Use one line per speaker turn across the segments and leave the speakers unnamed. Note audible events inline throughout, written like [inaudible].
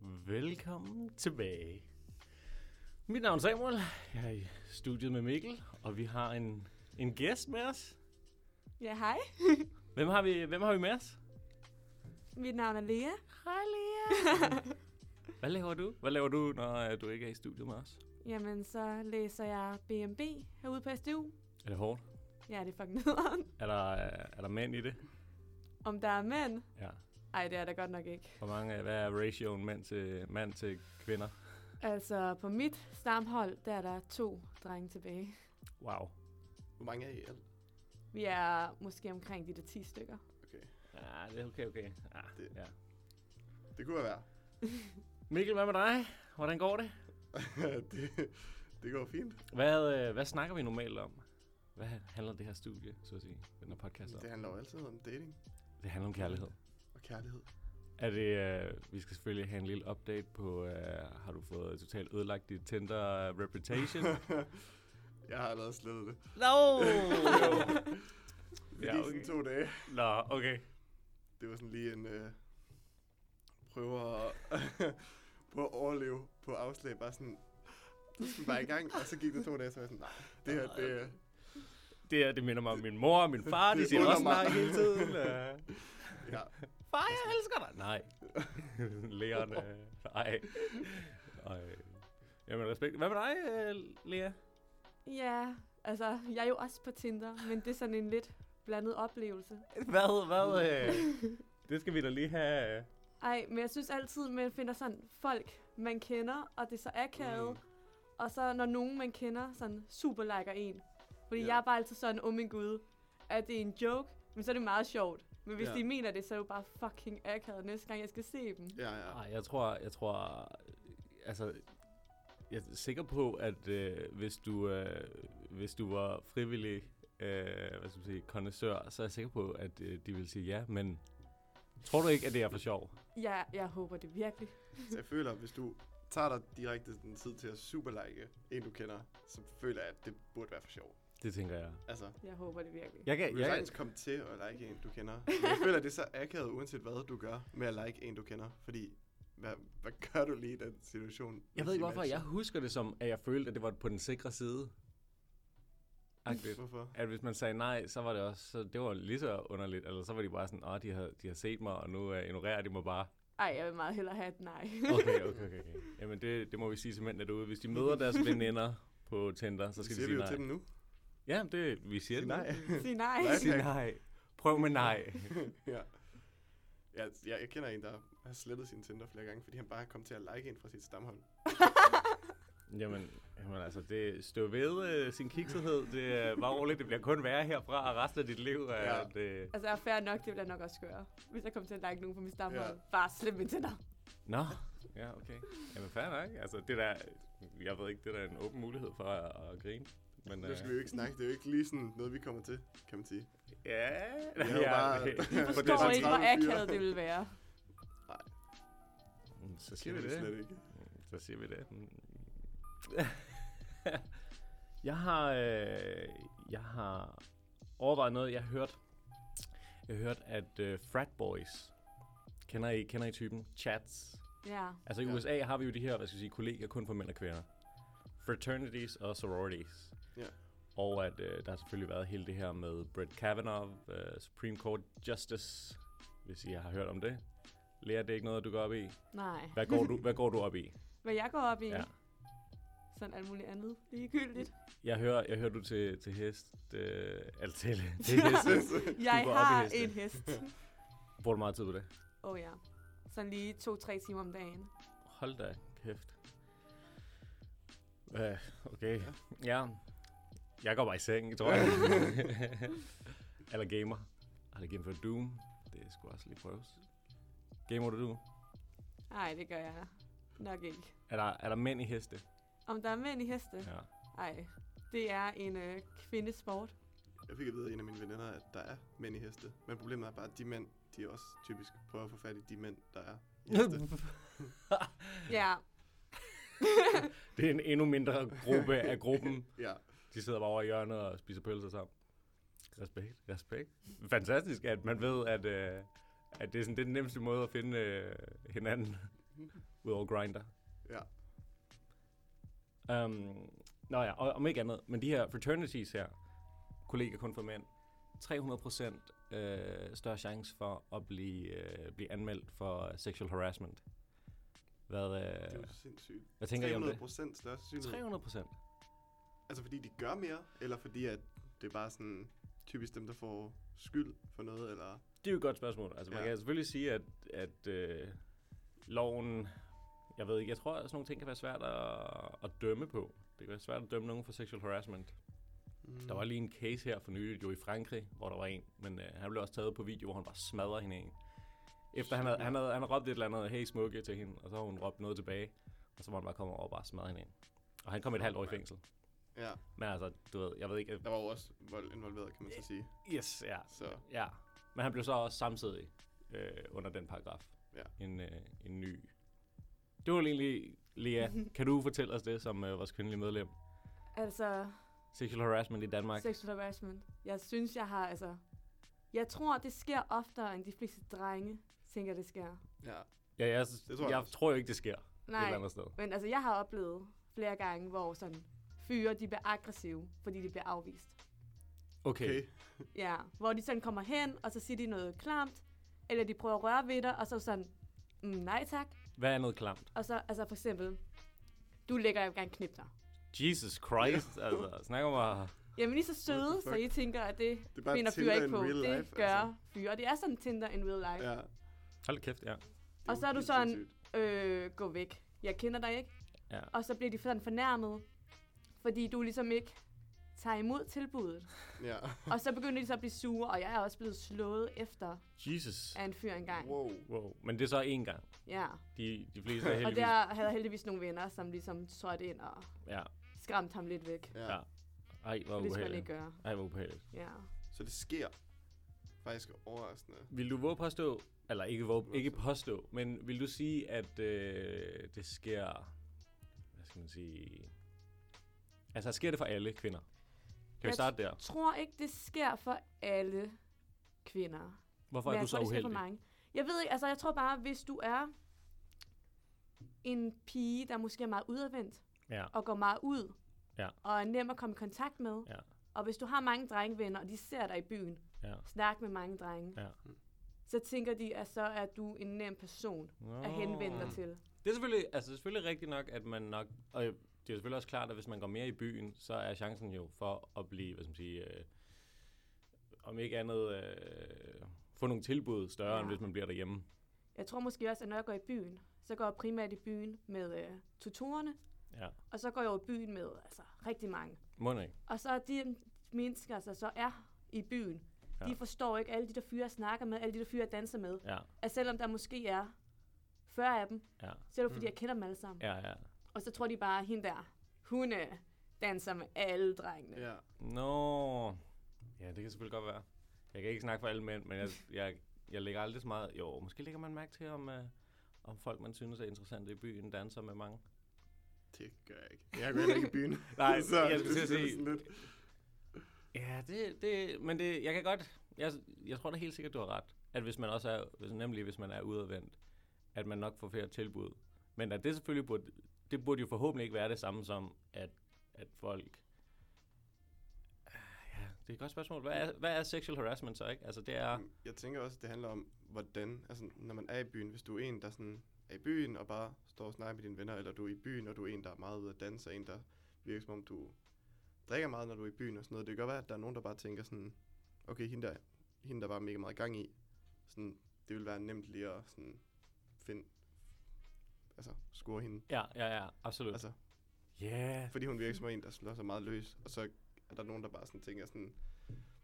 Velkommen tilbage. Mit navn er Samuel. Jeg er i studiet med Mikkel, og vi har en, en gæst med os.
Ja, hej.
Hvem har vi, hvem har vi med os?
Mit navn er Lea.
Hej Lea. Hvad laver du? Hvad laver du, når øh, du ikke er i studiet med os?
Jamen, så læser jeg BMB herude på SDU.
Er det hårdt?
Ja, det er fucking nederen.
Er der, øh, er der mænd i det?
Om der er mænd?
Ja.
Ej, det er der godt nok ikke.
Hvor mange, øh, hvad er ratioen mand til, mand til kvinder?
Altså, på mit stamhold, der er der to drenge tilbage.
Wow.
Hvor mange er I alt?
Vi er måske omkring de der 10 stykker.
Okay.
Ja, det er okay, okay. Ja,
Det-
ja.
Det kunne [laughs] være.
Mikkel, hvad med dig? Hvordan går det?
det, det går fint.
Hvad, øh, hvad snakker vi normalt om? Hvad handler det her studie, så at sige, den her podcast om?
Det handler jo altid om dating
Det handler om kærlighed.
og kærlighed.
Er det, øh, vi skal selvfølgelig have en lille update på, øh, har du fået totalt ødelagt dit Tinder reputation?
[laughs] Jeg har allerede slettet det.
no!
Det
Ja,
ja, okay.
okay.
sådan to dage.
[laughs] Nå, okay.
Det var sådan lige en øh, prøve at, [laughs] prøve at overleve på afslag. Bare sådan, så skulle vi bare i gang. Og så gik det to dage, så var jeg sådan, nej, det her, det, er-
Det, her, det minder mig om min mor og min far, de
Det
siger
under
også
mig.
nej hele tiden. Øh,
ja.
far, jeg elsker dig. [laughs] Nej. Leon, øh, nej. Ej. Jamen, respekt. Hvad med dig, øh, Lea?
Ja, altså, jeg er jo også på Tinder, men det er sådan en lidt blandet oplevelse.
Hvad, hvad? Øh, det skal vi da lige have. Øh.
Ej, men jeg synes altid, man finder sådan folk, man kender, og det er så akavet. Mm. Og så når nogen, man kender, sådan super liker en. Fordi
Ja.
jeg er bare altid sådan, oh min gud, at det er en joke, men så er det meget sjovt. Men hvis
Ja.
de mener det, så er det jo bare fucking akavet næste gang, jeg skal se dem.
Ja, ja.
Nej, jeg tror, jeg tror, altså, jeg er sikker på, at øh, hvis, du, øh, hvis du var frivillig, øh, hvad skal man sige, kondensør, så er jeg sikker på, at øh, de vil sige ja, men tror du ikke, at det er for sjov?
Ja, jeg håber det virkelig.
Så jeg føler, hvis du tager dig direkte den tid til at superlike en, du kender, så føler jeg, at det burde være for sjov.
Det tænker jeg.
Altså,
Jeg håber det virkelig.
Jeg
Du
kan,
kan
jeg,
sagtens komme til at like en, du kender. Men Jeg føler, det er så akavet, uanset hvad du gør, med at like en, du kender. Fordi, hvad, hvad gør du lige i den situation?
jeg ved ikke, hvorfor jeg
jeg...
husker det som, at jeg følte, at det var på den sikre side. Agtigt.
Hvorfor?
At hvis man sagde nej, så var det også, så det var lige så underligt. Eller så var de bare sådan, åh, de har, de har set mig, og nu øh, ignorerer de mig bare.
Ej, jeg vil meget hellere have et nej.
Okay, okay, okay. okay. Jamen, det, det må vi sige til mændene derude. Hvis de møder deres
[laughs]
veninder på Tinder, så
Så
skal
skal
de sige
siger vi jo
nej.
til dem nu. [laughs]
Ja, det, vi siger
Sig
det.
nej.
[laughs] Sig nej.
Nej.
Sig nej. Prøv med nej.
ja. Jeg, jeg, jeg kender en, der har slettet sin Tinder flere gange, fordi han bare kom til at like en fra sit stamhold.
Jamen, jamen altså, det stå ved øh, sin kiksethed. Det er bare roligt. Det bliver kun værre herfra og resten af dit liv. Ja.
Ja.
At, øh...
Altså, jeg er fair nok, det vil jeg nok også gøre. Hvis jeg kommer til at like nogen på min stamhold,
Ja.
ja. bare slip min Tinder.
Nå. Ja, okay. Jamen, fair nok. Altså, det der, jeg ved ikke, det der er en åben mulighed for at, at grine. Men, øh,
Nu skal vi jo ikke snakke. Det er jo ikke lige sådan noget, vi kommer til, kan man sige.
Ja,
er jo bare- [laughs]
okay.
Vi
Jeg
For det er
forstår
sådan
ikke, hvor
30 fyre.
akavet det ville være.
Så
Det
siger
er
vi
det
det.
slet ikke.
Så siger vi det. Mm. [laughs] jeg har, øh, jeg har overvejet noget, jeg hørte. Jeg hørte, at øh, frat boys, kender I, kender I typen? Chats.
Ja.
Altså i
Ja.
USA har vi jo de her, hvad skal jeg sige, kolleger kun for mænd og kvinder. Fraternities og sororities.
Ja.
Og at øh, der har selvfølgelig været hele det her med Brett Kavanaugh, øh, Supreme Court Justice, hvis I har hørt om det. Lærer det er ikke noget, du går op i?
Nej.
Hvad går du, hvad går du op i?
Hvad jeg går op i? Ja. Sådan alt muligt andet ligegyldigt.
Jeg hører, jeg hører du til, til hest, øh, altså til, [laughs] til
[laughs]
hest.
Jeg
går op i
har
heste.
en hest.
Bruger du meget tid på det?
Åh oh, ja. Sådan lige to-tre timer om dagen.
Hold da kæft. Øh, okay. Ja. Jeg går bare i seng, [laughs] tror jeg. Eller gamer. Har det gennemført Doom? Det skulle også lige prøves. Gamer du Doom?
Nej, det gør jeg nok ikke.
Er der, er der mænd i heste?
Om der er mænd i heste?
[laughs] Ja.
Nej. Det er en øh, kvindesport.
Jeg fik at vide af en af mine veninder, at der er mænd i heste. Men problemet er bare, at de mænd, de er også typisk prøver at få fat i de mænd, der er
[laughs]
i heste.
Ja,
Det er en endnu mindre gruppe af gruppen.
ja.
De sidder bare over i hjørnet og spiser pølser sammen. Respekt, respekt. [laughs] Fantastisk, at man ved, at, øh, at det er sådan, det er den nemmeste måde at finde øh, hinanden. Udover grinder.
Ja.
Um, nå ja, og om ikke andet, men de her fraternities her, kollegaer kun for mænd, 300% øh, større chance for at blive, øh, blive anmeldt for sexual harassment. Hvad,
Det er
øh,
jo sindssygt.
hvad tænker I om
300
det?
procent større sandsynlighed.
300%.
Altså fordi de gør mere, eller fordi at det er bare sådan typisk dem, der får skyld for noget, eller...
Det er jo et godt spørgsmål. Altså, man
Ja.
kan selvfølgelig sige, at, at øh, loven... Jeg ved ikke, jeg tror, at sådan nogle ting kan være svært at, at dømme på. Det kan være svært at dømme nogen for sexual harassment.
Mm.
Der var lige en case her for nylig, jo i Frankrig, hvor der var en, men øh, han blev også taget på video, hvor han bare smadrede hende en. Efter han havde, han havde, han havde råbt et eller andet, hey smukke til hende, og så har hun råbt noget tilbage, og så var han bare kommet over og bare smadret hende en. Og han kom et halvt år i fængsel.
Ja,
Men altså, du ved, jeg ved ikke...
der var jo også vold involveret, kan man så sige.
Yes, ja.
Så
Ja, men han blev så også samtidig øh, under den paragraf.
Ja.
En, øh, en ny. Det var egentlig,
[laughs]
Lea, kan du fortælle os det som øh, vores kvindelige medlem?
Altså,
Sexual harassment i Danmark.
sexual harassment. Jeg synes, jeg har, altså... Jeg tror, det sker oftere, end de fleste drenge tænker, det sker.
ja,
Ja, jeg,
Det
det
tror jeg
tror jeg, jeg
også.
tror jo ikke, det sker Nej. et
Nej,
eller andet sted.
men altså, jeg har oplevet flere gange, hvor sådan fyre, de bliver aggressive, fordi de bliver afvist.
Okay.
okay.
okay.
Ja, hvor de sådan kommer hen, og så siger de noget klamt, eller de prøver at røre ved dig, og så sådan, mm, nej tak.
Hvad er noget klamt?
Og så, altså for eksempel, du lægger jeg vil gerne knippe dig.
Jesus Christ, altså. Snak om at...
Jamen, I er så søde,
the
så
fuck?
I tænker, at det,
Det er
det
bare
finder
Tinder
fyre ikke
in
på.
real
det
life,
gør
altså.
fyre. Og det er sådan Tinder in real life. Ja.
Ja.
Hold kæft, ja.
Og så er du
helt
sådan-
sindssygt.
Øh, gå væk. Jeg kender dig ikke.
Ja.
Og så bliver de sådan fornærmet, fordi du ligesom ikke tager imod
[laughs]
tilbuddet.
Ja.
og så begynder de så at blive sure, og jeg er også blevet slået efter
Jesus.
af en fyr engang.
Wow.
Wow. Men det er så én gang.
Ja.
De, de fleste er
[laughs] Og
heldigvis...
der havde jeg heldigvis nogle venner, som ligesom trådte ind og
Ja.
skræmte ham lidt væk.
Ja.
Ja.
ja.
Ej, hvor
Og det skal man
ubehageligt.
ikke gøre.
Ej, hvor ubehageligt.
Ja.
Så det sker faktisk overraskende.
Vil du våge påstå, eller ikke, våge, ikke
Voldsomt.
påstå, men vil du sige, at øh, det sker, hvad skal man sige, altså sker det for alle kvinder? Kan vi
Jeg
starte der?
Jeg tror ikke, det sker for alle kvinder.
Hvorfor
Men
er du
jeg
så
tror, det sker
uheldig?
for mange. Jeg ved ikke, altså jeg tror bare, hvis du er en pige, der måske er meget udadvendt,
Ja,
og går meget ud,
Ja.
og er nem at komme i kontakt med,
Ja.
og hvis du har mange drengevenner, og de ser dig i byen,
ja.
snak med mange drenge,
Ja.
så tænker de, at så er du en nem person
Nå.
at henvende
Ah.
dig til.
Det er selvfølgelig, altså det er selvfølgelig rigtigt nok, at man nok, og det er jo selvfølgelig også klart, at hvis man går mere i byen, så er chancen jo for at blive, hvad skal man sige, øh, om ikke andet, øh, få nogle tilbud større, ja. end
Ja.
hvis man bliver derhjemme.
Jeg tror måske også, at når jeg går i byen, så går jeg primært i byen med øh, tutorerne,
Ja,
og så går jeg jo i byen med altså, rigtig mange.
må den ikke?
Og så er de mennesker, der så er i byen, ja.
Ja.
de forstår ikke alle de der fyre, jeg snakker med, alle de der fyre, jeg danser med.
Ja,
At selvom der måske er 40 af dem,
ja,
så er det jo, fordi jeg kender dem alle sammen. Mm. Ja.
ja, ja.
Og så tror de bare, at hende der, hun øh, danser med alle drengene. Ja.
Ja.
Nå. Ja, det kan selvfølgelig godt være. Jeg kan ikke snakke for alle mænd, men jeg, jeg, jeg lægger aldrig så meget... Jo, måske lægger man mærke til, om, øh, om folk, man synes er interessante i byen, danser med mange.
Det gør jeg ikke. Jeg går heller ikke i byen.
Nej,
[laughs] så
jeg skulle til at
det er
sige-
sådan lidt.
Ja, det... det men det, jeg kan godt... Jeg, jeg tror da helt sikkert, du har ret. At hvis man også er... Hvis, nemlig hvis man er udadvendt, at man nok får flere tilbud. Men at det selvfølgelig burde... Det burde jo forhåbentlig ikke være det samme som, at, at folk... Ah, Ja, det er et godt spørgsmål. Hvad er, hvad er sexual harassment så, ikke? Altså, det er...
Men Øhm, Jeg tænker også, at det handler om, hvordan, altså når man er i byen, hvis du er en, der sådan er i byen og bare står og snakker med dine venner, eller du er i byen, og du er en, der er meget ude at danse, og en, der virker som om, du drikker meget, når du er i byen og sådan noget. Det kan godt være, at der er nogen, der bare tænker sådan, okay, hende der, hende der bare er mega meget gang i, sådan, det vil være nemt lige at sådan finde, altså score hende.
Ja, ja, ja, absolut.
Altså,
Ja, yeah.
fordi hun virker som en, der slår sig meget løs, og så er der nogen, der bare sådan tænker sådan,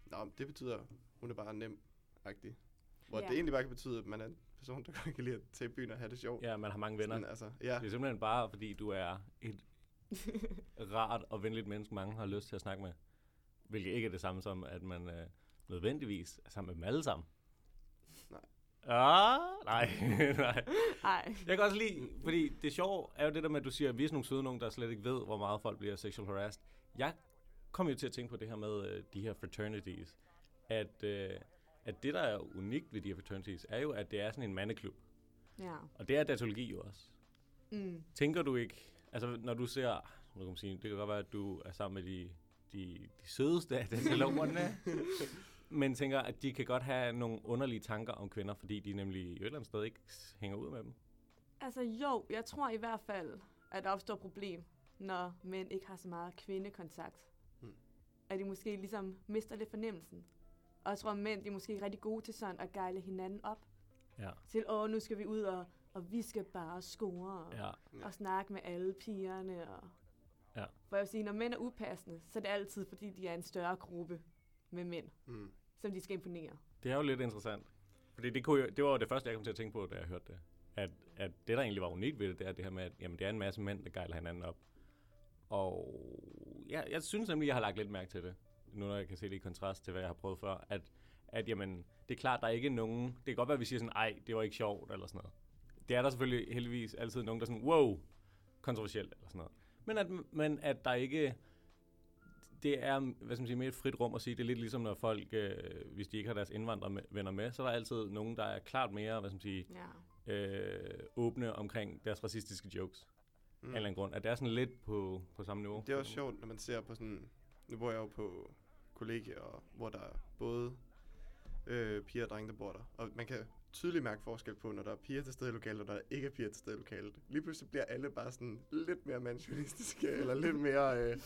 Nå, men det betyder, hun er bare nem -agtig. Hvor
Ja.
det egentlig bare kan betyde, at man er en person, der godt kan lide at tage i byen og have det sjovt.
ja, man har mange venner.
Sådan, altså, ja,
Det er simpelthen bare, fordi du er et [laughs] rart og venligt menneske, mange har lyst til at snakke med. Hvilket ikke er det samme som, at man øh, nødvendigvis er sammen med dem alle sammen.
Nej.
Ah, nej, [laughs] nej.
Ej.
Jeg kan også lide, fordi det sjove er jo det der med, at du siger, at vi er sådan nogle søde nogen, der slet ikke ved, hvor meget folk bliver sexual harassed. Jeg kom jo til at tænke på det her med øh, de her fraternities. At, øh, at det, der er unikt ved de her fraternities, er jo, at det er sådan en mandeklub.
Ja.
Og det er datologi jo også.
Mm.
Tænker du ikke, altså når du ser, nu kan man sige, det kan godt være, at du er sammen med de, de, de sødeste af datalogerne, men tænker, at de kan godt have nogle underlige tanker om kvinder, fordi de nemlig jo et eller andet sted ikke s- hænger ud med dem.
Altså jo, jeg tror i hvert fald, at der opstår et problem, når mænd ikke har så meget kvindekontakt.
Mm.
Hmm.
Mm. At de måske ligesom mister lidt fornemmelsen. Og jeg tror, at mænd de er måske rigtig gode til sådan at gejle hinanden op.
Ja.
Til, åh, nu skal vi ud og, og vi skal bare score.
Ja,
Ja.
og snakke med alle pigerne. Og...
Ja.
For jeg vil sige, når mænd er upassende, så er det altid, fordi de er en større gruppe med mænd,
Hmm.
Mm.
som de skal imponere.
det er jo lidt interessant. Fordi det, kunne jo, det var jo det første, jeg kom til at tænke på, da jeg hørte det. At, at det, der egentlig var unikt ved det, det er det her med, at jamen, det er en masse mænd, der gejler hinanden op. Og ja, jeg synes nemlig, jeg har lagt lidt mærke til det. Nu når jeg kan se det i kontrast til, hvad jeg har prøvet før. At, at jamen, det er klart, der er ikke nogen... Det kan godt være, at vi siger sådan, ej, det var ikke sjovt, eller sådan noget. Det er der selvfølgelig heldigvis altid nogen, der er sådan, wow, kontroversielt, eller sådan noget. Men at, men at der ikke det er hvad skal man sige, mere et frit rum at sige, det er lidt ligesom, når folk, øh, hvis de ikke har deres indvandrervenner med, så er der altid nogen, der er klart mere, hvad skal man sige,
Ja.
øh, åbne omkring deres racistiske jokes. Mm. Af en eller anden grund. At det er sådan lidt på, på samme niveau.
Det er også sjovt, når man ser på sådan... Nu bor jeg jo på kollegie, og hvor der er både øh, piger og drenge, der bor der. Og man kan tydeligt mærke forskel på, når der er piger til stede i lokalet, og der ikke er piger til stede i lokalet. Lige pludselig bliver alle bare sådan lidt mere
[laughs]
mandsjournalistiske, eller lidt mere... Øh,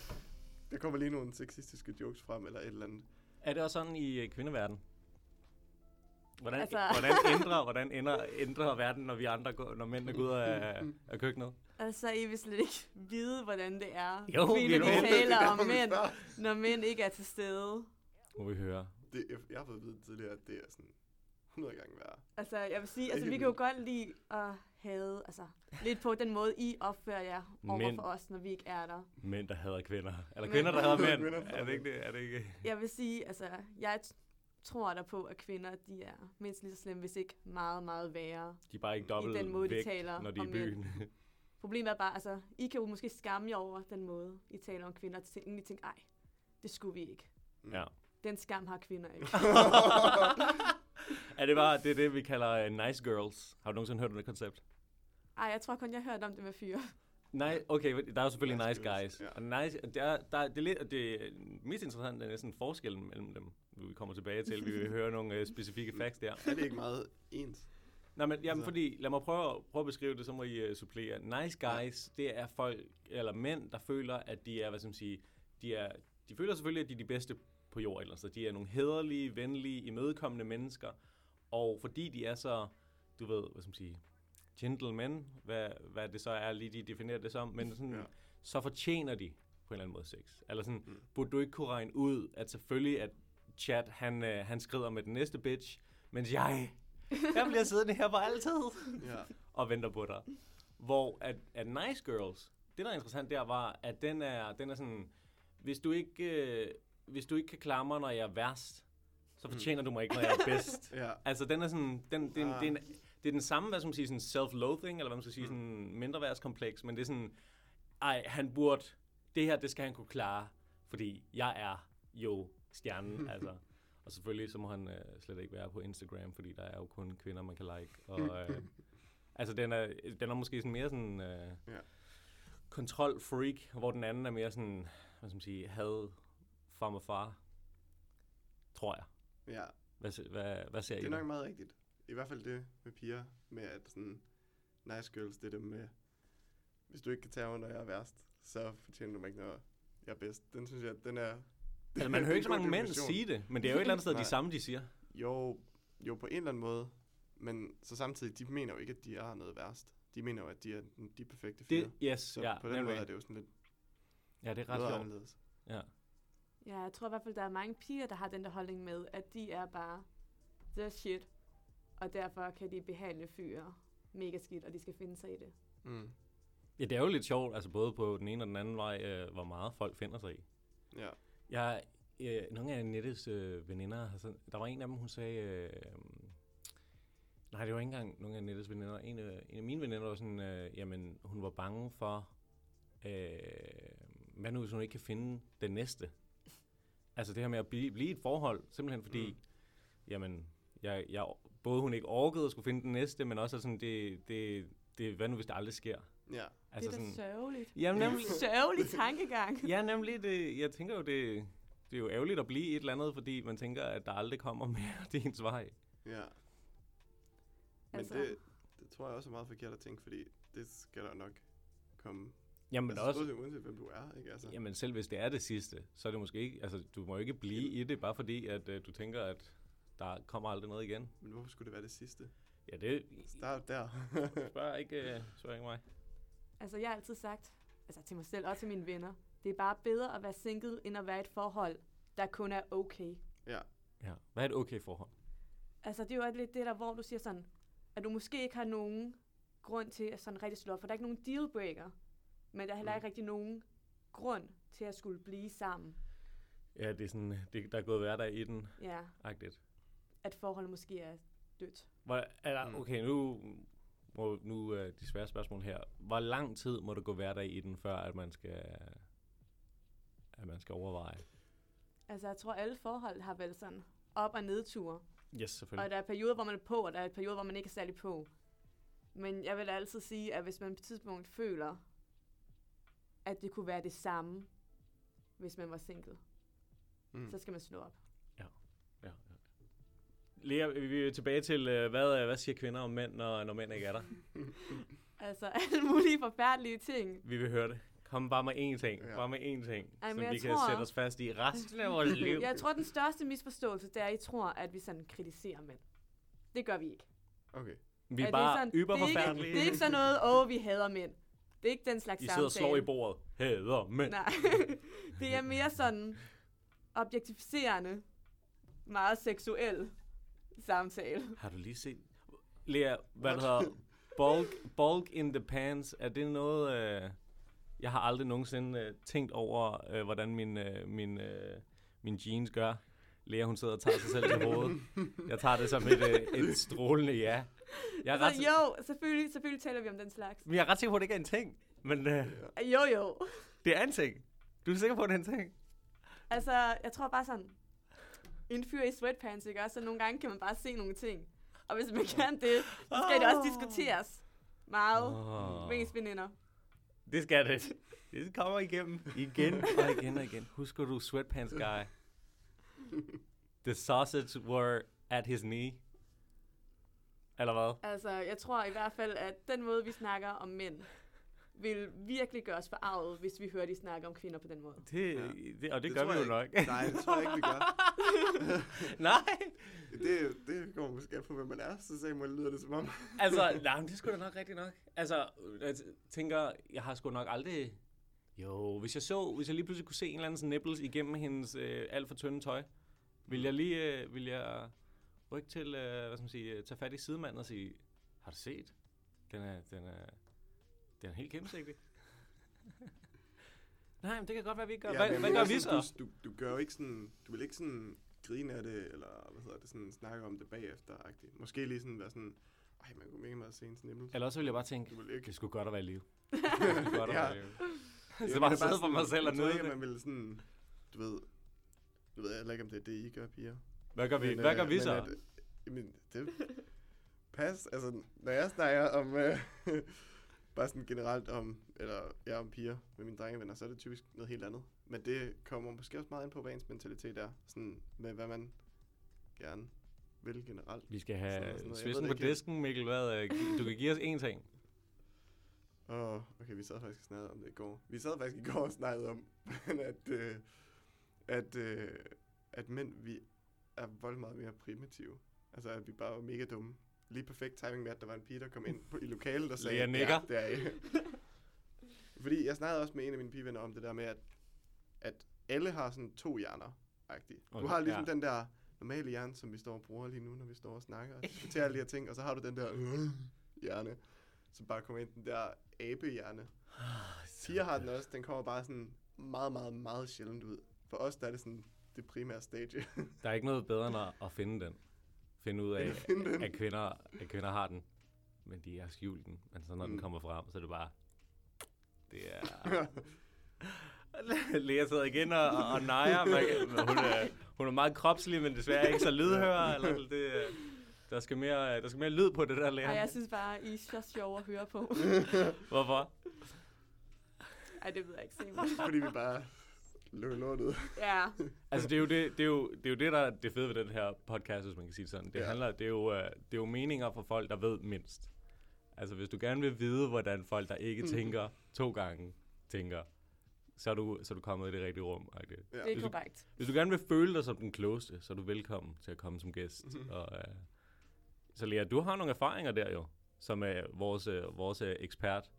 der kommer lige nogle sexistiske jokes frem, eller et eller andet.
Er det også sådan i øh, kvindeverden? Hvordan, altså... [laughs]
Altså-
hvordan ændrer, hvordan ændrer, ændrer verden, når vi andre går, når mændene går ud af,
Mm,
af køkkenet?
Altså, I vil slet ikke vide, hvordan det er,
Jo, vi
kvinder,
er
de
mænd.
taler
Det
om
kommer vi
mænd,
før.
når mænd ikke er til stede.
Må vi høre.
Det, jeg, jeg har fået at vide tidligere, at det er sådan 100 gange værre.
Altså, jeg vil sige,
er
altså, vi
helt
kan jo
vildt.
godt lide at have, altså, lidt på den måde, I opfører jer over
Mænd.
for os, når vi ikke er der.
Mænd, der hader kvinder. Eller
Mænd.
kvinder, der hader mænd.
Kvinder, der hader
Er det ikke det? Er det ikke?
Jeg vil sige, altså, jeg t- tror der på, at kvinder, de er mindst lige så slemme, hvis ikke meget, meget værre.
De er bare ikke
I
dobbelt
i den måde,
vægt,
de taler
når de er
om
i
mænd.
byen. [laughs]
Problemet er bare, altså, I kan jo måske skamme jer over den måde, I taler om kvinder, til egentlig tænke, ej, det skulle vi ikke.
Mm.
Ja.
Den skam har kvinder ikke.
er det bare det, er det vi kalder uh, nice girls? Har du nogensinde hørt om det koncept?
Ej, jeg tror kun, jeg hørte om det med fyre.
Nej, okay, der er jo selvfølgelig
Nice
nice,
girls,
guys.
ja.
Og nice, der, er- der, er- det, er lidt, og det er mest interessante er næsten forskellen mellem dem. Vi kommer tilbage til, vi
[laughs]
vil høre nogle uh, specifikke facts der.
Er det ikke meget
[laughs]
ens?
Nej, men jamen,
Altså-
fordi, lad mig prøve, at- prøve at beskrive det, så må I uh, supplere. Nice guys, det er folk, eller mænd, der føler, at de er, hvad skal man sige, de, er, de føler selvfølgelig, at de er de bedste på jord, eller så de er nogle hederlige, venlige, imødekommende mennesker, og fordi de er så, du ved, hvad skal man sige, gentlemen, hvad, hvad det så er lige, de definerer det som, men sådan,
Ja.
ja. så fortjener de på en eller anden måde sex. Eller sådan,
Mm.
mm. burde du ikke kunne regne ud, at selvfølgelig, at Chad, han, øh, han skrider med den næste bitch, mens jeg, jeg bliver siddende her for altid
Ja.
og venter på dig. Hvor at, at Nice Girls, det der er interessant der var, at den er, den er sådan, hvis du ikke, øh, hvis du ikke kan klare mig, når jeg er værst, så fortjener du mig ikke, når jeg er bedst.
Ja.
Altså den er sådan, den, det, er en,
Ah. Mm.
det, er en, det er den samme, hvad skal man sige, sådan self-loathing, eller hvad man skal sige, sådan mindreværdskompleks, men det er sådan, ej, han burde, det her, det skal han kunne klare, fordi jeg er jo
[laughs]
stjernen, altså. Og selvfølgelig, så må han øh, slet ikke være på Instagram, fordi der er jo kun kvinder, man kan like. Og,
[laughs]
øh, altså, den er, den er måske sådan mere sådan... Øh,
Ja.
Kontrol-freak, hvor den anden er mere sådan, hvad skal man sige, had, far og far, tror jeg.
ja.
Hvad, se- hvad, hvad ser I?
Det er
der?
nok meget rigtigt. I hvert fald det med piger, med at sådan, nice girls, det er dem med, hvis du ikke kan tage mig, når jeg er værst, så fortjener du mig ikke, når jeg er bedst. Den synes jeg, den er... [laughs]
Altså, man hører ikke så mange mænd
definition.
sige det, men det er jo et eller andet sted
[laughs] Nej.
de samme, de siger.
Jo, jo, på en eller anden måde, men så samtidig, de mener jo ikke, at de er noget værst. De mener jo, at de er den- de perfekte fyre.
Det, yes,
så
ja,
på den
nemlig.
måde er det jo sådan lidt
Ja, det er ret
noget
sjovt.
anderledes.
Ja.
Ja, jeg tror i hvert fald, der er mange piger, der har den der holdning med, at de er bare the shit, og derfor kan de behandle fyre mega skidt, og de skal finde sig i det.
Mm.
ja, det er jo lidt sjovt, altså både på den ene og den anden vej, øh, hvor meget folk finder sig i.
Ja.
Jeg, øh, nogle af Nettes øh, veninder, har sådan, der var en af dem, hun sagde, øh, nej, det var ikke engang nogle af Nettes veninder. En, øh, en af mine veninder var sådan, øh, jamen, hun var bange for, øh, hvad nu, hvis hun ikke kan finde den næste? Altså det her med at blive, blive i et forhold, simpelthen fordi, mm. jamen, jeg, jeg både hun ikke orkede at skulle finde den næste, men også at sådan, det, det, det, hvad nu hvis det aldrig sker?
Ja.
Altså det er da sørgeligt.
jamen,
Det er
nemlig,
en sørgelig
[laughs]
tankegang.
ja, nemlig, det, jeg tænker jo, det, det er jo ærgerligt at blive i et eller andet, fordi man tænker, at der aldrig kommer [laughs] mere til ens vej.
Ja. Men
Altså.
altså. det, det tror jeg også er meget forkert at tænke, fordi det skal der nok komme.
Jamen,
altså,
også,
Uanset, uanset hvem du er, ikke? Altså,
jamen selv hvis det er det sidste, så er det måske ikke, altså du må jo ikke blive i det, bare fordi, at øh, du tænker, at der kommer aldrig noget igen.
Men hvorfor skulle det være det sidste?
Ja, det
Start der. [laughs]
spørger ikke, øh, spørger ikke mig.
Altså, jeg har altid sagt, altså til mig selv og til mine venner, det er bare bedre at være single, end at være i et forhold, der kun er okay.
Ja. Hvad er et okay forhold?
Altså, det er jo også lidt det der, hvor du siger sådan, at du måske ikke har nogen grund til at sådan rigtig slå op, for der er ikke nogen dealbreaker, men der er heller
Mm.
ikke rigtig nogen grund til at skulle blive sammen.
Ja, det er sådan, det, der er gået hverdag i den,
Ja,
agtigt.
at forholdet måske er dødt.
Hvor, er der,
Mm.
okay, nu, må, nu er de svære spørgsmål her. Hvor lang tid må der gå hverdag i den, før at man skal, at man skal overveje?
Altså, jeg tror, alle forhold har vel sådan op- og nedture.
Yes,
Og
selvfølgelig.
der er perioder, hvor man er på, og der er perioder, hvor man ikke er særlig på. Men jeg vil altid sige, at hvis man på et tidspunkt føler, at det kunne være det samme, hvis man var single,
mm.
så skal man slå op.
Ja, ja. Lea, vi er tilbage til, øh, hvad, øh, hvad siger kvinder om mænd, når, når mænd ikke er der?
Altså [laughs] alle mulige forfærdelige ting.
Vi vil høre det. Kom bare med én ting.
Ja.
Bare med én ting,
Ej,
som
men jeg
vi kan
tror-
sætte os fast i resten af
[laughs]
vores liv.
Jeg tror, den største misforståelse, det er, at I tror, at vi sådan kritiserer mænd. Det gør vi ikke.
Okay.
Vi er
At
bare
sådan,
yber
det er ikke,
forfærdelige.
det er ikke sådan noget, åh, vi hader mænd. Det er ikke den slags
I sidder
samtale.
og slår i bordet. Hader mænd.
Nej, [laughs] det er mere sådan objektificerende, meget seksuel samtale.
Har du lige set... Lea, hvad det hedder bulk, bulk in the pants, er det noget... Øh, jeg har aldrig nogensinde øh, tænkt over, øh, hvordan min, øh, min, øh, min jeans gør. Lea, hun sidder og tager sig selv til hovedet. Jeg tager det som et, øh, et strålende ja. Jeg er, ret,
Altså, jo, selvfølgelig, selvfølgelig taler vi om den slags.
men jeg er ret sikker på, at det ikke er en ting. Men øh,
Jo, jo.
det er en ting. Du er sikker på, at det er en ting?
Altså, jeg tror bare sådan, en fyr i sweatpants, ikke også? Så nogle gange kan man bare se nogle ting. Og hvis man kan det, så skal det også
Ah.
diskuteres meget
Åh.
med ens veninder.
Det skal det. Det kommer igennem. Igen og igen og igen. Husker du sweatpants guy? The sausage were at his knee. Eller hvad?
Altså, jeg tror i hvert fald, at den måde, vi snakker om mænd, vil virkelig gøre os forarvet, hvis vi hører de snakke om kvinder på den måde.
Det,
Ja.
det, og det, det
tror
gør vi jo
jeg
nok.
ikke. Nej, det tror jeg ikke, vi gør.
[laughs] nej,
Det, det kommer måske an på, hvem man er, så Samuel lyder det som om.
altså, nej, men det er sgu da nok rigtigt nok. Altså, jeg t- tænker, jeg har sgu nok aldrig... Jo, hvis jeg så, hvis jeg lige pludselig kunne se en eller anden sådan nipples igennem hendes øh, alt for tynde tøj, vil jeg lige, øh, vil jeg rykke til, øh, hvad skal man sige, øh, tage fat i sidemanden og sige, har du set? Den er, den er, den er helt gennemsigtig. [laughs] nej, men det kan godt være, vi ikke gør. Ja, hvad,
men
hvad
det er
gør
også
vi
sådan,
så?
Du, du, du, gør jo ikke sådan, du vil ikke sådan grine af det, eller hvad hedder det, sådan snakke om det bagefter -agtigt. Måske lige sådan være sådan, ej, man kunne mega meget se en snimmel.
Eller også vil jeg bare tænke,
Du vil ikke.
det skulle godt at være i
[laughs]
live. Det skulle godt at være i
Ja.
live.
Jeg
Så
mener
bare sidde for
sådan,
mig selv og
Jeg tror
nyde
ikke, at
det.
man vil sådan, du ved, nu ved jeg heller ikke, om det er det, I gør, piger.
Hvad gør vi,
Men,
hvad
øh,
gør vi
men
så?
at, øh, Jamen, det... Pas, altså, når jeg snakker om... Øh, [laughs] bare sådan generelt om, eller jeg om piger med mine drengevenner, så er det typisk noget helt andet. Men det kommer måske også meget ind på, hvad ens mentalitet er. Sådan med, hvad man gerne vil generelt.
Vi skal
Sådan noget,
have
sådan noget. Jeg
spidsen
ved
på
det ikke.
disken, Mikkel. Hvad, øh, gi- du kan give os én ting.
Og okay, vi sad faktisk og snakkede om det i går. Vi sad faktisk i går og snakkede om, [laughs] at, øh, at, øh, at mænd, vi er voldsomt meget mere primitive. Altså, at vi bare var mega dumme. Lige perfekt timing med, at der var en pige, der kom ind på, i lokalet og sagde,
Lea nikker.
Ja, det er I." [laughs] Fordi jeg snakkede også med en af mine pigevenner om det der med, at, at alle har sådan to hjerner. -agtigt. Du
Okay,
har ligesom
ja.
ja. den der normale hjerne, som vi står og bruger lige nu, når vi står og snakker og diskuterer alle de her ting, og så har du den der [laughs] øh, hjerne, som bare kommer ind, den der abehjerne. Piger har den også, den kommer bare sådan meget, meget, meget sjældent ud. For os, der er det sådan det primære stage. [laughs]
Der er ikke noget bedre end at- at finde den. Finde ud
[laughs]
af,
Finde den.
at kvinder, at kvinder har den. Men de er skjult den. Men så når den
Mm.
kommer frem, så er det bare... Det er...
[laughs]
Lea sidder igen og, og og nejer. Man, kan- hun, er, hun er meget kropslig, men desværre ikke så lydhør. Eller det, øh, Der skal mere, øh, der skal mere lyd på det der,
Ej,
lærer.
jeg synes bare, I er så sjove at høre
[laughs]
på.
Hvorfor?
Ej, det ved jeg ikke, Simon.
[laughs] Fordi vi bare lukker lortet.
Ja,
Altså, det er, jo det, det, er jo, det er jo det, der er det fede ved den her podcast, hvis man kan sige det sådan. Det,
Ja.
ja. handler, det, er jo, øh, det er jo meninger fra folk, der ved mindst. Altså, hvis du gerne vil vide, hvordan folk, der ikke tænker to gange, tænker, så er du, så er du kommet i det rigtige rum. agtigt.
Ja.
det er
Hvis du-
korrekt.
Hvis du gerne vil føle dig som den klogeste, så er du velkommen til at komme som gæst.
Mhm.
Og, øh, så Lea, du har nogle erfaringer der jo, som er vores, øh, vores øh, ekspert.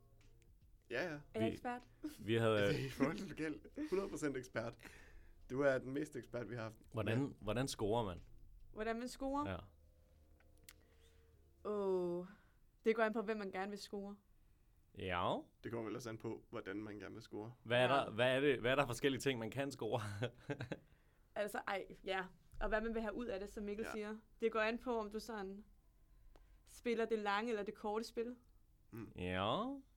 Ja, ja.
Er jeg
Vi-
ekspert?
Vi havde,
Altså,
øh,
I forhold til lokal, 100% ekspert. Du er den mest ekspert, vi har haft.
hvordan, hvordan scorer man?
Hvordan man scorer?
Ja.
Åh, oh, det går an på, hvem man gerne vil score.
ja.
Det kommer vel også an på, hvordan man gerne vil score.
Hvad er,
Ja.
der, hvad, er det, hvad er der forskellige ting, man kan score?
Altså, ej, ja. Og hvad man vil have ud af det, som Mikkel
Ja.
ja. siger. Det går an på, om du sådan spiller det lange eller det korte spil.
ja. [laughs]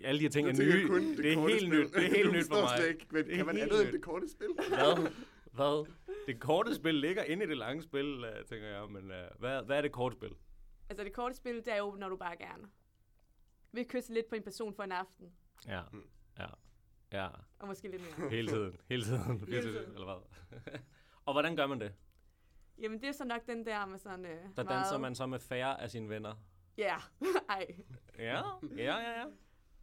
Alle de her ting er
Jeg tænker
nye.
kun
det er
korte
helt
spil.
nyt.
[laughs]
Det er helt
Du
nyt for
forstår
mig.
slet ikke, men
Det er
kan man
helt
andet end
nyt.
det korte
[laughs]
spil?
Hvad? Hvad? Det korte spil ligger inde i det lange spil, øh, tænker jeg. Men øh, hvad, hvad er det korte spil?
Altså, det korte spil, det er jo, når du bare gerne vil kysse lidt på en person for en aften.
Ja.
Mm.
Ja. Ja.
Og måske lidt
[laughs]
mere.
Hele tiden. Hele tiden.
Hele tiden.
Eller hvad? [laughs] Og hvordan gør man det?
Jamen, det er så nok den der med sådan... Øh,
Der danser man så med færre af sine venner.
Ja, [laughs] ej.
Ja, ja, ja, ja.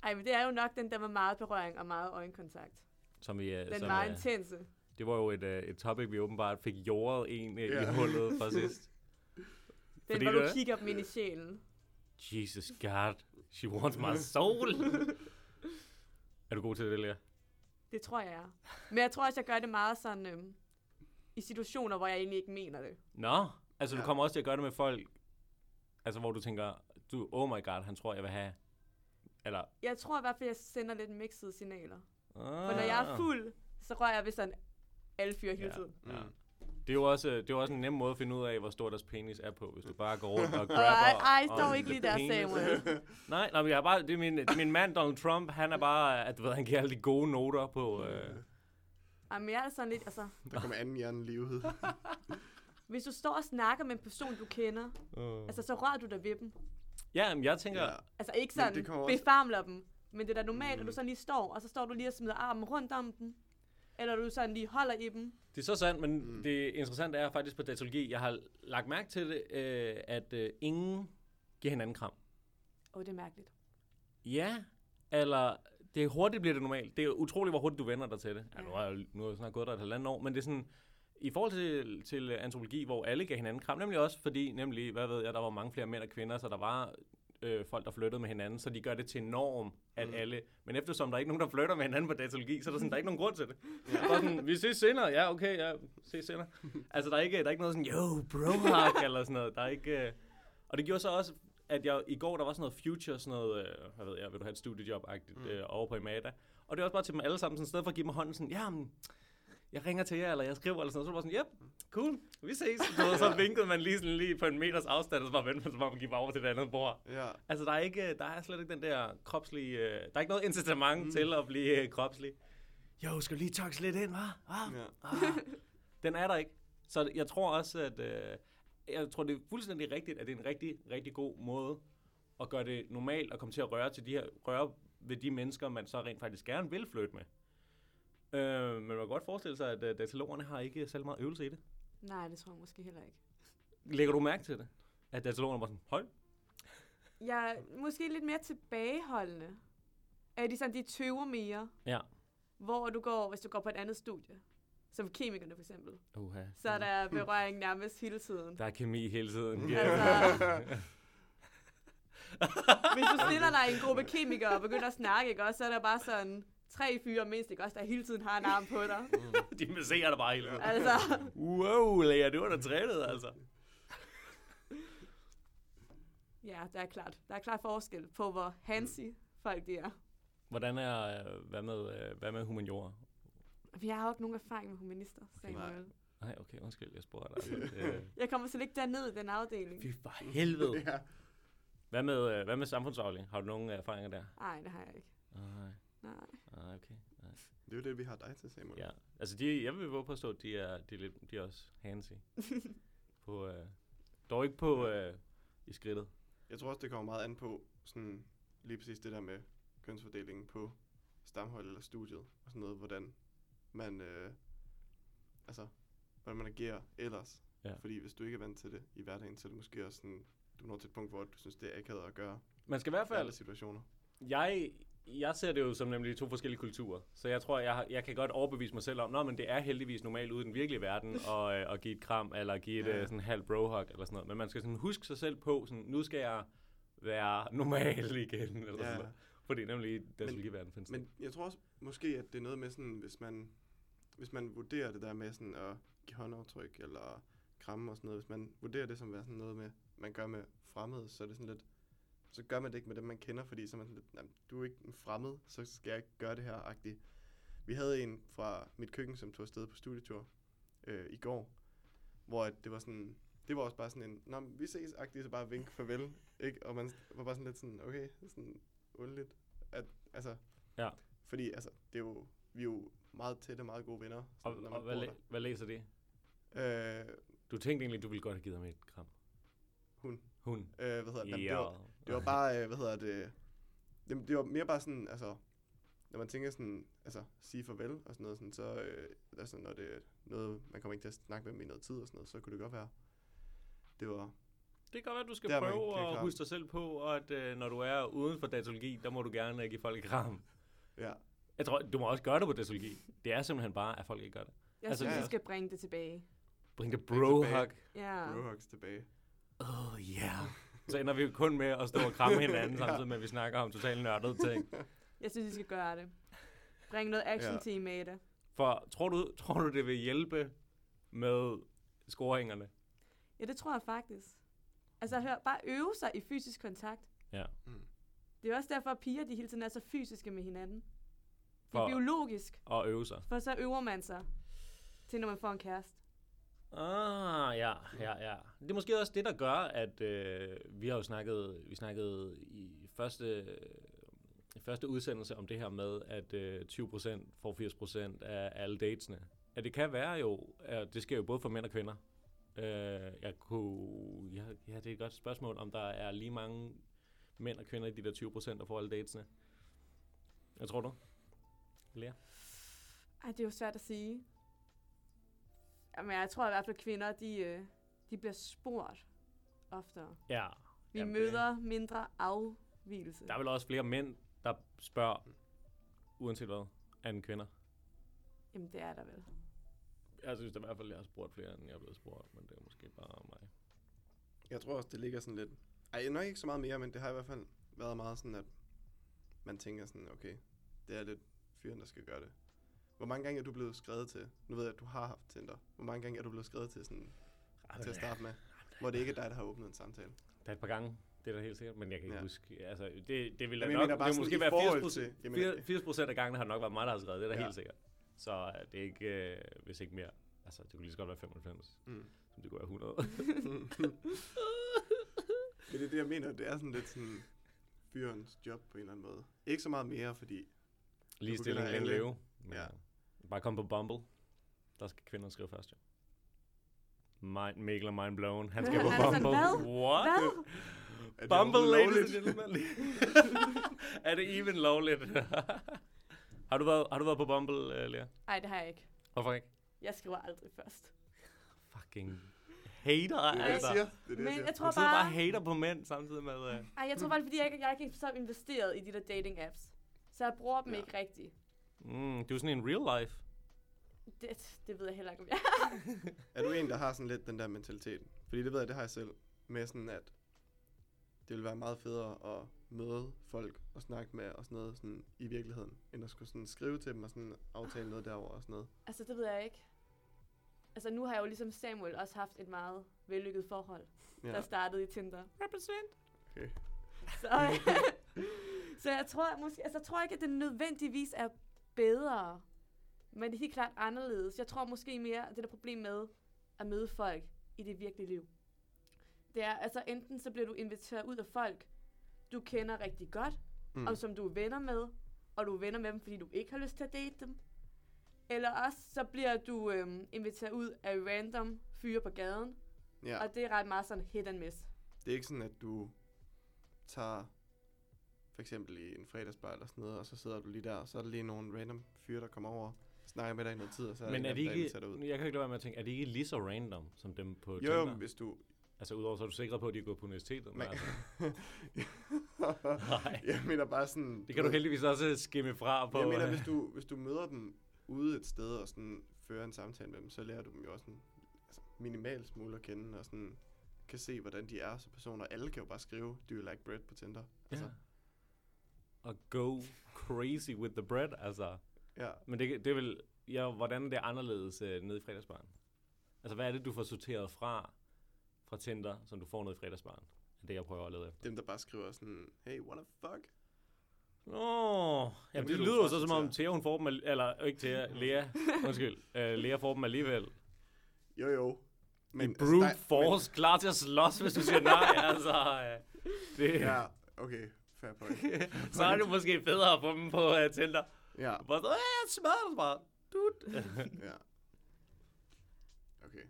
Ej, men det er jo nok den der med meget berøring og meget øjenkontakt.
Som vi, øh,
Den
som,
meget
øh,
intense.
det var jo et, øh, et topic, vi åbenbart fik jordet en øh,
Ja.
i hullet fra sidst.
Den,
Fordi
hvor du
det er-
kigger dem ind i sjælen.
Jesus God, she wants my soul. [laughs] er du god til det, Lea?
Det tror jeg, jeg er. Men jeg tror også, jeg gør det meget sådan... Øh, I situationer, hvor jeg egentlig ikke mener det.
Nå, altså ja.
Ja.
du kommer også til at gøre det med folk, altså hvor du tænker, du, oh my god, han tror, jeg vil have, eller...
Jeg tror i hvert fald, jeg sender lidt mixede signaler.
Ah.
For når jeg er fuld, så rører jeg ved sådan alle fyre hele
Ja.
tiden.
Ja.
Mm.
Det er, jo også, det er jo også en nem måde at finde ud af, hvor stor deres penis er på, hvis du bare går rundt og grabber...
Ej, ej,
om
står ikke lige der,
penis. [laughs]
Samuel.
Nej, nej, men jeg er bare, det er min, det er min mand, Donald Trump, han er bare, at du ved, han giver alle de gode noter på... Øh,
Ej, men jeg er sådan lidt, altså...
Der kommer anden hjerne i livet.
Hvis du står og snakker med en person, du kender,
øh.
altså så rører du dig ved dem.
Ja, men jeg tænker,
Ja.
Altså ikke
Men
sådan,
det kommer også-
befarmler dem. Men det er da normalt, at
Mm.
du sådan lige står, og så står du lige og smider armen rundt om dem. Eller du sådan lige holder i dem.
Det er så sandt, men
Mm.
mm. det interessante er faktisk på datologi, jeg har lagt mærke til det, øh, at øh, ingen giver hinanden kram.
Åh, oh, det er mærkeligt.
Ja, eller det er hurtigt bliver det normalt. Det er utroligt, hvor hurtigt du vender dig til det. Ja,
Ja.
nu har jeg, nu har jeg snart gået der et halvandet år, men det er sådan, i forhold til, til øh, antropologi, hvor alle gav hinanden kram, nemlig også fordi, nemlig, hvad ved jeg, der var mange flere mænd og kvinder, så der var øh, folk, der flyttede med hinanden, så de gør det til norm, at
Mm.
mm. alle, men eftersom der er ikke nogen, der flytter med hinanden på datalogi, så er der sådan, der er ikke nogen grund til det.
Ja.
Ja. Bare sådan, vi ses senere, ja, okay, ja, ses senere. Altså, der er ikke, der er ikke noget sådan, yo, bro hug, [laughs] eller sådan noget, der er ikke, øh, og det gjorde så også, at jeg i går, der var sådan noget future, sådan noget, øh, hvad ved jeg, vil du have et studiejob-agtigt
Mm.
mm. øh, over på Imada. Og det er også bare til dem alle sammen, sådan, i stedet for at give mig hånden sådan, jamen, jeg ringer til jer, eller jeg skriver, eller sådan noget. Så var jeg bare sådan, yep, cool, vi ses. Du ved, så vinkede man lige, sådan, lige på en meters afstand, og så bare vendte man, så bare man gik bare over til det andet bord.
ja.
Altså, der er, ikke, øh, der er slet ikke den der kropslige... øh, Der er ikke noget incitament
Mm.
mm. til at blive øh, kropslig. Jo, skal du lige tokse lidt ind, hva'? Ah,
ja.
Ah, den er der ikke. Så jeg tror også, at øh, jeg tror, det er fuldstændig rigtigt, at det er en rigtig, rigtig god måde at gøre det normalt at komme til at røre, til de her, røre ved de mennesker, man så rent faktisk gerne vil flytte med. Øh, men man kan godt forestille sig, at øh, datalogerne har ikke særlig meget øvelse i det.
Nej, det tror jeg måske heller ikke.
Lægger du mærke til det? At datalogerne var sådan, høj?
Jeg er måske lidt mere tilbageholdende. Er de sådan, de tøver mere?
Ja.
Hvor du går, hvis du går på et andet studie. Som kemikerne for eksempel.
Uha.
Så er
[laughs]
der berøring nærmest hele tiden.
Der er kemi hele tiden. Ja.
Altså- Hvis du stiller dig i en gruppe kemikere og begynder at snakke, ikke også, så er der bare sådan tre fyre mindst, ikke også, der hele tiden har en arm på dig.
[laughs]
[laughs]
de masserer dig bare hele tiden.
Altså,
Wow, Lea, det var da trænet, altså.
ja, der er klart. Der er klart forskel på, hvor handsy folk de er.
Hvordan er, øh, hvad med, øh, hvad med humaniora?
Vi har jo ikke nogen erfaring med humanister, Samuel.
Nej, okay, undskyld, jeg spurgte dig. Øh,
Jeg kommer slet ikke derned i den afdeling.
Fy for helvede.
ja.
Hvad med, øh, hvad med samfundsafling? Har du nogen øh, erfaringer der?
Nej, det har jeg ikke.
Nej,
Nej.
nej, okay. Nej.
Det er jo det, vi har dig til, Samuel.
Ja, altså de, jeg vil våge påstå, at de er, de er, lidt, de er også handsy på, øh, Dog ikke på øh, i skridtet.
Jeg tror også, det kommer meget an på sådan, lige præcis det der med kønsfordelingen på stamhold eller studiet og sådan noget, hvordan man, øh, altså, hvordan man agerer ellers.
Ja.
Fordi hvis du ikke er vant til det i hverdagen, så er det måske også sådan, du når til et punkt, hvor du synes, det er akavet at gøre
Man skal i hvert
i alle
fald...
situationer.
Jeg, jeg ser det jo som nemlig to forskellige kulturer. Så jeg tror, jeg, har- jeg kan godt overbevise mig selv om, Nå, men det er heldigvis normalt ude i den virkelige
[laughs]
verden og, øh, at give et kram eller give et
Ja.
ja. sådan halv brohug eller sådan noget. Men man skal sådan huske sig selv på, sådan, nu skal jeg være normal [laughs] igen. Eller sådan noget. Fordi nemlig den virkelige verden findes. Men,
Men jeg tror også måske, at det er noget med sådan, hvis man, hvis man vurderer det der med sådan at give håndaftryk eller kramme og sådan noget, hvis man vurderer det som være sådan noget med, man gør med fremmede, så er det sådan lidt, så gør man det ikke med dem, man kender, fordi så er man sådan lidt, "Jamen, du er ikke en fremmed, så skal jeg ikke gøre det her, agtigt. Vi havde en fra mit køkken, som tog afsted på studietur øh, i går, hvor at det var sådan, det var også bare sådan en, nå, men vi ses, agtigt, så
[laughs]
bare vink, farvel, ikke? Og man var bare sådan lidt sådan, okay, sådan underligt, at, altså,
Ja.
fordi altså, det er jo, vi er jo meget tætte, meget gode venner.
og,
sådan, når
og
man
hvad,
bor
læ- hvad læser det?
der. Øh,
Du tænkte egentlig, du ville godt have givet ham et kram.
Hun.
Hun.
øh, hvad hedder det? Jamen, det,
Ja.
var, det var bare, øh, hvad hedder det? Jamen, det var mere bare sådan, altså, når man tænker sådan, altså, sige farvel og sådan noget, sådan, så øh, altså, når det er noget, man kommer ikke til at snakke med dem i noget tid og sådan noget, så kunne det godt være. Det var,
Det kan godt være, at du skal
Det er man
prøve
ikke, det er
at
klart.
huske dig selv på, og at øh, når du er uden for datologi, der må du gerne øh, give folk et kram.
ja,
Jeg tror, du må også gøre det på datologi. Det er simpelthen bare, at folk ikke gør det.
Jeg
Altså,
altså, synes,
ja.
vi skal bringe det tilbage.
Bring det
Bring det
bro-hug.
Ja.
Brohawks tilbage.
Oh yeah. Så ender vi jo kun med at stå og kramme hinanden,
Ja.
samtidig med, at vi snakker om totalt nørdede ting.
Jeg synes, I skal gøre det. Bring noget action team med i det.
For tror du, tror du det vil hjælpe med scoringerne?
Ja, det tror jeg faktisk. Altså, hør, bare øve sig i fysisk kontakt.
Ja.
Mm.
Det er også derfor, at piger de hele tiden er så fysiske med hinanden. Det
For-
er biologisk,
Og øve sig?
for så øver man sig til, når man får en kæreste.
Ah, ja, ja, ja. Det er måske også det, der gør, at øh, vi har jo snakket, vi snakkede i første, i første udsendelse om det her med, at øh, 20% får 80% af alle datesene. At det kan være jo, at det sker jo både for mænd og kvinder. Øh, jeg kunne, ja, ja, det er et godt spørgsmål, om der er lige mange mænd og kvinder i de der 20%, der får alle datesene. Hvad tror du? Lea?
Ej, det er jo svært at sige. Jamen, jeg tror i hvert fald, at kvinder, de, øh, de bliver spurgt oftere.
Ja.
Vi
Jamen,
Jamen,
det-
møder mindre afvielse.
Der er vel også flere mænd, der spørger, uanset hvad, end kvinder.
Jamen, det er der vel.
Jeg synes da i hvert fald, jeg har spurgt flere, end jeg er blevet spurgt, men det er måske bare mig.
Jeg tror også, det ligger sådan lidt... Ej, nok ikke så meget mere, men det har i hvert fald været meget sådan, at man tænker sådan, okay, det er lidt fyren, der skal gøre det. Hvor mange gange er du blevet skrevet til? Nu ved jeg, at du har haft Tinder. Hvor mange gange er du blevet skrevet til, sådan, til at starte med? Hvor det ikke er dig, der har åbnet en samtale.
Der er et par gange, det er da helt sikkert, men jeg kan ikke ja.
Ja.
huske. Altså, det, det ville
Jamen,
da
jeg
nok,
mener bare
det
sådan
måske
i
være
forhold
80
til- jeg mener-
procent, 80 procent af gangen har det nok været mig, der har skrevet. Det er da ja.
Ja.
helt sikkert. Så øh, det er ikke, øh, hvis ikke mere. Altså, det kunne lige så godt være 95,
Mm.
som det kunne være 100.
Men det er det, jeg mener. Det er sådan lidt sådan fyrens job på en eller anden måde. Ikke så meget mere, fordi...
lige stillingen den
alle.
leve. Men,
Ja.
øh, Bare kom på Bumble. Der skal kvinder skrive først, jo. Mind, Mikkel er mind blown. Han skal på
Er der sådan,
Bumble.
hvad?
What?
Hvad?
At
Bumble, ladies and gentlemen. [laughs] er det even lovligt? har, du været, har du været på Bumble, uh, Lea?
Nej, det har jeg ikke.
Hvorfor ikke?
Jeg skriver aldrig først.
Fucking hater,
Det er det, jeg
altså.
siger. Det er det,
Men
jeg
jeg
siger.
Hun
tror
sidder bare og
bare...
hater på mænd samtidig med... Uh,
Ej, jeg tror bare, det er, fordi jeg ikke, jeg ikke er så investeret i de der dating-apps. Så jeg bruger dem
Ja.
ja. ikke rigtigt.
mm, du er sådan en real life.
Det, det ved jeg heller ikke, om jeg [laughs]
Er du en, der har sådan lidt den der mentalitet? Fordi det ved jeg, det har jeg selv. Med sådan, at det ville være meget federe at møde folk og snakke med og sådan noget sådan i virkeligheden, end at skulle sådan skrive til dem og sådan aftale noget derover og sådan noget.
Altså, det ved jeg ikke. Altså, nu har jeg jo ligesom Samuel også haft et meget vellykket forhold, ja. der
Ja.
startede i Tinder. Represent!
Okay.
Så, [laughs] så jeg tror måske, altså, jeg tror ikke, at det nødvendigvis er bedre, men det er helt klart anderledes. Jeg tror måske mere, at det der problem med at møde folk i det virkelige liv. Det er, altså enten så bliver du inviteret ud af folk, du kender rigtig godt,
Mm.
mm. og som du er venner med, og du er venner med dem, fordi du ikke har lyst til at date dem. Eller også så bliver du øhm, inviteret ud af random fyre på gaden,
Ja.
Og det er ret meget sådan hit and miss.
Det er ikke sådan, at du tager for eksempel i en fredagsbar eller sådan noget, og så sidder du lige der, og så er der lige nogle random fyre, der kommer over snakker med dig i noget tid, og så
Men
er
er
der
det
en, der
ikke,
sætter ud.
jeg kan ikke lade være med at tænke, er det ikke lige så random som dem på
Jo, jo,
Tinder?
men hvis du...
Altså udover så er du sikret på, at de går på universitetet. Men,
Nej.
altså,
[laughs] jeg mener bare sådan...
det kan du
ved-
heldigvis også øh, skimme fra på. øh,
Jeg mener, hvis du, hvis du møder dem ude et sted og sådan fører en samtale med dem, så lærer du dem jo også en altså, minimal smule at kende, og sådan kan se, hvordan de er som personer. Alle kan jo bare skrive, do you like bread på Tinder?
Ja.
Altså,
Og go crazy with the bread, altså.
ja.
Men det, det er vel, ja, hvordan er det anderledes øh, nede i fredagsbaren? Altså, hvad er det, du får sorteret fra, fra Tinder, som du får nede i fredagsbaren? Det er det, jeg prøver at lede efter.
Dem, der bare skriver sådan, hey, what the fuck?
Åh, jamen,
det
det
er du
lyder jo
først
så som om
til.
Thea, hun får dem, al- eller ikke
[laughs]
Thea, Lea, undskyld, uh, Lea får dem alligevel.
Jo, jo.
Men
altså,
brute
der- men-
force, klar til at slås, hvis du siger nej,
[laughs]
altså. øh, Det, ja.
Ja, okay. Fair point.
[laughs] så er det måske bedre at få dem på uh, Tinder.
ja,
Bare så, øh, smadrer du bare. Dut.
ja. Okay.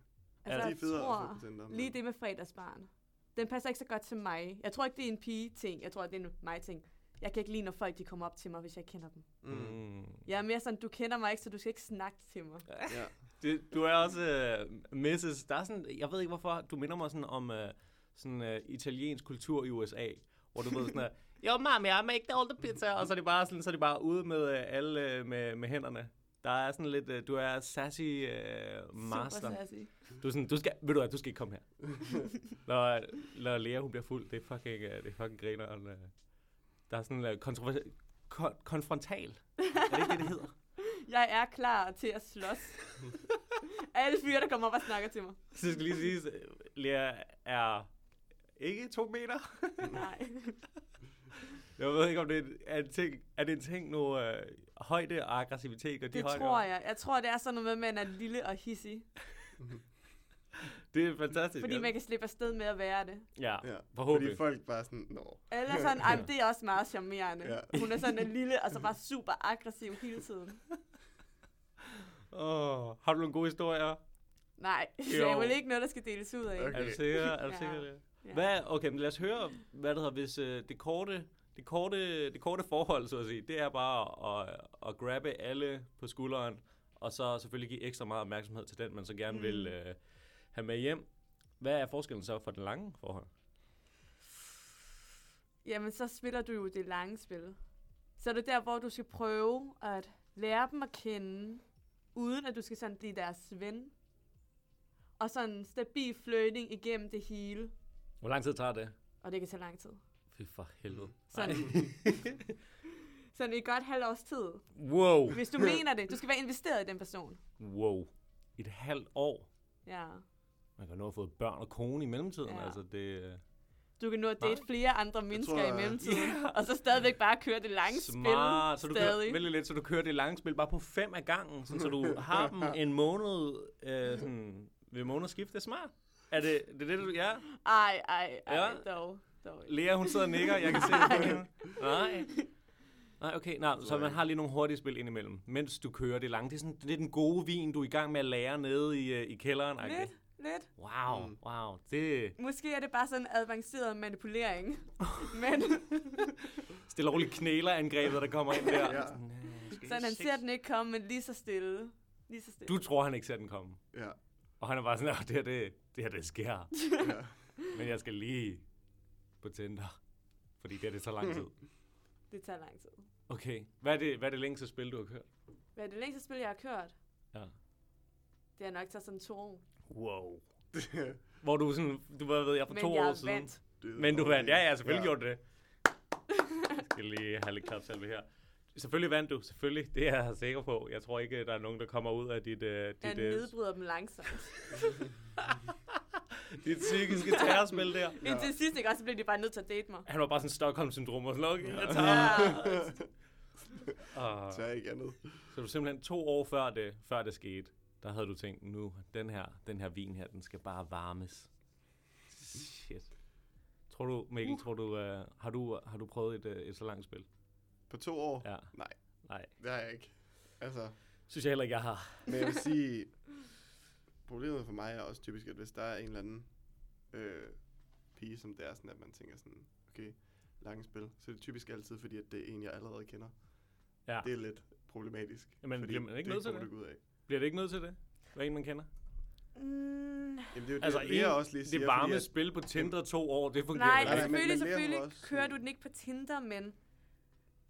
Ja,
Altså,
De
jeg
er federe at få
tror,
på Tinder. men-
lige det med fredagsbarn, den passer ikke så godt til mig. Jeg tror ikke, det er en pige-ting. Jeg tror, det er en mig-ting. Jeg kan ikke lide, når folk de kommer op til mig, hvis jeg kender dem.
[laughs] Mm,
Mm.
Jeg er mere sådan, du kender mig ikke, så du skal ikke snakke til mig.
ja.
Det, du er også uh, Mrs. Der er sådan, jeg ved ikke hvorfor, du minder mig sådan om uh, sådan uh, italiensk kultur i USA, hvor du ved sådan
[laughs]
at, jo mamma, I make the older pizza, og så er det bare sådan, så er det bare ude med uh, alle uh, med, med hænderne. Der er sådan lidt, uh, du er sassy uh, master.
Super sassy.
Du er sådan, du skal, ved du hvad, du skal ikke komme her.
[laughs]
når, når Lea, hun bliver fuld, det er fucking, uh, det er fucking grineren. Uh, der er sådan uh, kontrovers... Kon- konfrontal. Er det ikke det, det hedder?
[laughs] Jeg er klar til
[laughs]
at slås. Alle fyre, der kommer op og snakker til mig.
Så det skal lige siges, øh, Lea er ikke to meter.
Nej.
Jeg ved ikke, om det er en, er en ting, er det en ting nu, øh, højde og aggressivitet og de
Det
højde
tror jeg. Jeg tror, det er sådan noget med, at man er lille og hissig.
Det er fantastisk.
Fordi
ja.
man kan slippe afsted med at være det.
Ja,
ja.
forhåbentlig.
Fordi folk bare sådan, nå.
Eller
[laughs]
sådan, ej, men det er også meget charmerende.
Ja.
Hun er sådan en lille, og så bare super aggressiv hele tiden.
Åh, har du nogle gode historier?
Nej, [laughs] det
Jo.
er vel ikke noget, der skal deles ud af.
Okay.
Er du sikker? Er du
Ja.
sikker? Lea?
Ja.
Hvad, okay, men lad os høre, hvad det hedder, hvis øh, det, korte, det, korte, det korte forhold, så at sige, det er bare at, øh, at grabbe alle på skulderen, og så selvfølgelig give ekstra meget opmærksomhed til den, man så gerne mm.
Mm.
vil øh, have med hjem. Hvad er forskellen så for det lange forhold?
Jamen, så spiller du jo det lange spil. Så er det der, hvor du skal prøve at lære dem at kende, uden at du skal sådan blive deres ven. Og sådan stabil flirting igennem det hele.
Hvor lang tid tager det?
Og det kan tage lang tid.
Fy for helvede.
Mm. Sådan, sådan i godt halvt års tid.
[laughs] wow,
Hvis
[laughs]
du mener det. Du skal være investeret i den person.
wow. Et halvt år.
Ja.
Man kan nå at få børn og kone i mellemtiden. Ja.
Ja.
Altså det er
Du kan nå at date
Nej.
flere andre mennesker
tror,
i
jeg-
[laughs]
mellemtiden. Og så stadigvæk bare køre det lange
smart.
spil.
Så du
stadig.
kører, vældig lidt, så du kører det lange spil bare på fem af gangen, sådan, så du har
[laughs]
dem en måned øh, sådan, ved månedsskift. Det er smart. Er det det, er det du... Ja.
Ej, ej, ej,
Ja.
ja. dog. dog.
Lea, hun sidder og nikker. Jeg kan se det. på hende. Nej. Nej, okay. Nej, så man har lige nogle hurtige spil indimellem, mens du kører det lange. Det er sådan lidt den gode vin, du er i gang med at lære nede i, øh, i kælderen. agtigt.
Lidt, lidt.
Wow,
Mm.
wow. Det,
Måske er det bare sådan avanceret manipulering. Men
stille og roligt knælerangrebet, der kommer ind der.
Ja.
Sådan, øh, skal vi
sådan, han
se-
ser den ikke komme, men lige så stille. Lige så stille.
"Øh, Du tror, han ikke ser den komme.
Ja.
Og han er bare sådan, "Åh, det her, det, det her, det sker.
ja. [laughs]
Men jeg skal lige på Tinder. Fordi det her, det tager lang tid.
Det tager lang tid.
Okay. Hvad er det, hvad er det længste spil, du har kørt?
Hvad er det længste spil, jeg har kørt?
Ja.
Det har nok taget sådan to år.
Wow. Hvor du sådan, du bare ved, jeg for
Men
to
jeg
år siden.
vandt.
Det er
Men du
okay.
vandt. Ja, ja, selvfølgelig ja. gjorde du det. Jeg skal lige have lidt klapsalve her. Selvfølgelig vandt du, selvfølgelig. Det er jeg sikker på. Jeg tror ikke, der er nogen, der kommer ud af dit, uh,
Jeg
dit, øh,
nedbryder dem langsomt.
dit psykiske terrorspil der.
Indtil sidst, ikke? Og så blev de bare nødt til at date mig.
Han var bare sådan Stockholm-syndrom og sådan noget. Jeg [laughs] tager.
Ja.
Og,
Så er ikke andet.
så du simpelthen to år før det, før det skete, der havde du tænkt, nu, den her, den her vin her, den skal bare varmes. Shit. Tror du, Mikkel, uh. tror du, uh, har du, har du prøvet et, uh, et så langt spil?
På to år?
Ja.
Nej.
Nej.
Det har jeg ikke. Altså,
Synes jeg heller ikke, jeg har.
men jeg vil sige, problemet for mig er også typisk, at hvis der er en eller anden øh, pige, som det er sådan, at man tænker sådan, okay, lange spil. Så det er typisk altid, fordi at det er en, jeg allerede kender.
Ja.
Det er lidt problematisk.
Jamen,
fordi
bliver man ikke nødt til
det?
det?
kommer du ikke ud af.
Bliver det ikke nødt til det? Hvad en, man kender?
Mm,
Jamen, det er jo
Altså,
det, Lea
en-
også lige siger,
Det varme
fordi, at-
spil på Tinder to år, det fungerer
nej,
vel
men-
altså,
ikke?
selvfølgelig,
men Lea var
selvfølgelig
også-
kører du den ikke på Tinder, men...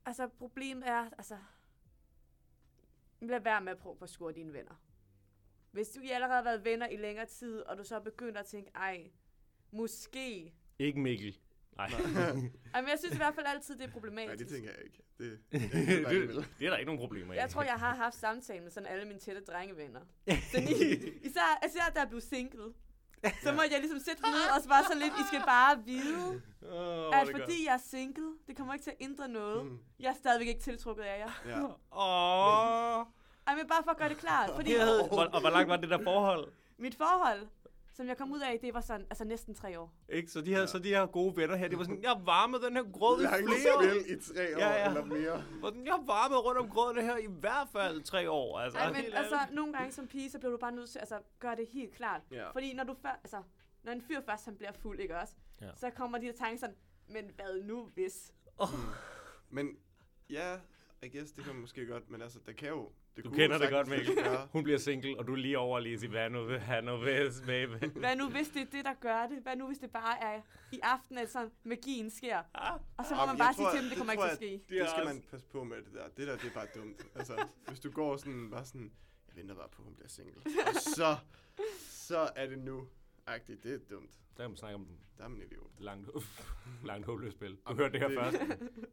Altså, problemet er, altså... Lad være med at prøve på at score dine venner. Hvis du I allerede har været venner i længere tid, og du så begynder at tænke, ej, måske...
Ikke Mikkel. Nej.
Ej, men jeg synes i hvert fald altid, det er
Nej,
problematisk.
det tænker jeg ikke.
[laughs]
Det,
det,
jeg det,
det er der ikke nogen problemer i. [laughs]
Jeg tror, jeg har haft samtale med sådan alle mine tætte drengevenner. Sådan i, især, især da jeg blev single. Så må jeg ligesom sætte mig ned og så bare sådan lidt, I skal bare vide,
Åh,
oh, at fordi jeg er single, det kommer ikke til at ændre noget.
Mm.
Jeg er stadigvæk ikke tiltrukket af jer.
ja.
Åh.
Ej, men bare for at gøre det klart, fordi
Hvor- Og hvor langt var det der forhold?
mit forhold, som jeg kom ud af, det var sådan, altså næsten tre år.
Ikke? Så de her, så de her gode venner her, det var sådan, jeg varmede den her grød i
Lange
flere år.
spil i tre år
Ja,
ja,
ja.
ja. eller mere.
Hvor sådan, Jeg varmede rundt om grøden her i hvert fald tre år. Altså,
Ej, men
helt
altså,
ærligt.
nogle gange som pige, så bliver du bare nødt til altså, gøre det helt klart.
Ja.
Fordi når du før, altså, når en fyr først han bliver fuld, ikke også?
Ja.
Så kommer de der tanker sådan, men hvad nu hvis?
Men ja, I guess, det kan man måske godt, men altså, der kan jo... Det
Du
kunne
kender
jo
det godt,
sagtens
Mikkel.
gøre-
Hun bliver single, og du er lige over lige sige, hvad nu, hvad nu, hvis, baby.
Hvad nu, hvis det er det, der gør det? Hvad nu, hvis det bare er i aften, at sådan magien sker? Og [laughs] så må
Jamen,
man
Ah, jeg
bare sige
tror,
til dem, det kommer ikke
tror
til at
jeg,
ske.
Det er
Det skal
også-
man passe på med det der. Det der, det er bare dumt. Altså, hvis du går sådan, bare sådan, jeg venter bare på, at hun bliver single. Og så, så er det nu. Agtigt, det er dumt.
Der kan man snakke om
Der er man idiot.
langt, langt håbløst spil. Du hørte det her
det-
først.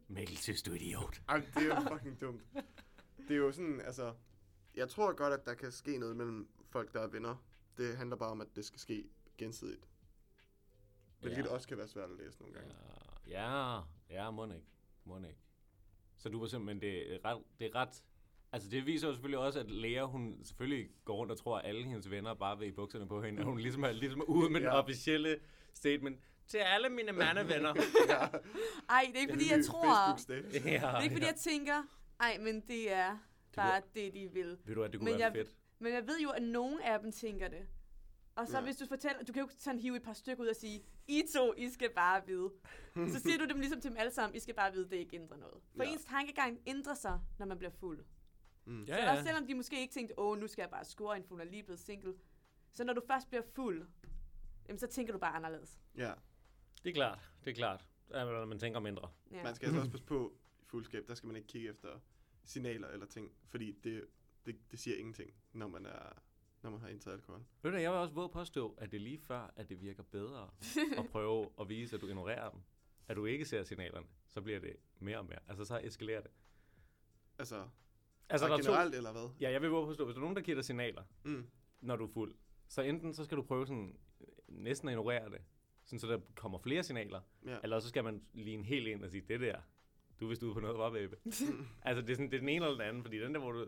Mikkel, synes du er idiot.
Ej, det er
[laughs]
jo fucking dumt. Det er jo sådan, altså... Jeg tror godt, at der kan ske noget mellem folk, der er venner. Det handler bare om, at det skal ske gensidigt. Hvilket
Ja.
ja. også kan være svært at læse nogle gange.
Ja, ja, må ikke. Må ikke. Så du var simpelthen, det er ret, det er ret Altså det viser jo selvfølgelig også, at Lea, hun selvfølgelig går rundt og tror, at alle hendes venner bare vil i bukserne på hende, og hun ligesom er, ligesom er ude med ja. den
Ja.
officielle statement til alle mine mandevenner.
Ej, det er ikke, fordi jeg tror... Det
Facebook
ja,
er ikke, fordi jeg tænker, ej, men det er bare det, de vil.
Ved du, at det kunne
Men
være
jeg-
fedt?
Men jeg ved jo, at nogen af dem tænker det. Og så ja.
Ja.
hvis du fortæller, du kan jo ikke sådan hive et par stykker ud og sige, I to, I skal bare vide. Så siger du dem ligesom til dem alle sammen, I skal bare vide, det ikke ændrer noget. For ja.
Ja.
ens tankegang ændrer sig, når man bliver fuld.
Ja,
Ja. Mm. Også selvom de måske ikke tænkte, åh, nu skal jeg bare score en fuld, og lige blevet single. Så når du først bliver fuld, jamen, så tænker du bare anderledes.
Ja,
Det er klart, det er klart. Ja, Når man tænker mindre.
Ja.
man skal altså også passe på i fuldskab. Der skal man ikke kigge efter signaler eller ting, fordi det, det, det siger ingenting, når man, er, når man har indtaget alkohol.
Ved du, jeg vil også våge at påstå, at det er lige før, at det virker bedre
[laughs]
at prøve at vise, at du ignorerer dem. At du ikke ser signalerne, så bliver det mere og mere. Altså, så eskalerer det.
Altså,
Altså,
altså
der er to...
generelt eller hvad?
Ja, jeg vil våge at påstå, hvis der er nogen, der giver dig signaler,
Mm.
når du er fuld, så enten så skal du prøve sådan øh, næsten at ignorere det, sådan, så der kommer flere signaler,
Ja.
eller så skal man lige en helt ind og sige, det der, du er vist ude på noget, var
[laughs]
baby. altså, det er, sådan, det er den ene eller den anden, fordi den der, hvor du...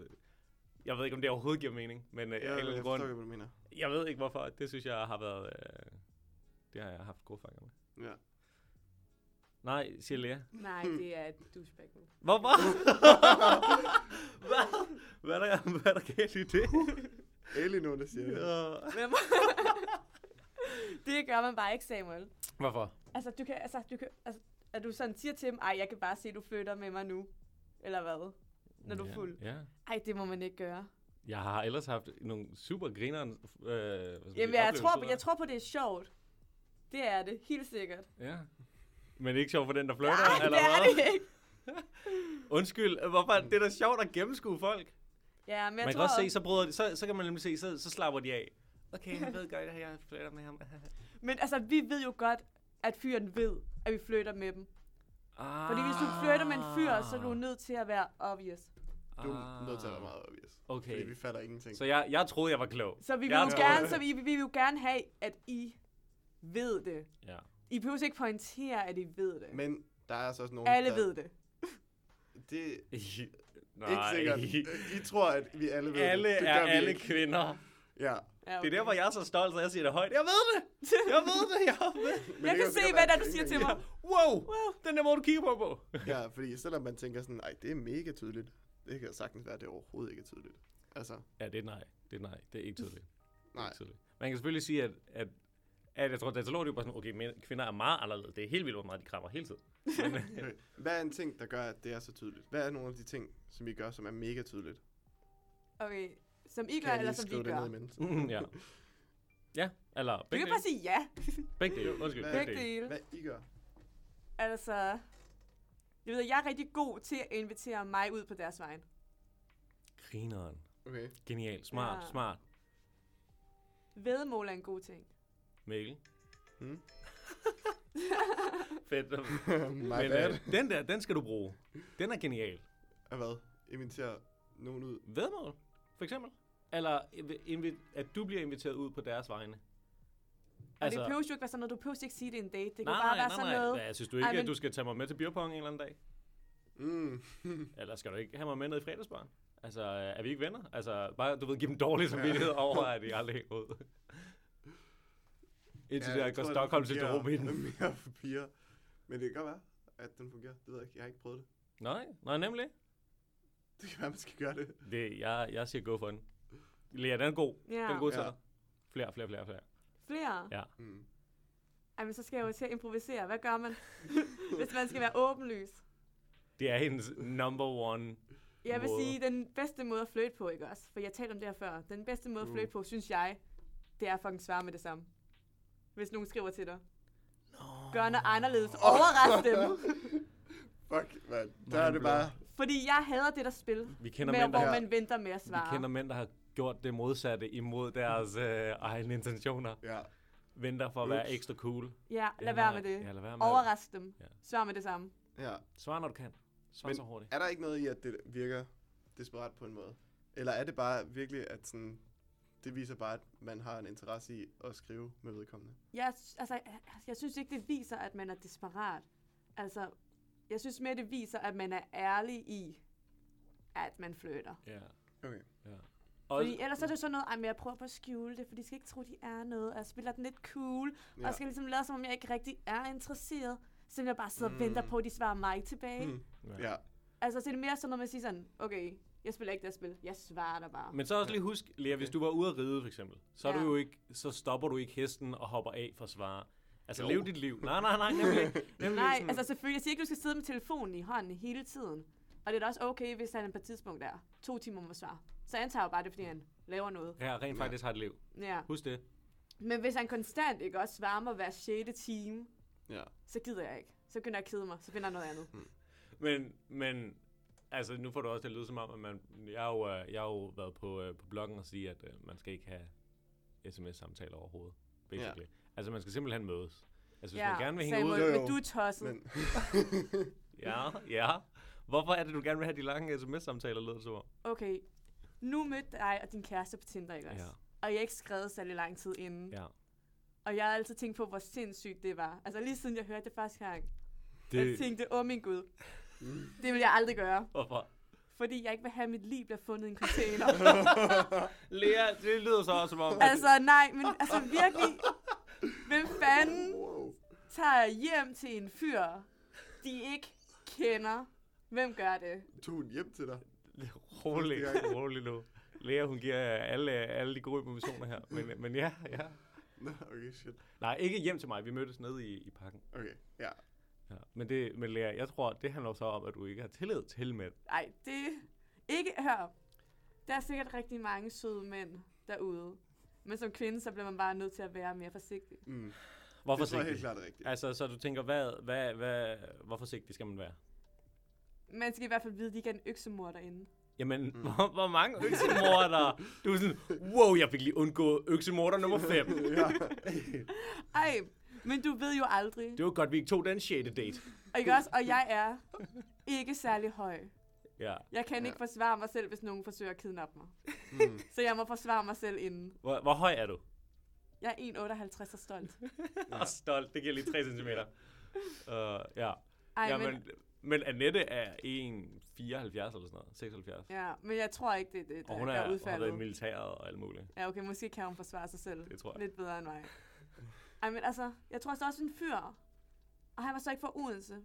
Jeg ved ikke, om det overhovedet giver mening, men øh, af en
Ja, jeg
eller anden
forstår,
grund,
ikke, hvad du mener.
Jeg ved ikke hvorfor. Det synes jeg har været... Øh, det har jeg haft gode fanger med.
Ja.
Nej, siger Lea.
Nej,
Hmm.
det er et douchebag move.
[laughs]
Hvorfor? hvad? Hvad er der, hvad er der galt i det?
Elinor, der siger det.
Ja.
Men- [laughs] det gør man bare ikke, Samuel.
Hvorfor?
Altså, du kan, altså, du kan, altså, at du sådan siger til dem, ej, jeg kan bare se, du flytter med mig nu. Eller hvad? Når du er
ja,
fuld.
Ja.
Ej, det må man ikke gøre.
Jeg har ellers haft nogle super grineren... Øh, hvad skal man sige,
Jamen, jeg tror, på,
oplevelser.
jeg tror på, det er sjovt. Det er det, helt sikkert.
Ja. Men ikke sjovt for den, der flytter,
[laughs] Nej,
eller
det er
hvad?
det ikke.
Undskyld, hvorfor? Det er da sjovt at gennemskue folk.
Ja, men jeg
man kan
tror
også se, så, bryder de, så, så kan man nemlig se, så, så slapper de af. Okay, han ved godt, at jeg flytter med ham.
Men altså, vi ved jo godt, at fyren ved, at vi flytter med dem.
Ah.
Fordi hvis du flytter med en fyr, så er du nødt til at være obvious.
Du er nødt til at være meget obvious.
Ah. Okay.
Fordi vi fatter ingenting.
Så jeg, jeg troede, jeg var klog.
Så vi vil,
Jeg
jo
tror-
gerne, så vi, vi vil jo gerne have, at I ved det.
[laughs] Ja.
I behøver ikke pointere, at I ved det. Men,
Men der er altså også nogen,
Alle
der,
ved det.
Det er
Nej.
ikke sikkert. I tror, at vi alle ved
Alle
det. det
er
gør vi
alle
Ikke.
kvinder.
Ja.
Ja,
Det er der, hvor jeg er så stolt, så jeg siger det højt. Jeg ved det! Jeg ved det! Jeg ved det!
Men
Jeg
det
kan
også
se,
godt
hvad
være,
det er, du
at
siger
ingen
til
af
mig.
jer-
Wow! Den der måde, du kigger på på.
Ja, fordi selvom man tænker sådan, nej, det er mega tydeligt. Det kan sagtens være, at det overhovedet ikke er tydeligt. Altså,
Ja, det er nej. Det er nej. Det er ikke tydeligt. Det er
nej.
ikke tydeligt. Man kan selvfølgelig sige, at, at at jeg tror, at dataloger, det er jo bare sådan, okay, mænd, kvinder er meget anderledes. Det er helt vildt, hvor meget de krammer hele tiden. Men, øh,
Okay. [laughs] Hvad er en ting, der gør, at det er så tydeligt? Hvad er nogle af de ting, som I gør, som er mega tydeligt?
Okay, som I
Kan
gør,
jeg
eller
lige
som
skrive
vi
det
gør?
ned imens?
mm, ja. Ja, eller
Du
begge
kan bare
dele.
sige ja.
Begge dele. Undskyld,
Begge
begge
Begge
dele.
dele.
Hvad I gør?
Altså, jeg ved, at jeg er rigtig god til at invitere mig ud på deres vejen.
Grineren. [laughs]
Okay.
Genial. Smart,
Ja.
smart.
Vedmål er en god ting.
Mikkel.
Hmm?
[laughs] Fedt.
My
Men,
bad.
øh, den der, den skal du bruge. Den er genial.
Og hvad? Inviterer nogen ud?
Vedmål, for eksempel. Eller invi- invi- at du bliver inviteret ud på deres vegne.
Og altså, det behøver jo ikke være sådan noget. Du behøver ikke sige, det er en date. Det kan
nej,
bare
nej,
være
nej,
sådan
nej.
noget.
Ja, Jeg synes du ikke,
Ej, men-
at du skal tage mig med til beerpong en eller anden dag?
Mm.
Eller skal du ikke have mig med ned i fredagsbarn? Altså, øh, er vi ikke venner? Altså, bare, du ved, give dem dårlig samvittighed over, at de aldrig hænger ud. [laughs] Indtil ja,
jeg
der går
tror, den
Stockholm til
fungerer
Dorum i den.
[laughs] Mere for piger. Men det kan godt være, at den fungerer. Det ved jeg ikke. Jeg har ikke prøvet det. [laughs]
Nej, nej, nemlig.
Det kan være, man skal gøre det.
Det, jeg, jeg siger gå for den. Lea, den er god.
Ja.
Den er god til
Ja.
dig. Flere, flere, flere, flere.
Flere?
Ja.
Mm.
Ej, men så skal jeg jo til at improvisere. Hvad gør man, [laughs] hvis man skal være åbenlys?
Det er hendes number one.
Jeg vil
Måde.
sige, den bedste måde at flytte på, ikke også? For jeg talte om det her før. Den bedste måde at
Mm.
flytte på, synes jeg, det er at fucking svare med det samme. Hvis nogen skriver til dig. Gør noget
[laughs]
anderledes. Overrask dem.
[laughs] Fuck, mand. Der er det bare...
Fordi jeg hader det der spil.
Vi kender,
Med,
mænd, der,
hvor
har-
man venter med at
vi
svare.
kender mænd, der har gjort det modsatte imod deres øh, egne intentioner.
Ja.
Venter for at være
Ups.
ekstra cool.
Ja, lad
Eller-
være med det.
Ja, lad være med det.
Overrask dem.
Ja.
Svar med det samme.
Ja.
Svar, når du kan. Svar
Men-
så hurtigt.
Er der ikke noget i, at det virker desperat på en måde? Eller er det bare virkelig, at sådan, det viser bare, at man har en interesse i at skrive med vedkommende?
Jeg, s- altså, jeg- jeg synes ikke, det viser, at man er desperat. Altså, jeg synes mere, det viser, at man er ærlig i, at man flytter.
Ja.
Okay.
ja. Og,
Fordi ellers er det jo sådan noget, at jeg prøver på at skjule det, for de skal ikke tro, de er noget, og jeg spiller den lidt cool, ja. og
Ja.
jeg skal ligesom lade, som om jeg ikke rigtig er interesseret, selvom jeg bare sidder og
Mm.
venter på, at de svarer mig tilbage.
Hmm.
ja.
Ja.
Altså, så er det mere sådan noget, man siger sådan, okay, jeg spiller ikke det her spil, jeg svarer dig bare.
Men så også lige husk, Lea, hvis
Okay.
du var ude at ride, for eksempel, så, er du
Ja.
jo ikke, så stopper du ikke hesten og hopper af for at svare. Altså,
Jo.
lev dit liv. Nej, nej, nej, nemlig. nemlig
Nej,
sådan-
altså selvfølgelig, jeg siger ikke, du skal sidde med telefonen i hånden hele tiden. Og det er da også okay, hvis han på et tidspunkt er to timer om at svare. Så jeg antager jeg bare det, er, fordi han laver noget.
Ja, rent faktisk har et liv.
Ja.
Husk det.
Men hvis han konstant ikke også svarer mig hver 6. time,
Ja.
så gider jeg ikke. Så begynder jeg at kede mig, så finder jeg noget andet.
Men, men altså, nu får du også det at lyde som om, at man, jeg, har jo, øh, jeg har jo været på, øh, på bloggen og sige, at øh, man skal ikke have sms-samtaler overhovedet, basically. Ja. Altså, man skal simpelthen mødes. Altså, hvis ja, man gerne vil hænge ud...
Samuel,
Jo, jo.
Men du er tosset. Men...
Men [laughs]
Ja, ja. Hvorfor er det, du gerne vil have de lange sms-samtaler, lød det så?
Okay, nu mødte dig og din kæreste på Tinder, ikke også?
Ja.
Og jeg har ikke skrevet særlig lang tid inden.
Ja.
Og jeg har altid tænkt på, hvor sindssygt det var. Altså lige siden jeg hørte det første gang, det... jeg
Det, Mm.
tænkte, åh oh, min gud, det vil jeg aldrig gøre.
hvorfor?
Fordi jeg ikke vil have, at mit liv bliver fundet i en container. [laughs]
Lea, det lyder så også som om... at-
altså nej, men altså virkelig, hvem fanden
wow.
tager hjem til en fyr, de ikke kender? Hvem gør det?
Tog hun hjem til dig?
Rolig,
Første gang.
rolig nu. Lea, hun giver alle, alle de gode informationer her. Men, men ja, ja.
Nå, okay, shit.
Nej, ikke hjem til mig. Vi mødtes nede i, i pakken.
Okay, ja.
Ja. Men, det, men Lea, jeg tror, det handler så om, at du ikke har tillid til mænd.
Nej, det... Ikke, hør. Der er sikkert rigtig mange søde mænd derude. Men som kvinde, så bliver man bare nødt til at være mere forsigtig.
Mm.
Hvorfor
det tror jeg helt
forsigtig?
klart er rigtigt.
Altså, så du tænker, hvad, hvad, hvad, hvor forsigtig skal man være?
Man skal i hvert fald vide, at de ikke er en øksemor derinde.
Jamen, mm. hvor, hvor mange [laughs] øksemorder? Du er sådan, wow, jeg fik lige undgået øksemorder nummer [laughs] 5.
ja.
Ej, men du ved jo aldrig.
Det var godt, vi ikke tog den 6. date.
Og, ikke også, og jeg er ikke særlig høj.
Ja.
Jeg kan
Ja.
ikke forsvare mig selv, hvis nogen forsøger at kidnappe mig.
Mm.
[laughs] Så jeg må forsvare mig selv inden.
Hvor, hvor høj er du?
Jeg er 1,58 og stolt.
Ja. Og stolt, det giver lige 3 cm.
[laughs]
Uh, ja.
Ej,
ja,
men,
men, men Annette er 1,74 eller sådan noget. 76. Ja,
ja, men jeg tror ikke, det er det, der
og hun
der
er, har
udfaldet.
været i militæret og alt muligt.
Ja, okay, måske kan hun forsvare sig selv
Det tror jeg.
lidt bedre end mig. Ej, men altså, jeg tror så også en fyr, og han var så ikke fra Odense,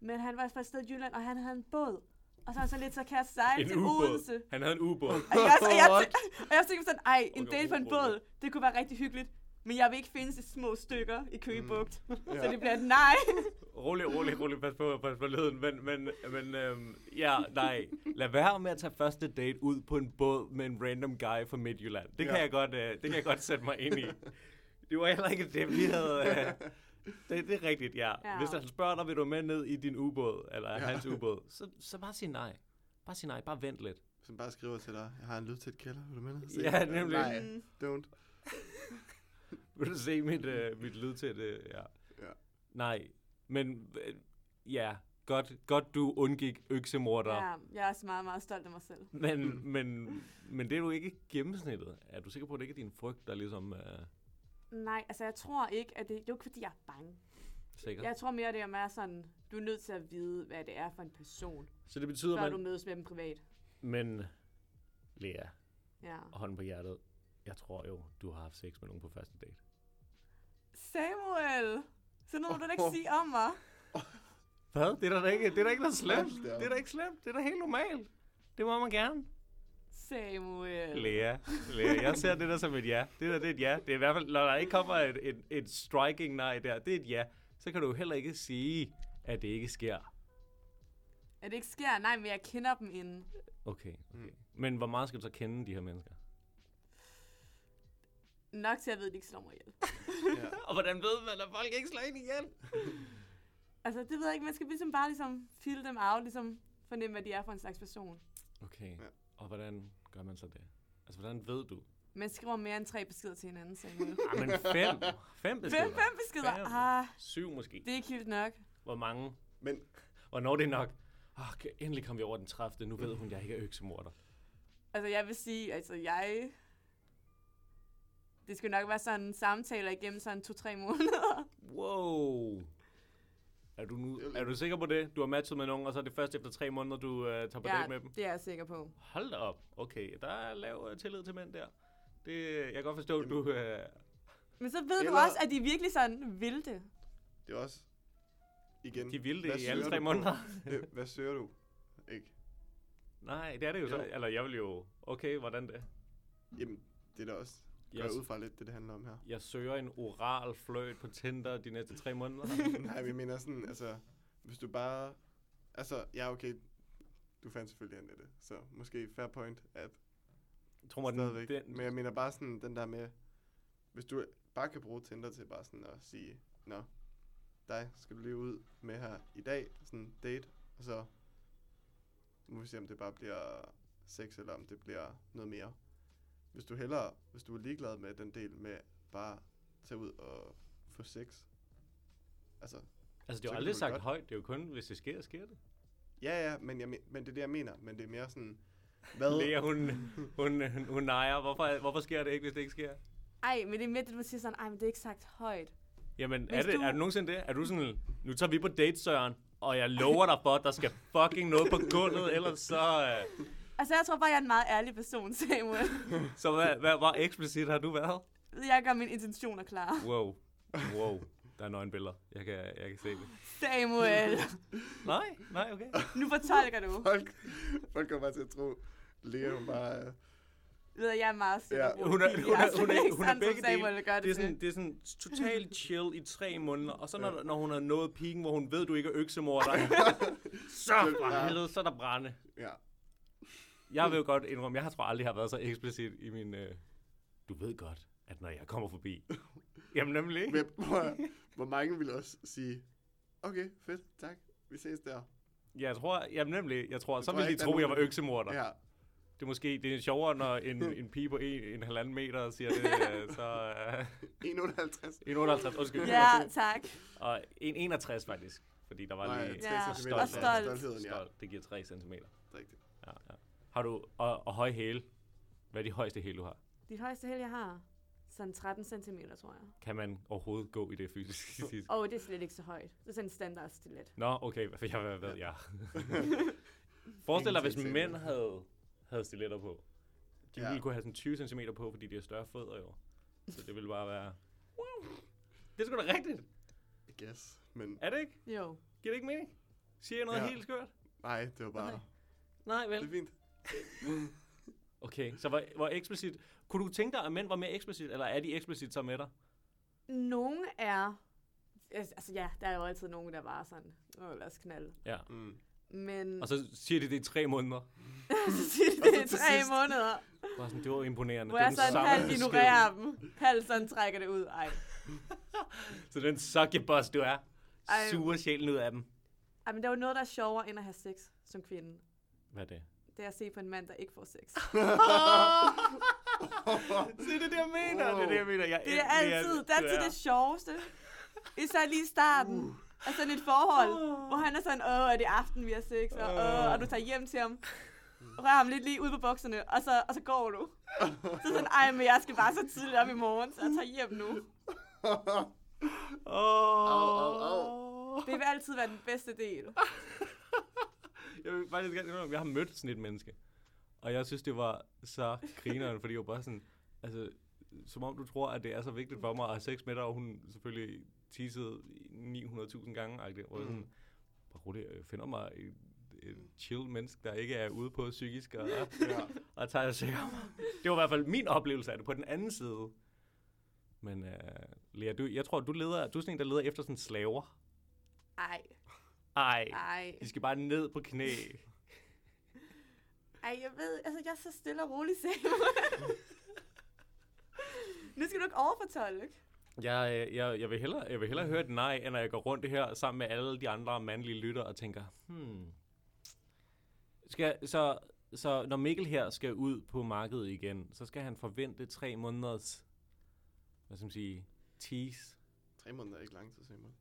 men han var fra et sted i Jylland, og han havde en båd. Og så var han så lidt så, kan jeg sejle til
En ubåd.
Odense?
Han havde en ubåd.
Og jeg, og jeg,
What?
og jeg tænkte sådan, ej, en
Okay,
date på en
ubåd.
båd, det kunne være rigtig hyggeligt. Men jeg vil ikke findes i små stykker i Køge
Mm.
Bugt.
Ja.
[laughs] Så det bliver et nej.
Rolig, rolig, rolig, pas på, pas på lyden, men, men, men øhm, ja, nej. Lad være med at tage første date ud på en båd med en random guy fra Midtjylland. Det, ja.
Ja.
kan, jeg godt, øh, det kan jeg godt sætte mig ind i. Det var heller ikke det, vi havde... Øh, det, det er rigtigt, ja.
Ja.
ja. Hvis han spørger dig, vil du med ned i din ubåd, eller ja.
Ja.
hans ubåd, så, så bare sig nej. Bare sig nej, bare vent lidt.
Som bare skriver til dig, jeg har en lyd til et kælder, vil du med? ned og se?"
Ja, nemlig.
[laughs] Nej,
Mm.
don't.
Vil du se mit, øh, mit lyd til det? Ja.
Ja.
Nej, men øh, ja, godt, godt du undgik øksemorder.
Ja, jeg er også meget, meget stolt af mig selv.
Men, mm. men, men det er jo ikke gennemsnittet. Er du sikker på, at det ikke er din frygt, der er ligesom øh,
Nej, altså jeg tror ikke, at det, det er jo ikke fordi, jeg er bange.
sikker?
Jeg tror mere, det er mere sådan, du er nødt til at vide, hvad det er for en person,
Så det betyder,
før du
man...
mødes med dem privat.
Men, Lea,
Ja.
hånden på hjertet, jeg tror jo, du har haft sex med nogen på første date.
Samuel! Så noget må du da ikke sige om mig.
Hvad? Det er da ikke, det er da ikke noget slemt.
Hold da op.
Det er da ikke slemt. Det er da helt normalt. Det må man gerne.
Samuel.
Lea, Lea, jeg ser det der som et ja. Det der, det er et ja. Det er i hvert fald, når der ikke kommer et, et, et striking nej der, det er et ja. Så kan du jo heller ikke sige, at det ikke sker.
Er det ikke sker? Nej, men jeg kender dem inden.
Okay, okay.
Mm.
Men hvor meget skal du så kende de her mennesker?
Nok til at vide, at de ikke slår mig ihjel.
Ja.
[laughs] Og hvordan ved man, at folk ikke slår ind igen?
Altså, det ved jeg ikke. Man skal ligesom bare ligesom feel dem out, ligesom fornemme, hvad de er for en slags person.
Okay,
Ja.
og hvordan gør man så det? Altså, hvordan ved du?
Man skriver mere end tre beskeder til
[laughs]
hinanden, Samuel.
Ah, men fem. Fem beskeder.
Fem, fem beskeder?
Fem.
Ah,
Syv måske.
det er ikke helt nok.
Hvor mange?
Men
Hvornår det er nok? Oh, okay, endelig kom vi over den 30. Nu ved hun, jeg ikke er øksemorder.
Altså, jeg vil sige, altså, jeg... Det skal nok være sådan samtaler igennem sådan to-tre måneder.
Wow. Er du, nu, er du sikker på det? Du har matchet med nogen, og så er det først efter tre måneder, du uh, tager [laughs] på date med dem?
det er jeg sikker på.
Hold da op. Okay, der er lav uh, tillid til mænd der. Det, jeg kan godt forstå, at du... Uh,
Men så ved Eller... du
Eller-
også, at de virkelig sådan vil det.
det er også, igen,
de ville
hvad
det i alle
søger
tre
du på?
måneder. [laughs]
Det- Hvad søger du? Ikke?
Nej, det er det jo, jo så.
Jo.
Eller jeg vil jo... Okay, hvordan det?
Jamen, det er da også, går
Jeg,
jeg ud fra lidt, det det handler om her.
jeg søger en oral fløjt på Tinder de næste tre
[laughs]
måneder.
Nej, men jeg mener sådan, altså, hvis du bare... Altså, ja, okay, du fandt selvfølgelig Annette, så måske fair point, at
Jeg tror, man,
stadigvæk.
den,
Men jeg mener bare sådan, den der med, hvis du bare kan bruge Tinder til bare sådan at sige, nå, dig skal du lige ud med her i dag, sådan date, og så må vi se, om det bare bliver sex, eller om det bliver noget mere. Hvis du hellere, hvis du er ligeglad med den del med bare tage ud og få sex, altså,
altså, det er
så
jo
kan
aldrig
du
sagt
godt.
højt. Det er jo kun, hvis det sker, sker det.
ja, ja, men, jeg, men det er det, jeg mener, men det er mere sådan,
Lea,
hvad,
hun, hun, hun, hun nejer. Hvorfor, hvorfor sker det ikke, hvis det ikke sker?
Ej, men det er mere det, du siger sådan, ej, men det er ikke sagt højt.
Jamen, er
Hvis
det,
du-
er det nogensinde det? Er du sådan, nu tager vi på date, Søren, og jeg lover dig for, at der skal fucking noget på gulvet, ellers så... Øh,
Altså, jeg tror bare, jeg er en meget ærlig person, [laughs] Samuel.
så hvad, hvad, hvor eksplicit har du været?
jeg gør mine intentioner klare.
Wow. Wow. Der er nøgenbilleder. Jeg kan, jeg kan se det. [laughs]
Samuel,
Nej, nej, okay.
nu fortolker du.
folk, [laughs] folk kommer bare til at tro, Lea, hun bare er
Ved jeg, jeg er meget sikker
Ja,
på. [laughs]
hun er-
fordi
hun er-
jeg slet
hun er-
ikke
hun er
sådan, som
begge dele.
Samuel gør det,
Det er sådan, det er sådan
[laughs]
totalt chill i tre måneder, og så når, ja. når hun har nået piken, hvor hun ved, du ikke er øksemorder, [laughs] så for
Ja.
helvede, så er der brænde.
Ja.
Jeg vil jo godt indrømme, jeg har tror aldrig har været så eksplicit i min... Øh, du ved godt, at når jeg kommer forbi... Jamen nemlig.
Men prøv at, hvor mange vil også sige, okay, fedt, tak, vi ses der.
Jeg tror, jamen nemlig, jeg tror, så
tror
ville de
ikke, der er
tro, jeg var
nogen, der-
øksemorder. Ja.
Ja,
Det er måske det er sjovere, når en, en pige på en, en halvanden meter siger det, øh, så... Øh,
1,58.
en 58, undskyld.
Ja,
[laughs]
tak.
Og en 61 faktisk, fordi der var
Nej,
lige...
Ja,
tre centimeter
og
fra
stolt.
Stoltheden, ja.
Stolt, det giver 3 cm.
Rigtigt.
Ja, ja. Har du... Og, og høje hæle. Hvad er de højeste hæle, du har?
Dit højeste hæl, jeg har, sådan 13 cm, tror jeg.
Kan man overhovedet gå i det
[laughs]
fysiske?
Og det er slet ikke så højt. Det er sådan en standard stilet.
Nå, okay, hvad jeg hvad ved
[laughs]
jeg? Forestil dig, hvis
Ingenting til
mænd
det.
havde, havde stiletter på. De ja.
Ja.
ville kunne have sådan 20 cm på, fordi de har større fødder jo. Så det ville bare være... Det er sgu da rigtigt.
I guess. Men
Er det ikke?
Jo.
Giver det ikke mening? Siger jeg noget ja.
Ja.
helt skørt?
nej, det var bare,
Nej,
det er
vel.
fint.
Okay, så hvor, hvor eksplicit... Kunne du tænke dig, at mænd var mere eksplicit, eller er de eksplicit så med dig?
nogen er... Altså ja, der er jo altid nogen, der bare sådan, åh, lad os knalde.
Ja.
Mm.
Men
Og
[laughs]
så siger de det i tre måneder.
så siger de
Og så
det i
til
tre
sidst-
måneder,
Bare sådan, det var imponerende.
hvor
Det
jeg
var den
sådan
samme
halvt
besked.
ignorerer dem. Halvt sådan trækker det ud. Ej.
Så den succubus, du er.
Ej.
Suger sjælen ud af dem.
Ej, men der er jo noget, der er sjovere end at have sex som kvinde.
Hvad er
[laughs]
det?
Det er at se på en mand, der ikke får sex.
Se, det er det, jeg mener. Det er det, jeg mener. Jeg
Det er altid, det er altid det sjoveste. Især lige i starten af sådan et forhold, hvor han er sådan, åh, er det aften, vi har sex, og, åh, og du tager hjem til ham. Rør ham lidt lige ud på bukserne, og så, og så går du. Så sådan, ej, men jeg skal bare så tidligt op i morgen, så jeg tager hjem nu.
Åh.
Au, au, au.
Det vil altid være den bedste del.
Jeg vil faktisk gerne indrømme, jeg har mødt sådan et menneske. Og jeg synes, det var så grineren, fordi jeg var bare sådan... Altså, som om du tror, at det er så vigtigt for mig at have sex med dig, og hun selvfølgelig tissede 900.000 gange. agtigt, Hvor jeg
Mm.
sådan, bare rolig, jeg finder mig et, et chill menneske, der ikke er ude på psykisk [laughs] og,
Ja.
og tager sig af mig. Det var i hvert fald min oplevelse af det på den anden side. Men uh, Lea, du, jeg tror, du, leder, du er sådan en, der leder efter sådan slaver.
Ej,
Ej,
ej.
de skal bare ned på knæ.
Ej, jeg ved, altså jeg er så stille og rolig, Sam. [laughs] nu skal du ikke overfortolke.
Jeg, øh, jeg, jeg, vil hellere, jeg vil hellere høre et nej, end at jeg går rundt her sammen med alle de andre mandlige lytter og tænker, hmm. Skal, så, så når Mikkel her skal ud på markedet igen, så skal han forvente tre måneders, hvad skal man sige, tease.
Tre måneder er ikke lang
[laughs]
tid, Simon.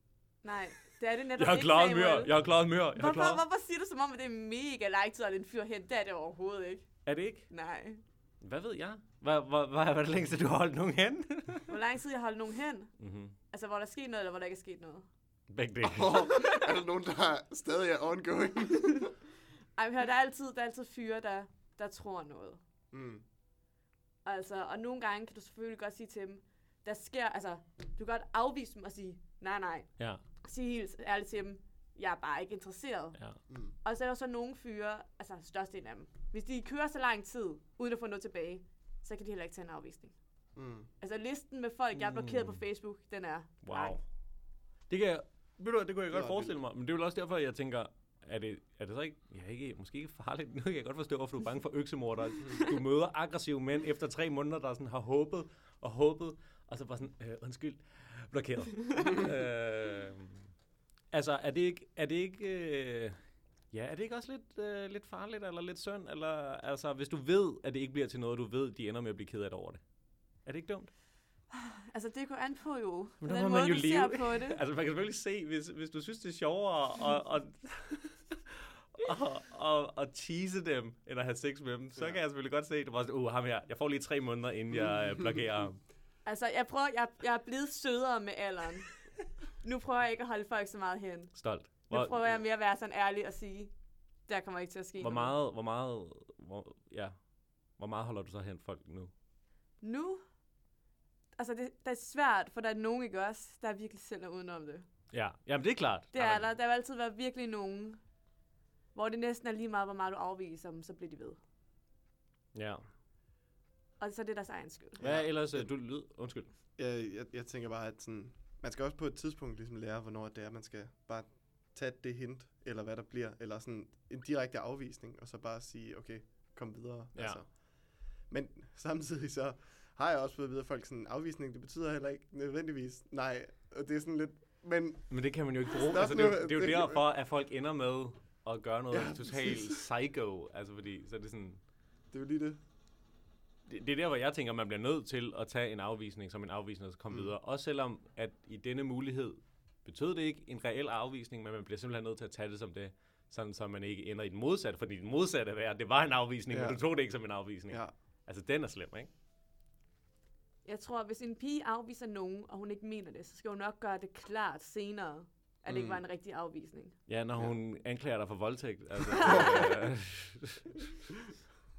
Nej, det er det netop
Jeg har
ikke,
klaret
Samuel.
mere, jeg har klaret mere, jeg har
Hvorfor,
klaret.
hvorfor siger du som om, at det er mega lang tid at en fyr hen? Det er det overhovedet ikke.
Er det ikke?
Nej.
Hvad ved jeg? Hvad, hvad, hvad er det længste, du har holdt nogen hen?
Hvor lang tid jeg holdt nogen hen?
mm-hmm.
Altså, hvor der er sket noget, eller hvor der ikke er sket noget?
Begge dele.
Oh, er der nogen, der stadig er ongoing?
Ej, men hør, der er altid, der er altid fyre, der, der tror noget.
mm.
Altså, og nogle gange kan du selvfølgelig godt sige til dem, der sker, altså, du kan godt afvise dem og sige, nej, nej.
Ja,
Sig helt ærligt til dem, jeg er bare ikke interesseret.
ja.
Mm.
Og så er der så nogle fyre, altså størstedelen af dem, hvis de kører så lang tid, uden at få noget tilbage, så kan de heller ikke tage en afvisning.
Mm.
Altså listen med folk, jeg er blokeret på
Mm.
Facebook, den er lang.
Wow. Det kan jeg, ved du, hvad, det kunne jeg
Det
godt
var
forestille mig, men det er jo også derfor, jeg tænker, er det, er det så ikke, ja, ikke, måske ikke farligt, [laughs] nu kan jeg godt forstå, hvorfor du er bange for øksemorder. Du møder aggressive mænd efter tre måneder, der sådan har håbet og håbet, og så bare sådan, øh, undskyld,
[laughs]
blokeret. øh, altså, er det ikke, er det ikke, øh, ja, er det ikke også lidt, øh, lidt farligt, eller lidt synd, eller altså, hvis du ved, at det ikke bliver til noget, du ved, de ender med at blive ked af det over det. Er det ikke dumt?
Altså, det går an på jo.
Men
på
der
den
må man
måde,
jo
du
leve.
ser på det.
[laughs] Altså, man kan selvfølgelig se, hvis, hvis du synes, det er sjovere at, og, og, og, og tease dem, end at have sex med dem, så
Ja.
kan jeg selvfølgelig godt se, at du bare sådan, uh, ham her, jeg får lige tre måneder, inden
[laughs]
jeg øh, blokerer ham.
Altså, jeg, prøver, jeg, jeg er blevet sødere med alderen. Nu prøver jeg ikke at holde folk så meget hen. Nu
Stolt. Hvor,
prøver jeg mere at være sådan ærlig og sige, der kommer ikke til at ske
hvor
noget.
meget, hvor meget, hvor, ja, hvor meget holder du så hen folk nu?
Nu, altså, det, det er svært, for der er nogen, ikke også, der virkelig selv er udenom det.
Ja, jamen det er klart.
Det er der. Der vil altid være virkelig nogen, hvor det næsten er lige meget, hvor meget du afviser dem, så bliver de ved.
Ja.
Og så er det deres egen skyld.
Hvad ellers, øh, du lyd, undskyld.
Jeg, jeg, jeg tænker bare, at sådan, man skal også på et tidspunkt ligesom lære, hvornår det er, man skal bare tage det hint, eller hvad der bliver, eller sådan en direkte afvisning, og så bare sige, okay, kom videre. altså.
Ja.
Men samtidig så har jeg også fået at vide, at folk sådan, afvisning, det betyder heller ikke nødvendigvis nej, og det er sådan lidt, men
Men det kan man jo ikke bruge.
Stop
Altså, det, er
nu.
jo- det er jo
Det kan-
derfor, at folk ender med at gøre noget
Ja,
ja, totalt
præcis.
psycho. Altså, fordi så er det sådan,
det er jo lige det.
det, det er der, hvor jeg tænker, man bliver nødt til at tage en afvisning som en afvisning, og så komme
Mm.
mm. videre. Også selvom, at i denne mulighed betød det ikke en reel afvisning, men man bliver simpelthen nødt til at tage det som det, sådan så man ikke ender i den modsatte, fordi den modsatte er, at det var en afvisning, ja.
Ja.
men du tog det ikke som en afvisning. Ja.
Ja.
Altså, den er slem, ikke?
Jeg tror, hvis en pige afviser nogen, og hun ikke mener det, så skal hun nok gøre det klart senere, at det ikke
Mm.
var en rigtig afvisning.
Ja, når
Ja.
hun anklager dig for voldtægt. [laughs] Altså, øh,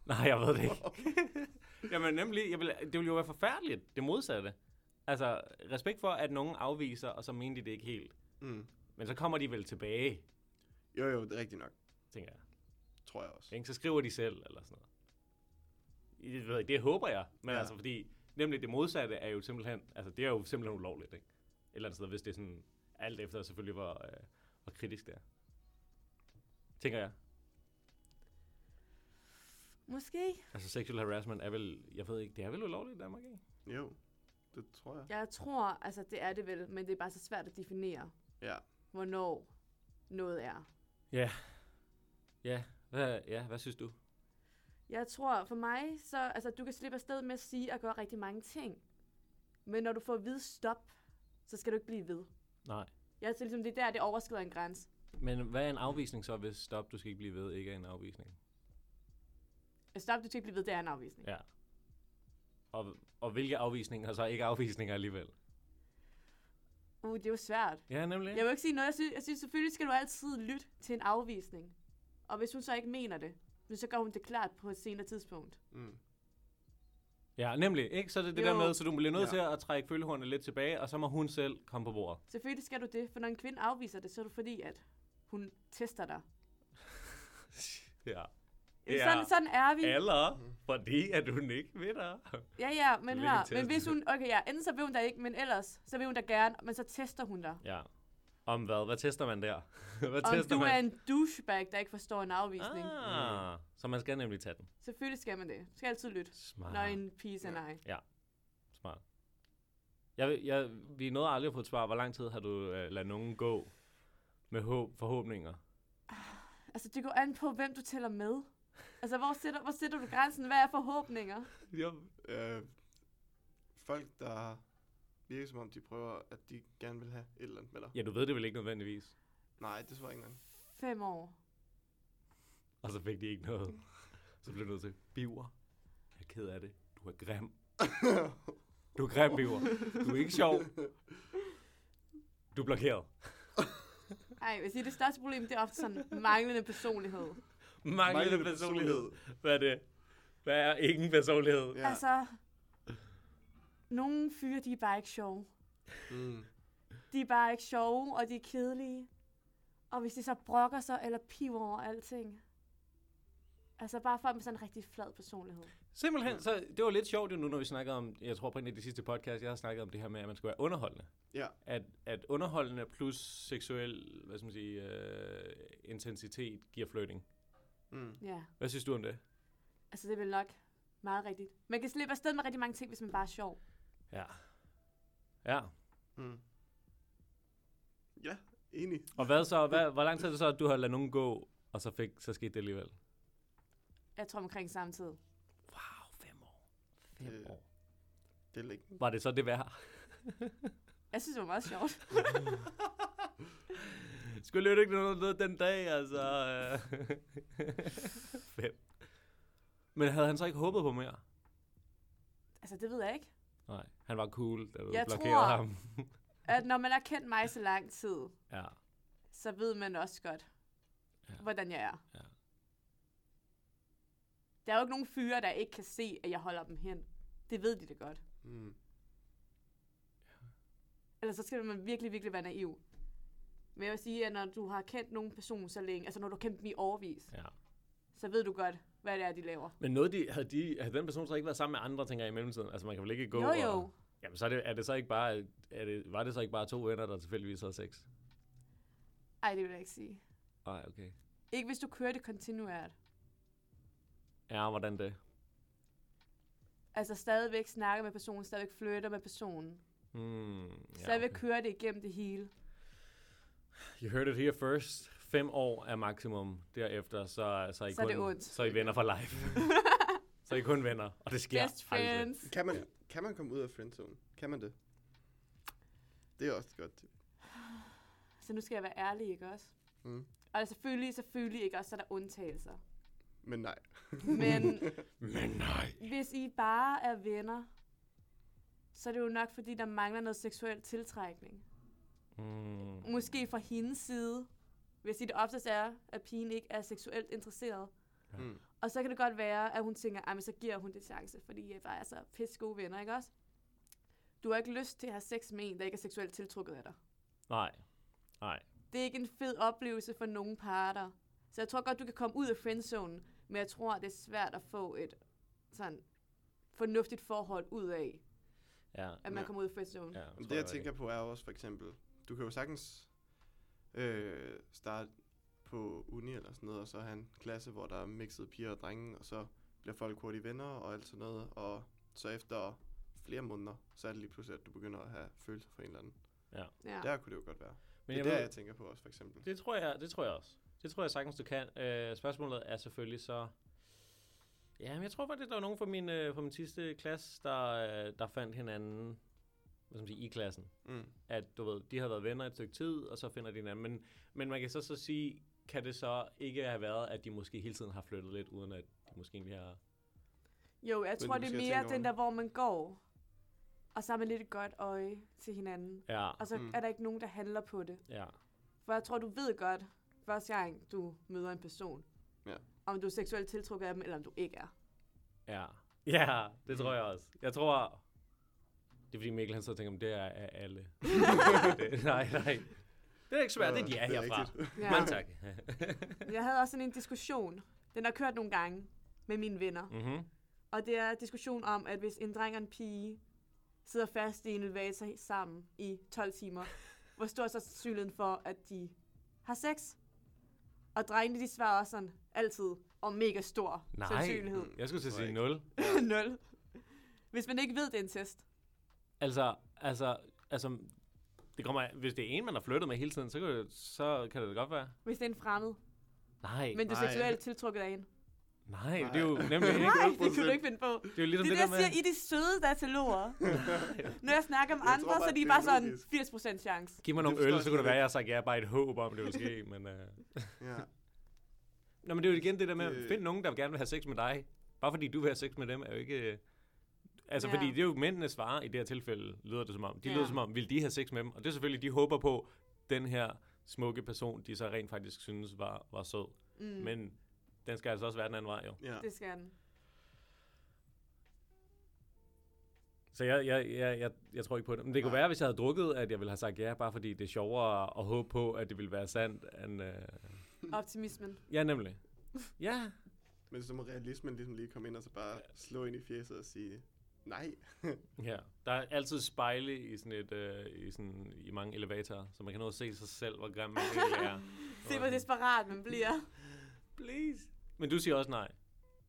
Nej, jeg ved det ikke. [laughs] Jamen nemlig, jeg vil, det ville jo være forfærdeligt, det modsatte. Altså, respekt for, at nogen afviser, og så mente de det ikke helt.
Mm.
Men så kommer de vel tilbage,
Jo, jo, det er rigtigt nok,
tænker jeg.
tror jeg også.
Ikke? Så skriver de selv, eller sådan noget. I- Det, ved jeg, det håber jeg, men
Ja.
ja. altså fordi, Nemlig det modsatte er jo simpelthen, altså det er jo simpelthen ulovligt, ikke? Et eller andet sted, hvis det er sådan, alt efter selvfølgelig, hvor, øh, hvor kritisk det er. Tænker jeg.
Måske.
Altså sexual harassment er vel, jeg ved ikke, det er vel ulovligt i Danmark, ikke?
Jo, det tror jeg.
Jeg tror, altså det er det vel, men det er bare så svært at definere,
Ja.
hvornår noget er.
Ja. Ja, hvad, ja, hvad synes du?
Jeg tror, for mig, så, altså, du kan slippe afsted med at sige og gøre rigtig mange ting. Men når du får at vide stop, så skal du ikke blive ved.
Nej.
Jeg tror ligesom, det er der, det overskrider en grænse.
Men hvad er en afvisning så, hvis stop, du skal ikke blive ved, ikke er en afvisning?
At Stop, du skal ikke blive ved, det er en afvisning.
Ja. Og, og hvilke afvisninger så er ikke afvisninger alligevel?
Uh, det er jo svært.
Ja, nemlig.
Jeg vil ikke sige noget. Jeg synes, jeg synes selvfølgelig skal du altid lytte til en afvisning. Og hvis hun så ikke mener det, men så gør hun det klart på et senere tidspunkt.
Mm.
Ja, nemlig. Ikke? Så er det det jo.
Jo.
der med, så du bliver nødt ja.
Ja.
til at trække følehornene lidt tilbage, og så må hun selv komme på bordet.
Selvfølgelig skal du det, for når en kvinde afviser det, så er det fordi, at hun tester dig.
ja.
Ja. Sådan, sådan er vi.
Eller fordi, at hun ikke vinder.
Ja, ja, men
vil ikke
her.
teste
Men hvis
det.
hun, okay, ja, enten så vil hun dig ikke, men ellers, så vil hun dig gerne, men så tester hun dig.
ja. Om hvad? Hvad tester man der? [laughs] hvad
Om
tester
du
man?
er en douchebag, der ikke forstår en afvisning. Ah.
Ah, så man skal nemlig tage den.
Selvfølgelig skal man det. Du skal altid lytte,
Smart.
når en pige siger nej.
Smart. Jeg, vil- jeg, vi nåede aldrig at få et svar. Hvor lang tid har du øh, ladet nogen gå med håb, forhåbninger?
Altså, det går an på, hvem du tæller med. Altså, hvor sætter, hvor sætter du grænsen? Hvad er forhåbninger?
Jeg,
Øh, folk, der virker som om, de prøver, at de gerne vil have et eller andet med dig.
ja, du ved det vel ikke nødvendigvis.
Nej, det tror jeg ikke engang.
Fem år.
[laughs] Og så fik de ikke noget. Så blev du nødt til, biver, jeg er ked af det. Du er grim. Du er grim, biver. Du er ikke sjov. Du er blokeret.
Ej, jeg vil sige, det største problem, det er ofte sådan manglende personlighed.
Manglende personlighed. Hvad er det? Hvad er ingen personlighed?
Ja.
Ja.
Altså, nogle fyre, de er bare ikke sjove.
Mm.
De er bare ikke sjove, og de er kedelige. Og hvis de så brokker sig eller piver over alting. Altså bare folk med sådan en rigtig flad personlighed.
Simpelthen, så det var lidt sjovt jo nu, når vi snakkede om, jeg tror på en af de sidste podcast, jeg har snakket om det her med, at man skulle være underholdende.
Ja.
At, at underholdende plus seksuel, hvad skal man sige, øh, intensitet giver flirting.
Mm.
Ja,
Hvad synes du om det?
altså det er vel nok meget rigtigt. Man kan slippe afsted med rigtig mange ting, hvis man bare er sjov.
Ja. Ja.
Mm. Ja, enig.
Og hvad så? Hvad, hvor lang tid er det så, at du har ladet nogen gå, og så, fik, så skete det alligevel?
Jeg tror omkring samtidig.
Wow, fem år. Fem
Øh.
år.
Det er længe.
Var det så det værd?
Jeg synes, det var meget
[laughs]
sjovt.
Skulle jo ikke noget noget den dag, altså. øh. [laughs] fem. Men havde han så ikke håbet på mere?
Altså det ved jeg ikke.
Nej, han var cool, da du
Jeg
blokerede
tror-
ham.
At når man har kendt mig så lang tid,
Ja.
så ved man også godt,
Ja.
ja. hvordan jeg er.
Ja.
Ja. Der er jo ikke nogen fyre, der ikke kan se, at jeg holder dem hen. Det ved de det godt.
Mm.
Ellers så skal man virkelig, virkelig være naiv. Men jeg vil sige, at når du har kendt nogen person så længe, altså når du har kendt dem i overvis,
ja.
så ved du godt, hvad det er, de laver.
Men noget, de, havde, de, havde den person så ikke været sammen med andre, tænker jeg, i mellemtiden? Altså, man kan vel ikke gå
jo, jo.
Og, jamen, så er det, er det så ikke bare, er det, var det så ikke bare to venner, der tilfældigvis havde sex?
Ej, det vil jeg ikke sige.
Nej, okay.
Ikke hvis du kører det kontinuert.
Ja, hvordan det?
Altså stadigvæk snakker med personen, stadigvæk flytter med personen.
Hmm,
Ja,
ja,
stadigvæk
okay.
kører det igennem det hele.
You heard it here first. Fem år er maksimum. Derefter, så, så, er I
Så er det
kun,
ondt.
Så er I venner for
[laughs]
life. så er I kun venner, og det sker
Best friends.
Kan man, kan man komme ud af friendzone? Kan man det? Det er også et godt tip.
Så nu skal jeg være ærlig, ikke også?
Mm.
Og der er selvfølgelig, selvfølgelig ikke også, så er der undtagelser.
Men nej.
Men
Men nej.
hvis I bare er venner, så er det jo nok, fordi der mangler noget seksuel tiltrækning.
Mm.
Måske fra hendes side, hvis I det oftest er, at pigen ikke er seksuelt interesseret.
Ja.
Mm.
Og så kan det godt være, at hun tænker, at så giver hun det chance, fordi jeg bare er så pisse gode venner, ikke også? Du har ikke lyst til at have sex med en, der ikke er seksuelt tiltrukket af dig.
Nej.
det er ikke en fed oplevelse for nogen parter. Så jeg tror godt, du kan komme ud af friendzonen, men jeg tror, det er svært at få et sådan fornuftigt forhold ud af,
Ja.
at man
Ja.
kommer ud i friend zone.
ja
Men det, jeg tænker på, er jo også for eksempel, du kan jo sagtens øh, starte på uni eller sådan noget, og så have en klasse, hvor der er mixede piger og drenge, og så bliver folk hurtigt venner og alt sådan noget, og så efter flere måneder, så er det lige pludselig, at du begynder at have følelser for en eller anden.
Ja.
Der kunne det jo godt være. Men
Men jeg
det er der,
ved,
jeg tænker på også, for eksempel.
det, tror jeg, det tror jeg også. Det tror jeg sagtens, du kan. Øh, spørgsmålet er selvfølgelig så... Ja, men jeg tror faktisk, der var nogen fra min, øh, fra min sidste klasse, der, øh, der fandt hinanden hvad skal man sige, i klassen.
Mm.
at du ved, de har været venner et stykke tid, og så finder de hinanden. Men, men man kan så, så sige, kan det så ikke have været, at de måske hele tiden har flyttet lidt, uden at de måske egentlig har...
Jo, jeg
Men
tror,
du
det er
skal
mere
tænke over
den
det.
der, hvor man går, og så har man lidt et godt øje til hinanden.
Ja,
Og så
Mm.
mm. er der ikke nogen, der handler på det.
ja.
For jeg tror, du ved godt, første gang du møder en person,
Ja.
om du er seksuelt tiltrukket af dem, eller om du
[laughs]
ikke er.
Ja, Mm. ja det tror jeg også. Jeg tror... Det er fordi Mikkel han så tænker, om det er af alle.
[laughs]
det, nej, nej. Det er ikke svært, det er de er herfra.
[laughs] Ja.
Mange tak.
Jeg havde også sådan en diskussion, den har kørt nogle gange med mine venner.
mm-hmm.
Og det er diskussion om, at hvis en dreng og en pige sidder fast i en elevator sammen i 12 timer, hvor stor er så sandsynligheden for, at de har sex? Og drengene, de svarer også sådan altid om mega stor
Nej.
sandsynlighed.
Jeg skulle til at
Tror jeg
sige
ikke.
0.
[laughs] Nul. Hvis man ikke ved, det er en test.
Altså, altså, altså, det kommer, hvis det er en, man har flyttet med hele tiden, så kan det, så kan det da godt være.
Hvis det er en fremmed,
Nej,
men du er
Nej.
seksuelt tiltrukket af en.
nej,
Nej.
det er jo nemlig ikke
Nej, det kunne du ikke finde på.
Det er jo ligesom
Det er
det,
det,
der
jeg
med...
siger, I er de søde dataloger. Når jeg snakker om
Jeg
andre,
tror bare,
så er de
det er
bare sådan
logisk.
80% chance.
Giv mig
Det
nogle
forstår
øl,
jeg
så kunne det
slet
være, jeg har sagt, ja, bare et håb om, det vil ske, men... Uh...
Ja.
Nå, men det er jo igen det der med,
Det-
at find nogen, der gerne vil have sex med dig. Bare fordi du vil have sex med dem, er jo ikke... øh, Altså,
Ja.
fordi det er jo mændenes svar i det her tilfælde, lyder det som om. De
Ja.
lyder som om, vil de have sex med dem? Og det er selvfølgelig, de håber på, den her smukke person, de så rent faktisk synes var, var sød.
Mm,
Mm. Men den skal altså også være den anden vej, jo.
ja.
det skal den.
Så jeg, jeg, jeg, jeg, jeg tror ikke på det. Men det kunne
Nej.
være, hvis jeg havde drukket, at jeg ville have sagt ja, bare fordi det er sjovere at håbe på, at det ville være sandt. End, øh...
Optimismen.
Ja, nemlig. Ja,
Men så må realismen ligesom lige komme ind og så bare slå ind i fjeset og sige, nej.
Ja, der er altid spejle i sådan et, øh, i, sådan, i mange elevatorer, så man kan nå at se sig selv, hvor grim man egentlig er.
[laughs] Se, hvor desperat man bliver.
Please. Men du siger også nej.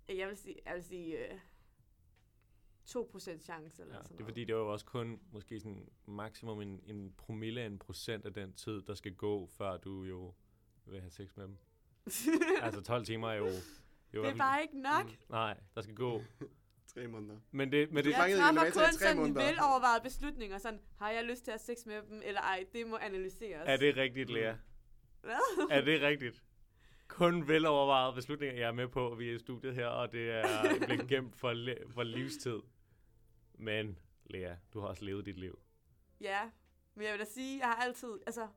Jeg vil sige, jeg vil sige øh, 2% chance eller
Ja,
sådan
det er
noget. [laughs]
fordi, det er jo også kun måske sådan maksimum en, en promille af en procent af den tid, der skal gå, før du jo vil have sex
[laughs]
med dem. altså 12 timer er jo... jo
det er bare ikke nok. Mm.
Nej, der skal gå.
Tre måneder. [laughs]
Men det, men det,
er
Jeg
fanget i en
træffer
elevator i
kun
tre
sådan
måneder.
velovervejede beslutninger. Sådan, har jeg lyst til at have sex med dem, eller ej? Det må analyseres.
er det rigtigt, Lea?
Hvad? [laughs]
Er det rigtigt? Kun velovervejede beslutninger, jeg er med på, vi er i studiet her, og det er blevet gemt for, le- for livstid. Men, Lea, du har også levet dit liv.
Ja, men jeg vil da sige, jeg har altid... Altså,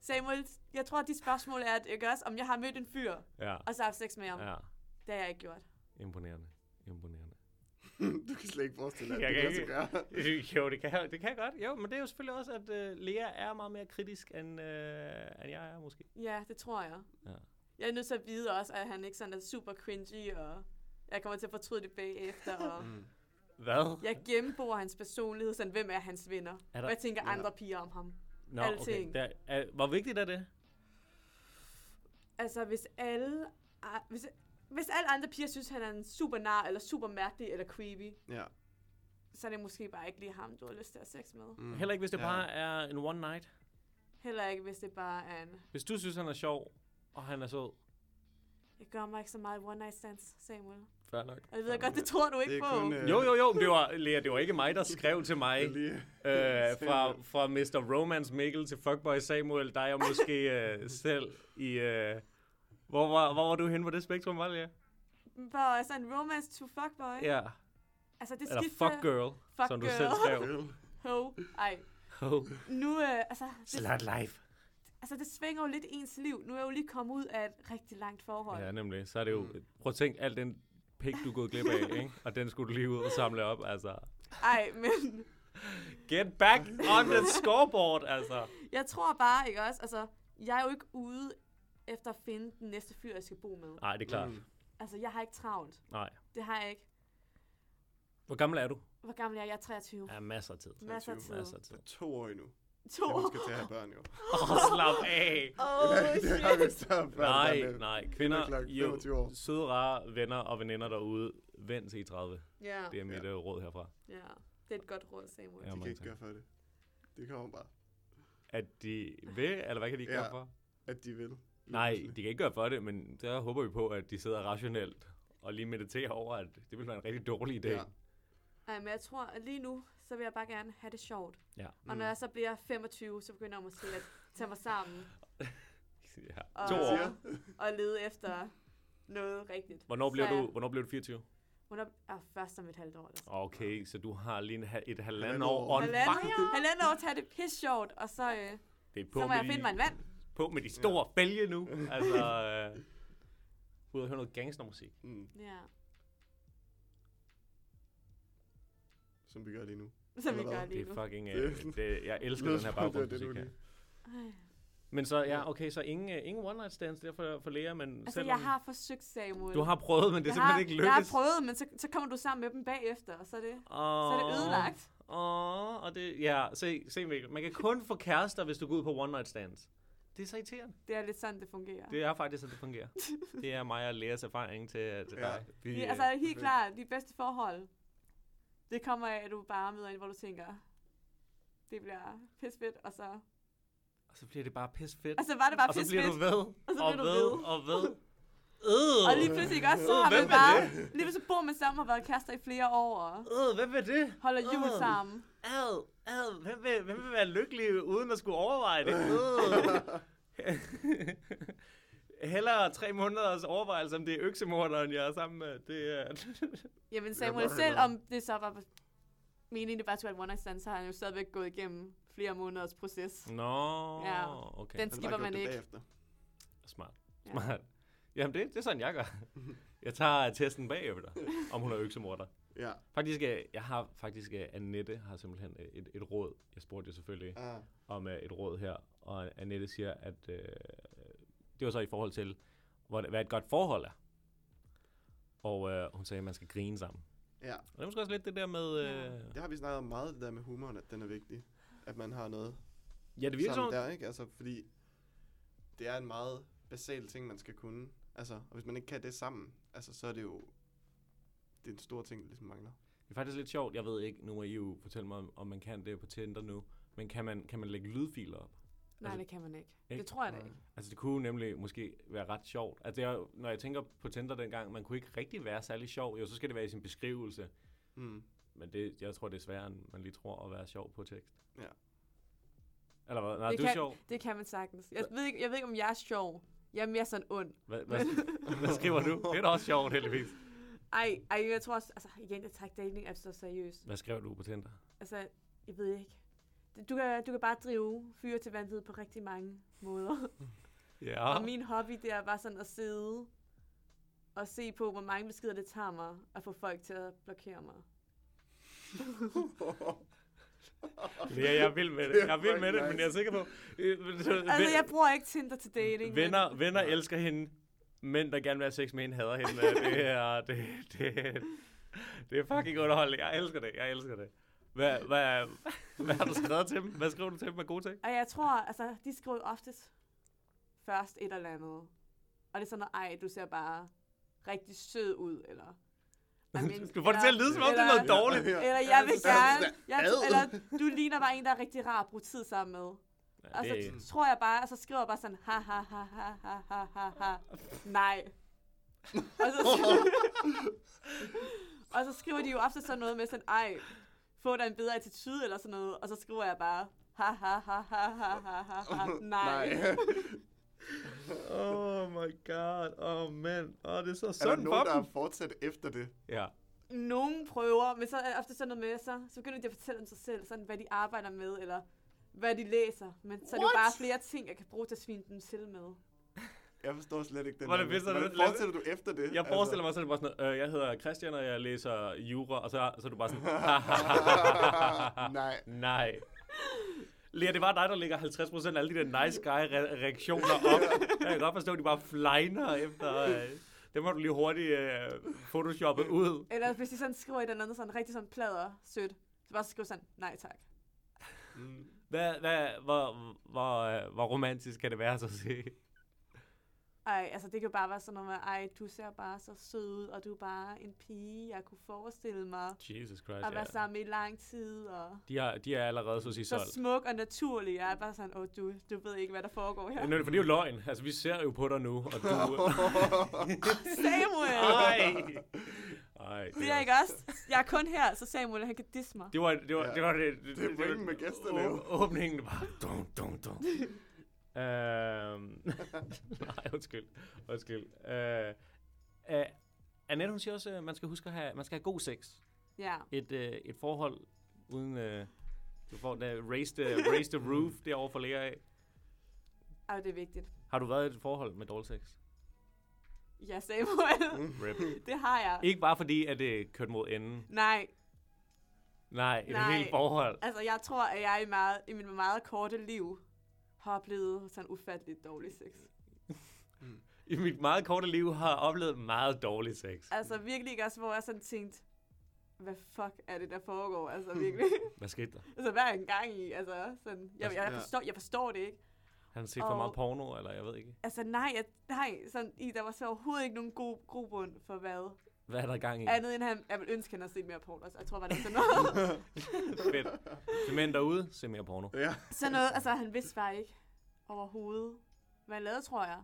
Samuel, jeg tror, at de spørgsmål er, at, ikke også, om jeg har mødt en fyr,
Ja,
og så haft sex med ham. Ja.
ja.
Det har jeg ikke gjort.
Imponerende. Imponerende.
du kan slet ikke forestille dig,
Jeg
at det
kan
kan lade sig gøre.
Jo, det kan, jeg- det kan jeg godt. Jo, men det er jo selvfølgelig også, at uh, Lea er meget mere kritisk, end, uh, end jeg er måske.
Ja, det tror jeg.
Ja.
Jeg er nødt til at vide også, at han ikke sådan er super cringy, og jeg kommer til at fortryde det bagefter, og
Mm.
Hvad?
jeg gennemborer hans personlighed, sådan, hvem er hans venner?
Er der-
Hvad tænker
Ja.
andre piger om ham?
Nå,
alting.
Der, er, hvor vigtigt er det?
Altså, hvis alle... ah, Hvis, hvis alle andre piger synes, han er en super nar, eller super mærkelig, eller creepy,
Ja.
så er det måske bare ikke lige ham, du har lyst til at have sex med.
Mm.
Heller ikke, hvis det
Ja.
bare er en one night.
Heller ikke, hvis det bare er en...
Hvis du synes, han er sjov, og han er sød.
Jeg gør mig ikke så meget one night stands, Samuel.
Fair nok.
Og det ved jeg godt, det tror du
Det
ikke
er
på.
kun... Øh,
Jo, jo, jo, men det var, Lea, det var ikke mig, der skrev til mig,
jeg
øh,
lige,
[laughs] fra, fra Mr. Romance Mikkel til Fuckboy Samuel, der er jeg måske [laughs] øh, selv i... Øh, hvor, var, hvor var du henne på det spektrum, var det?
For sådan en romance to fuckboy.
Ja,
Altså, det
eller
skifter...
Fuck Girl,
Fuck
som du
girl.
selv
[laughs]
skrev.
Girl.
Ho. Ej.
Oh.
Nu, øh, altså, det,
Slut life.
altså, det svinger jo lidt ens liv. Nu er jeg jo lige kommet ud af et rigtig langt forhold.
Ja, nemlig. Så er det jo... Prøv at tænke alt den pik, du er gået glip
[laughs]
af, ikke? Og den skulle du lige ud og samle op, altså.
Ej, men
Get back on the scoreboard, altså.
jeg tror bare, ikke også, altså, jeg er jo ikke ude efter at finde den næste fyr, jeg skal bo med.
Nej, det er klart.
Mm.
Altså, jeg har ikke travlt.
Nej.
Det har jeg ikke.
Hvor gammel er du?
Hvor gammel er jeg? Jeg er 23.
Ja, masser af tid.
23.
Masser af tid.
Masser af tid.
For to år endnu.
To
Ja,
år.
man skal til
[laughs]
at have børn, jo.
Åh, oh, slap af!
Oh,
[laughs] det har vi
shit.
større børn.
Nej,
dernede.
nej.
Kvinder
Kvinder,
klokken
I er
25 år.
jo søde, rare venner og veninder derude. Vend til i 30.
Ja,
Det er mit ja. råd herfra.
ja. Det er et godt råd, Samuel. Ja.
Ja.
De kan
mange
ikke
tak.
gøre for det. Det kommer bare.
At de vil, eller hvad kan de ikke
Ja.
ja. gøre for?
At de vil. Lige
Nej, de
pludselig.
kan ikke gøre for det, men der håber vi på, at de sidder rationelt og lige mediterer over, at det ville være en rigtig dårlig idé.
Ja.
Ja.
Ej, men jeg tror, at lige nu, så vil jeg bare gerne have det sjovt.
Ja.
Og
Mm.
når jeg så bliver 25, så begynder jeg måske at tage mig sammen.
ja.
Og,
To
Hvad
år.
siger?
Og lede efter noget rigtigt.
Hvornår
Så
bliver,
er
du,
jeg-
hvornår bliver du 24?
Hun er ah, først om et halvt
altså.
år. Eller sådan.
Okay, så du har lige en, ha- et halvandet
Halvandet år.
år on
Halvandet,
fire.
halvandet år tager det pis sjovt, og så, øh,
Det er på,
så må
med
jeg
de,
finde mig en mand.
på med de store ja. bælge
[laughs]
nu. Altså, øh, ud og høre noget gangstermusik.
Mm,
Ja.
som vi gør lige nu.
Som vi
Eller
gør
hvad?
lige
Det
nu.
er fucking...
Det-
Øh, det, jeg elsker
Det
den her
var det, det, du
baggrundsmusik her.
lige-
Ej.
Men så, ja,
Ja.
okay, så ingen, øh, ingen one night stands der for, for Lea, men
Altså,
selvom
jeg har forsøgt, Samuel.
du har prøvet, men det er
jeg har,
simpelthen ikke
Jeg har
lykkedes.
prøvet, men så, så kommer du sammen med dem bagefter, og så er det, så er det ødelagt.
Åh, og det, ja, se, se Mikkel, man kan kun få kærester, hvis du går ud på one night stands. Det er så irriterende.
Det er lidt sådan, det fungerer. Det,
Det er faktisk, at det
[laughs]
fungerer. Det er mig og Leas erfaring til, til
Ja.
dig. Vi,
yeah.
øh,
Altså, helt
perfekt.
klart, de bedste forhold, det kommer af, at du bare møder en, hvor du tænker, det bliver pis fedt, og så,
Og så bliver det bare pis fedt.
og så var det Altså, bare
og så
pis
bliver
fedt.
du ved,
så
og
bliver du
ved,
ved.
og ved.
Og
Øh,
lige pludselig ikke også, så
Øh,
har man
hvem er
bare,
det?
lige pludselig bor man sammen og har været kærester i flere år, og
øh, hvad var det?
holder jul
Øh.
sammen.
Ad, ad, hvem vil, hvem vil være lykkelig uden at skulle overveje
[laughs]
det? [laughs] Øh. Heller tre måneders overvejelse, om det er øksemorderen, jeg er sammen med. Det er...
Jamen
er
Samuel,
godt, det er
selv
godt.
om det så var meningen, det bare skulle være et one night stand, så har han jo stadigvæk gået igennem flere måneders
Mm.
proces.
Nå,
Ja.
okay.
Den
Han har
skipper
gjort
man
det
ikke.
bagefter.
Smart.
Ja.
Smart. Jamen, det, det er sådan, jeg gør. Jeg tager testen bagefter, om hun er øksemorder.
Ja.
Faktisk, øh, jeg har faktisk, øh, Annette har simpelthen øh, et, et råd. Jeg spurgte jo selvfølgelig
Ah,
om øh, et råd her, og Annette siger, at øh, det var så i forhold til, hvor, hvad et godt forhold er. Og øh, hun sagde, at man skal grine sammen.
ja.
Og det er måske også lidt det der med... Øh,
Det har vi snakket om meget, det der med humoren, at den er vigtig. At man har noget
ja, det virker som...
sammen
om-
der, ikke? Altså, fordi det er en meget basal ting, man skal kunne. Altså, og hvis man ikke kan det sammen, altså, så er det jo det er en stor ting, der ligesom mangler.
Det er faktisk lidt sjovt. Jeg ved ikke, nu må I jo fortælle mig, om- om man kan det på Tinder nu. Men kan man, kan man lægge lydfiler op?
Nej,
Altså,
det kan man ikke.
ikke?
Det tror jeg da ikke.
Altså, det kunne nemlig måske være ret sjovt. Altså, det er, jo- når jeg tænker på Tinder dengang, man kunne ikke rigtig være særlig sjov. Jo, så skal det være i sin beskrivelse.
Mm.
Men det, jeg tror, det er sværere, end man lige tror at være sjov på tekst.
Ja.
Eller hvad? Nej,
det,
du
kan,
er sjov.
det kan man sagtens. Jeg ved, ikke, jeg ved ikke, om jeg er sjov. Jeg er mere sådan ond.
Hvad, hvad, hvad skriver du? Det er da også sjovt, heldigvis.
[laughs] Ej, ej, jeg tror også, altså igen, jeg tager ikke dating apps så seriøst.
Hvad skrev du på Tinder?
Altså, jeg ved ikke. Du kan, du kan bare drive fyre til vanvid på rigtig mange
[laughs]
måder.
Ja.
Og min hobby, det er bare sådan at sidde og se på, hvor mange beskeder det tager mig at få folk til at blokere mig.
Ja, jeg er vild med det. Jeg er vild med det, men jeg er sikker på... Øh, men så-
Altså,
ven-
jeg bruger ikke Tinder til dating. men-
venner, venner elsker hende. Mænd, der gerne vil have sex med hende, hader [laughs] hende. Det er, det, det, det er fucking underholdende. Jeg elsker det. Jeg elsker det. Hvad, hvad, hvad har du skrevet til dem? Hvad skriver du til dem af gode ting?
Og jeg tror, altså, de skriver jo oftest først et eller andet. Og det er sådan noget, ej, du ser bare rigtig sød ud,
[laughs]
eller... "Ej, men-
Du får det til at
eller-
lyde, som om det er noget
eller-
dårligt.
Eller jeg vil
Ja,
gerne...
sådan
Jeg,
ad.
eller du ligner bare en, der er rigtig rar at bruge tid sammen med. Og så
Ja, det,
tror jeg bare, og så skriver jeg bare sådan, ha ha ha ha ha ha ha ha, nej. og, så, og så skriver de jo ofte sådan noget med sådan, ej, få dig en bedre attitude eller sådan noget, og så skriver jeg bare, ha ha ha ha ha ha ha, ha Ah,
[laughs]
[laughs] nej. nej.
oh my god. Oh man. Oh, det er så
er der
sundt for
nogen, der
dem.
er fortsat efter det?
Ja.
Nogen prøver, men så er det ofte sådan noget med, så, så begynder de at fortælle om sig selv, sådan hvad de arbejder med, eller hvad de læser. Men så er det jo bare flere ting, jeg kan bruge til at svine dem til med.
Jeg forstår slet ikke den.
Var det
der-
fedt, så
Hvordan
det-
fortsætter du efter det? Altså,
Jeg forestiller mig sådan bare sådan, noget, øh, jeg hedder Christian, og jeg læser jura, og så, så er du bare sådan, [laughs]
Nej. [laughs]
Nej. Lea, det var dig, der lægger 50% af alle de der nice guy-reaktioner op. Jeg kan godt forstå, at de bare flejner efter... Øh. Det må du lige hurtigt øh, photoshoppe ud.
Eller hvis de sådan skriver et eller andet sådan rigtig sådan plader sødt, så bare skrive sådan, nej tak.
Mm.
Hvad, hvad, hvor, hvor, øh, hvor romantisk kan det være så at se?
Ej, altså det kan jo bare være sådan noget med, ej, du ser bare så sød ud, og du er bare en pige, jeg kunne forestille mig
Jesus Christ,
at
Altså, ja.
være sammen i lang tid, og
De, har, de er allerede så at sige
så
solgt.
smuk og naturlig. Jeg er bare sådan, åh, du, du ved ikke, hvad der foregår her.
Men det- For det er jo løgn. Altså, vi ser jo på dig nu, og du...
[laughs]
[laughs]
Samuel!
[laughs] Ej! Ej,
Det er ikke også. Jeg er kun her, så Samuel, han kan disse mig.
Det var det var
Ja.
det var det, det,
Det er pointen med gæsterne, jo.
Å, åbningen var dum dum dum. øhm, [laughs] nej, undskyld. Undskyld. Øh, øh, Annette, hun siger også, at man skal huske at have, man skal have god sex.
Ja.
Et, øh, et forhold uden... Øh, du får det raise the, raise the roof derovre for læger af.
Ej, det er vigtigt.
Har du været i et forhold med dårlig sex?
Ja, Samuel.
Rip.
Det har jeg.
Ikke bare fordi, at det kørte mod enden.
Nej,
Nej, et
Nej.
helt forhold.
altså jeg tror, at jeg i, meget, i mit meget korte liv har oplevet sådan ufatteligt dårlig sex.
I mit meget korte liv har jeg oplevet meget dårlig sex.
Altså virkelig ikke også, hvor jeg sådan tænkte, hvad fuck er det, der foregår? Altså virkelig. [laughs]
Hvad skete der?
altså hvad er en gang i? Altså sådan, jeg, jeg,
Ja.
forstår, jeg forstår det ikke.
Han har set for meget
Og-
porno, eller jeg ved ikke.
Altså nej, jeg, nej sådan, i, der var så overhovedet ikke nogen god grobund for hvad.
Hvad er der gang i?
Andet end han, jeg ville ønske, at han havde set mere porno. Altså, jeg tror bare, det var sådan noget. [laughs]
Fedt. Til mænd derude, se mere porno.
ja.
sådan noget, altså han vidste bare ikke overhovedet, hvad han lavede, tror jeg.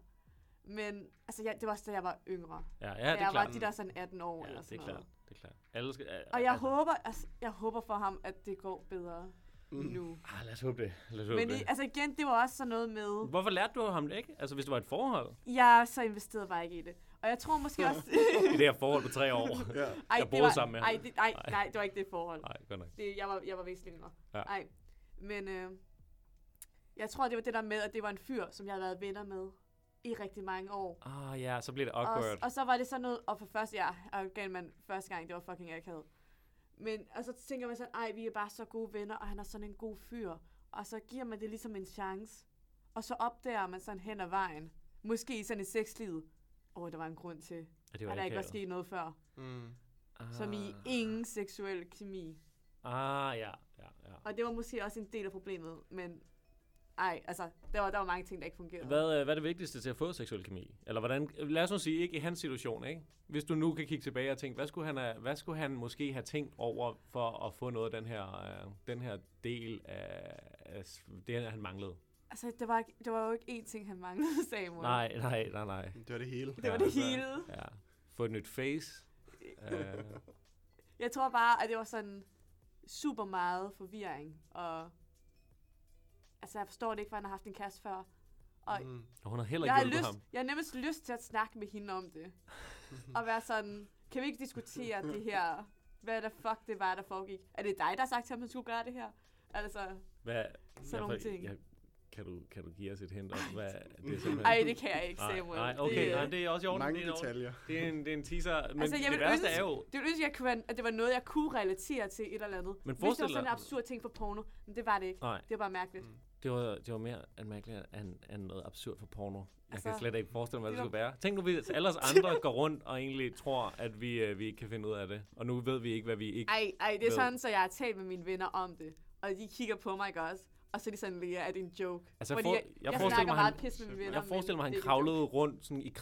Men altså, jeg, det var også, da jeg var yngre.
Ja, ja
da
det er
jeg
klart.
var de der sådan 18 år
ja,
eller
det
sådan
er
noget.
klart. Det er klart. Alle skal, ja,
Og jeg
altså.
håber, altså, jeg håber for ham, at det går bedre nu.
Ah, lad os håbe det. Lad os håbe
Men
det.
i, altså igen, det var også sådan noget med,
Hvorfor lærte du ham det ikke? Altså, hvis du var i et forhold
jeg så investerede bare ikke i det. Og jeg tror måske også...
i [laughs] det her forhold på tre år.
ja.
[laughs] ej,
Jeg
det
boede
var,
sammen med ham.
ej, det, ej,
Ej.
nej, det var ikke det forhold.
[laughs] Nej, godt nok.
Det, jeg var, jeg var væsentligt yngre.
Ja.
Nej, men øh, jeg tror, det var det der med, at det var en fyr, som jeg havde været venner med i rigtig mange år.
Ah ja, så bliver det
Og,
awkward.
og så var det sådan noget, og for første, ja, organmand første gang, det var fucking akavet. Men, og så tænker man sådan, ej, vi er bare så gode venner, og han er sådan en god fyr. Og så giver man det ligesom en chance. Og så opdager man sådan hen ad vejen. Måske i sådan et sexliv. Åh, oh, der var en grund til,
Ja, det
at der ikke var
akavet.
sket noget før.
Mm.
ah.
Som i ingen seksuel kemi.
Ah, ja, ja, ja.
Og det var måske også en del af problemet, men ej, altså, der var, der var mange ting, der ikke fungerede.
Hvad, øh, hvad er det vigtigste til at få seksuel kemi? Eller hvordan, lad os nu sige, ikke i hans situation, ikke? Hvis du nu kan kigge tilbage og tænke, hvad skulle han, have, hvad skulle han måske have tænkt over for at få noget af den her, øh, den her del af, af s- det, han manglede?
Altså, det var, ikke- det var jo ikke én ting, han manglede, Samuel.
Nej, nej, nej, nej.
Det var det hele.
Det var
Ja, altså.
det hele.
Ja. Få et nyt face. Øh,
Jeg tror bare, at det var sådan super meget forvirring, og altså, jeg forstår det ikke, for han har haft en kæreste før. Og
Mm.
hun har heller
jeg har,
ikke hjulpet ham.
lyst, jeg har nemmest lyst til at snakke med hende om det. og være sådan, kan vi ikke diskutere det her? Hvad der fuck det var, der foregik? Er det dig, der har sagt til ham, at han skulle gøre det her? Altså,
Hvad,
Sådan nogle ting.
Jeg, kan, du, kan du give os et hint om, hvad det er simpelthen?
ej, det kan jeg ikke,
nej,
Samuel.
nej, okay,
det, øh,
nej, det er også i orden.
Mange
det er i orden.
detaljer.
Det er en, det er en teaser, men
Altså, jeg
det
vil
værste
ønske-
er jo...
Det ville ønske, jeg kunne være, at det var noget, jeg kunne relatere til et eller andet.
Men
Hvis det var
forestil
sådan en
dig...
absurd ting for porno, men det var det ikke.
Nej,
Det var bare mærkeligt.
Mm.
det var, det var mere end mærkeligt end, end noget absurd for porno. Jeg altså,
Altså,
kan slet ikke forestille mig, hvad det
det
skulle være. Tænk nu, hvis
[laughs]
alle os andre går rundt og egentlig tror, at vi, øh, vi ikke kan finde ud af det. Og nu ved vi ikke, hvad vi ikke...
Ej, ej, det
Hvad?
er sådan, så jeg har talt med mine venner om det. Og de kigger på mig, ikke også? Og så er de sådan, Lea, er det en joke?
Altså, jeg for-
Fordi jeg,
jeg
jeg,
forestiller
snakker
mig, han-
meget pis med mine venner.
Jeg forestiller mig,
men
at
det er
han
ikke en
kravlede
joke.
rundt sådan i
[laughs]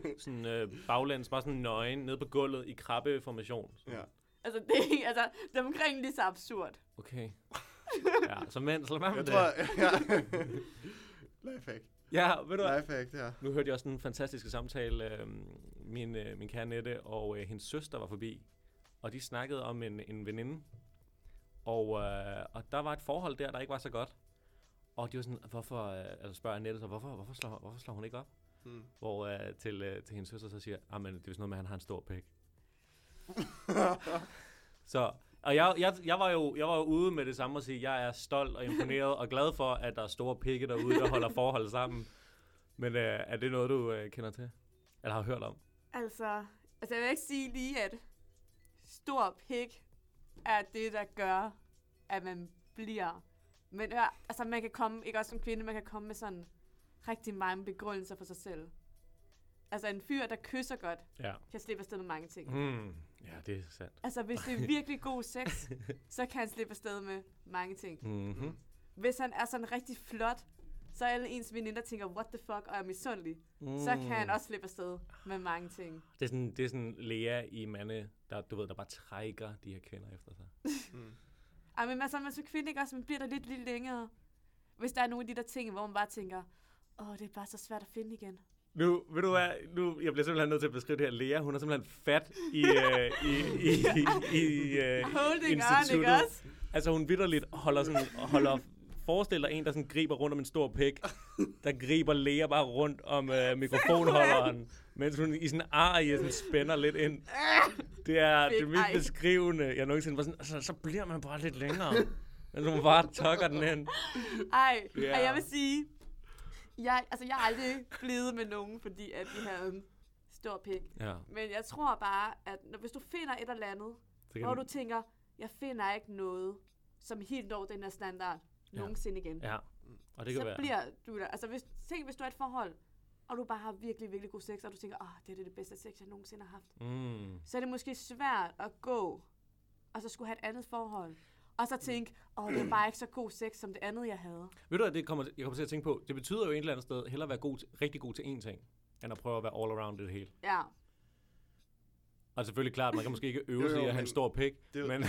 krabbe, sådan øh, baglæns, bare sådan nøgen, ned på gulvet i krabbeformation.
Ja.
Altså, det, er- altså, det er omkring lige så absurd.
Okay. Ja, så mænd, så lad være med
Jeg
det.
tror... [laughs] Ja. Lifehack.
Ja, ved du hvad?
Lifehack, det her.
Nu hørte jeg også en fantastisk samtale. Øh, min, øh, min kære Nette og øh, hendes søster var forbi, og de snakkede om en, en veninde. Og, øh, og der var et forhold der, der ikke var så godt. Og de var sådan, hvorfor, øh, altså spørger Nette så, hvorfor, hvorfor, slår, hvorfor slår hun ikke op?
Mm.
Hvor øh, til, øh, til hendes søster så siger, at det er vist noget med, at han har en stor pæk. så, og jeg, jeg, jeg, var jo, jeg var jo ude med det samme og sige, at jeg er stolt og imponeret og glad for, at der er store pikke derude, der holder forhold sammen. Men øh, er det noget, du øh, kender til? Eller har hørt om?
Altså, altså, jeg vil ikke sige lige, at stor pik er det, der gør, at man bliver. Men ja, altså, man kan komme, ikke også som kvinde, man kan komme med sådan rigtig mange begrundelser for sig selv. altså en fyr, der kysser godt,
Ja.
kan slippe afsted med mange ting.
Mm. Ja, det er sandt.
Altså, hvis det er virkelig god sex, så kan han slippe afsted med mange ting.
Mm-hmm.
Hvis han er sådan rigtig flot, så alle ens veninder tænker, what the fuck, og er misundelig.
Mm.
Så kan han også slippe afsted med mange ting.
Det er sådan, det er sådan Lea i Mande, der, du ved, der bare trækker de her kvinder efter sig.
Mm.
Ej, men altså, man som kvinde ikke også, man bliver der lidt, lidt længere. Hvis der er nogle af de der ting, hvor man bare tænker, åh, det er bare så svært at finde igen.
Nu, ved du hvad, nu, jeg bliver simpelthen nødt til at beskrive det her. Lea, hun er simpelthen fat i, øh, i, i, i, i øh,
Holding on, ikke
instituttet.
også?
Altså hun vidderligt holder sådan, holder, forestil dig en, der sådan griber rundt om en stor pik. Der griber Lea bare rundt om øh, mikrofonholderen, mens hun i sådan arie sådan spænder lidt ind. Det er
Fik
det mest
ej.
beskrivende, jeg nogensinde var sådan, altså, så bliver man bare lidt længere. Men hun bare tukker den ind.
Ej,
Ja.
yeah. og jeg vil sige, jeg, altså, jeg er aldrig blevet med nogen, fordi at vi havde en stor pik.
Ja,
Men jeg tror bare, at når, hvis du finder et eller andet,
så
hvor
kan
du tænker, jeg finder ikke noget, som helt når den her standard
Ja.
ja. nogensinde igen.
Ja, og det kan
så
være.
bliver du der. Altså, hvis, tænk, hvis du er i et forhold, og du bare har virkelig, virkelig god sex, og du tænker, åh, det er det, det bedste sex, jeg nogensinde har haft.
Mm.
Så er det måske svært at gå, og så skulle have et andet forhold. Og så tænke, åh, det er bare ikke så god sex, som det andet, jeg havde.
Ved du hvad, det kommer, jeg kommer til at tænke på, det betyder jo et eller andet sted, hellere være god, til- rigtig god til én ting, end at prøve at være all around i det hele.
Ja.
Og selvfølgelig klart, man kan måske ikke øve
Jo,
sig i
jo,
at have en
men
stor pik,
det er jo-
men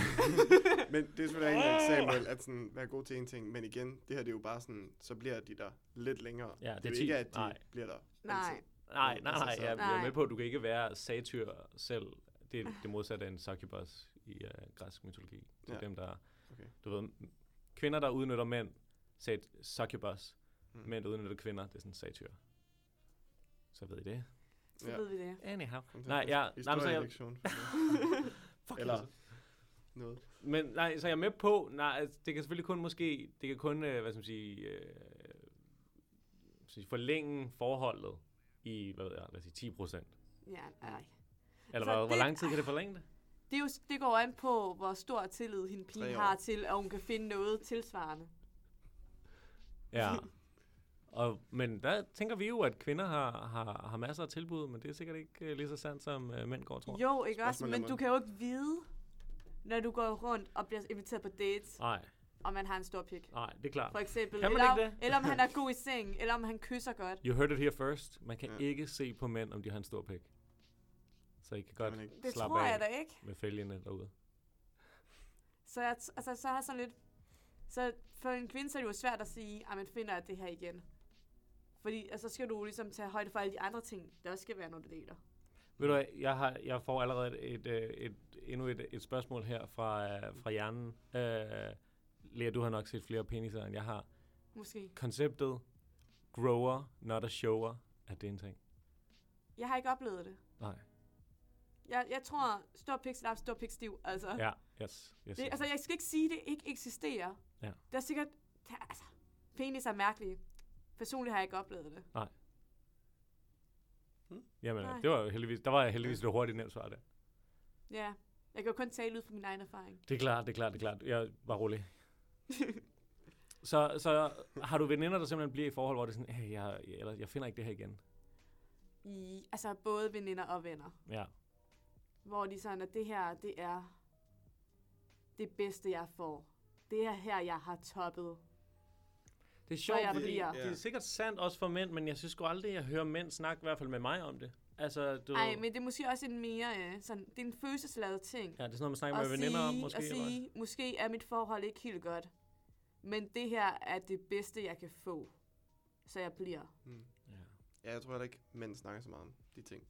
Men det er selvfølgelig ikke Samuel, at sådan, være god til en ting, men igen, det her det er jo bare sådan, så bliver de der lidt længere.
Ja, det er
jo
ti-
ikke, at de
nej.
bliver der.
Nej.
altid.
Nej,
Mm,
nej,
altså,
nej.
så-
Jeg jeg er
Nej. Ah.
med på, at du kan ikke være satyr selv. Det er det modsatte af en succubus i øh, græsk mytologi. Det er
Ja.
dem, der...
Okay.
Du ved, m- kvinder, der udnytter mænd, sagde succubus.
Mm.
Mænd, der udnytter kvinder, det er sådan satyr. Så ved I det.
Så
Ja.
ved vi det.
Anyhow.
Fantastisk.
Nej, ja, nej, men så er jeg,
Historielektion.
fuck, altså.
Eller-
eller,
Noget.
men nej, så er jeg med på, nej, altså, det kan selvfølgelig kun måske, det kan kun, øh, hvad skal man sige, øh, hvad skal man sige, forlænge forholdet i, hvad ved jeg, lad os sige, 10 procent.
Ja, nej.
Eller hvor, hvor
Så Altså, det-
lang tid kan det forlænge det?
Det, er jo, det går an på, hvor stor tillid hende pige
Tre år.
har til, at hun kan finde noget tilsvarende.
Ja. Og, men der tænker vi jo, at kvinder har, har, har masser af tilbud, men det er sikkert ikke øh, lige så sandt, som øh, mænd går og tror.
Jo, ikke også?
Spørgsmålet
Men
er,
du
om-
kan jo ikke vide, når du går rundt og bliver inviteret på dates,
Nej,
om man har en stor pik.
nej, det er klart.
For eksempel.
Kan man
eller,
ikke det?
eller om han [laughs] er god i seng, eller om han kysser godt.
You heard it here first. Man kan
Ja.
ja. ikke se på mænd, om de har en stor pik. Så I kan godt
man
kan
Det
slappe
tror
af
jeg da ikke.
med fælgene derude.
Så, jeg, t- altså, så har jeg sådan lidt... Så for en kvinde så er det jo svært at sige, at man finder jeg det her igen. Fordi altså, så skal du ligesom tage højde for alle de andre ting, der også skal være, når du deler.
Ved du hvad, jeg, har, jeg får allerede et, øh, et, endnu et, et spørgsmål her fra, øh, fra hjernen. Øh, Lea, du har nok set flere peniser, end jeg har.
Måske.
Konceptet grower, not a shower, er det en ting?
Jeg har ikke oplevet det.
Nej.
Jeg, jeg tror, stor pik slap, stor pik stiv. Altså,
Ja, yes. yes yes.
det, altså, jeg skal ikke sige, at det ikke eksisterer.
Ja.
Der er sikkert... Der, er- altså, penis er mærkelige. Personligt har jeg ikke oplevet det.
Jamen,
Nej.
det var jo heldigvis, der var jeg heldigvis lidt hurtigt nemt svar der.
Ja. Jeg kan jo kun tale ud fra min egen erfaring.
Det er klart, det er klart, det er klart. Jeg var rolig.
[laughs]
så, så har du veninder, der simpelthen bliver i forhold, hvor det er sådan, hey, jeg, eller, jeg finder ikke det her igen.
I, altså, både veninder og venner.
Ja.
hvor de sådan, at det her, det er det bedste, jeg får. Det er her, jeg har toppet.
Det er
sjovt,
sjovt,
jeg
fordi
bliver.
det er sikkert sandt også for mænd, men jeg synes sgu aldrig, jeg hører mænd snakke, i hvert fald med mig om det. Altså, du
Nej, men det er måske også en mere, øh, sådan, det er en følelsesladet ting.
Ja, det er sådan noget, man snakker
at
med veninder om,
sige,
måske.
at
eller hvad?
sige, måske er mit forhold ikke helt godt, men det her er det bedste, jeg kan få, så jeg bliver.
Mm.
Ja.
Ja, jeg tror heller ikke, mænd snakker så meget om de ting.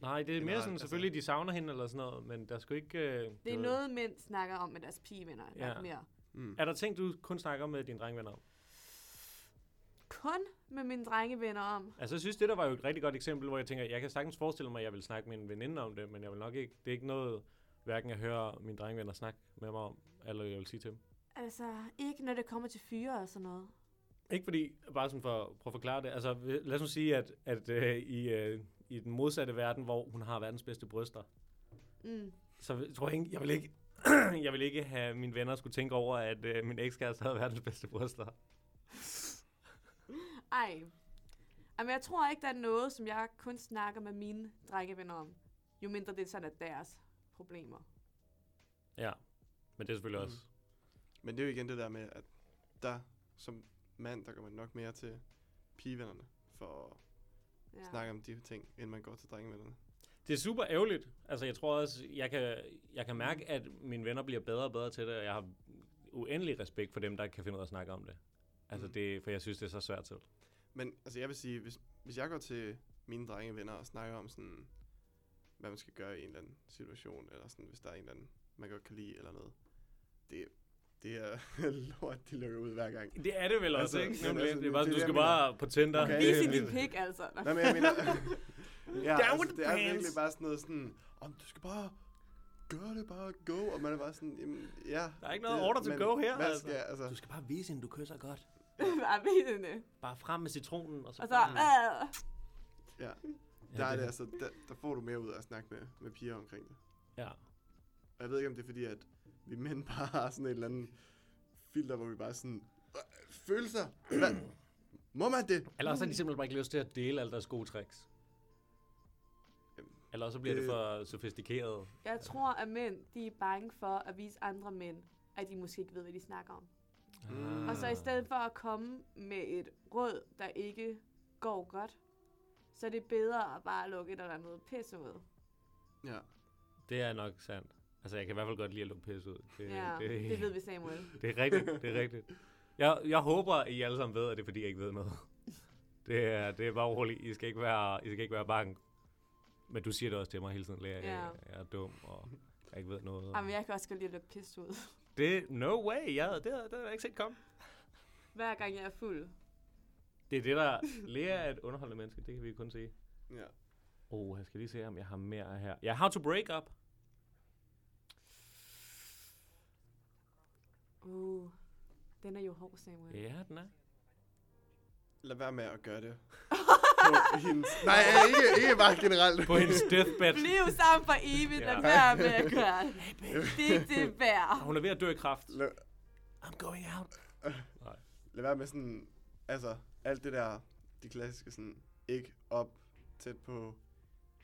Nej, det er mere
Generelt,
sådan,
altså-
selvfølgelig, de savner hende eller sådan noget, men der skulle ikke... Øh, du
Det er
ved-
noget, mænd snakker om med deres pigevenner,
Ja.
ja. mere.
Mm.
Er der ting, du kun snakker med dine drengevenner om?
Kun med mine drengevenner om.
Altså, jeg synes, det der var jo et rigtig godt eksempel, hvor jeg tænker, jeg kan sagtens forestille mig, at jeg vil snakke med en veninde om det, men jeg vil nok ikke, det er ikke noget, hverken jeg hører mine drengevenner snakke med mig om, eller jeg vil sige til dem.
Altså, ikke når det kommer til fyre og sådan noget.
Ikke fordi, bare sådan for, prøv at forklare det, altså lad os nu sige, at, at øh, i, øh, i den modsatte verden, hvor hun har verdens bedste bryster,
Mm.
så vil- tror jeg ikke, jeg vil ikke, [clears throat] jeg vil ikke have mine venner skulle tænke over, at øh, min ekskæreste havde verdens bedste bryster.
Ej. Jamen, jeg tror ikke, der er noget, som jeg kun snakker med mine drengevenner om. Jo mindre det sådan er deres problemer.
Ja, men det er selvfølgelig
Mhm.
også...
Men det er jo igen det der med, at der som mand, der går man nok mere til pigevennerne for at ja.
Ja.
snakke om de ting, end man går til drengevennerne.
Det er super ærgerligt. Altså, jeg tror også, jeg kan, jeg kan mærke, at mine venner bliver bedre og bedre til det, og jeg har uendelig respekt for dem, der kan finde ud af at snakke om det. Altså,
Mm.
det, for jeg synes, det er så svært til.
Men altså, jeg vil sige, hvis, hvis jeg går til mine drengevenner og snakker om sådan, hvad man skal gøre i en eller anden situation, eller sådan, hvis der er en eller anden, man godt kan lide eller noget, det, det er [laughs] lort, de lukker ud hver gang.
Det er det vel
også,
også,
Altså, ikke?
ikke?
men
Nemlig,
altså,
det er bare,
det er
du
det,
skal
jeg
bare på Tinder.
Okay.
Det er
Vise din
mit-
pik, altså. Nå.
[laughs]
Nej, men jeg mener...
[laughs] Down
ja, altså,
with the
det er
pants.
virkelig bare sådan noget sådan, om du skal bare gøre det, bare go, og man er bare sådan, jamen, ja.
Der er ikke noget
det-
order to
men
go her,
Hvad
altså.
skal jeg, altså?
Du skal bare vise hende, du kysser godt.
Bare ved det. nu.
Bare frem med citronen, og så... Mm.
Og
Altså,
så, øh,
Ja,
Ja,
der er
det-
det altså, der, der får du mere ud af at snakke med, med piger omkring det.
Ja.
Og jeg ved ikke, om det er fordi, at vi mænd [laughs] bare har sådan et eller andet filter, hvor vi bare sådan, "Øh, følelser, hvad? Må man det?
Eller også har de simpelthen bare ikke lyst til at dele alle deres gode tricks. Eller også bliver det,
det-
for sofistikeret.
Jeg tror, at mænd de er bange for at vise andre mænd, at de måske ikke ved, hvad de snakker om.
Mm.
Mm. Og så
Ah.
i stedet for at komme med et råd, der ikke går godt, så er det bedre at bare lukke et eller andet pisse ud.
Ja,
Det er nok sandt. Altså, jeg kan i hvert fald godt lide at lukke pisse ud. Det,
Ja,
det,
det ved vi, Samuel.
Det er rigtigt, det er rigtigt. Jeg, jeg håber, I alle sammen ved, at det er, fordi jeg ikke ved noget. Det er, det er bare roligt. I skal ikke være, I skal ikke være bange. Men du siger det også til mig hele tiden, Lea.
Ja.
Jeg, jeg er dum, og jeg ikke ved noget.
jamen, jeg kan også godt lide at lukke pis ud.
Det, no way, jeg, det, havde- det havde jeg ikke set komme.
[laughs] Hver gang jeg er fuld.
Det er det, der... Lea er et underholdende menneske, det kan vi kun sige.
ja.
Oh, jeg skal lige se, om jeg har mere her. Jeg har to break up.
Uh, den er jo hård, Samuel.
Ja, den er.
Lad være med at gøre det. på hendes, [laughs] nej, ikke, ikke bare generelt.
På hendes deathbed.
Bliv sammen for evigt,
Ja.
og vær med at gøre det. Det er ikke det værd.
Hun er ved at dø i kraft.
Lad,
I'm going out.
lad være med sådan, altså, alt det der, de klassiske sådan, ikke op tæt på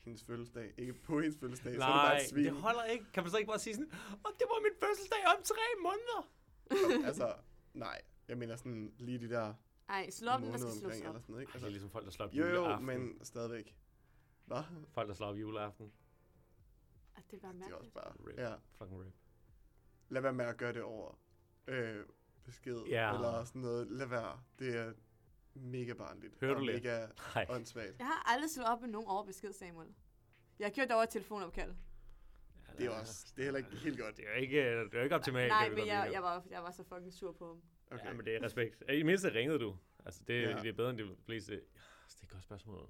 hendes fødselsdag, ikke på hendes fødselsdag, så er det bare
Nej,
et svin.
det holder ikke. Kan man så ikke bare sige sådan, og det var min fødselsdag om tre måneder.
altså, nej, jeg mener sådan lige de der
Ej, slå op, den, der
måneder
skal slås
omkring,
op.
eller sådan noget, ikke?
Altså, det er
Altså,
ligesom folk, der slår op
jo, jo,
juleaften.
men stadigvæk. Hvad?
Folk, der slår op juleaften.
Ej, det var
Det er også
mærkeligt.
bare,
Rip.
ja.
Fucking rip.
Lad være med at gøre det over øh, besked,
Ja.
eller sådan noget. Lad være. Det er mega barnligt.
Hører
og
du, Lea?
mega
Nej.
åndssvagt.
Jeg har aldrig slået op med nogen over besked, Samuel.
Jeg har gjort det over et telefonopkald.
Det er også, det er heller ikke helt godt.
Det er jo ikke, øh, det er jo ikke optimalt.
Nej,
kan
men
vi godt
jeg,
blive
jeg, var, jeg var så fucking sur på ham.
enige om.
Okay.
Ja, men det er respekt. I det mindste ringede du. Altså, det,
Ja.
ja. det er bedre end de fleste. Altså, det er et godt spørgsmål.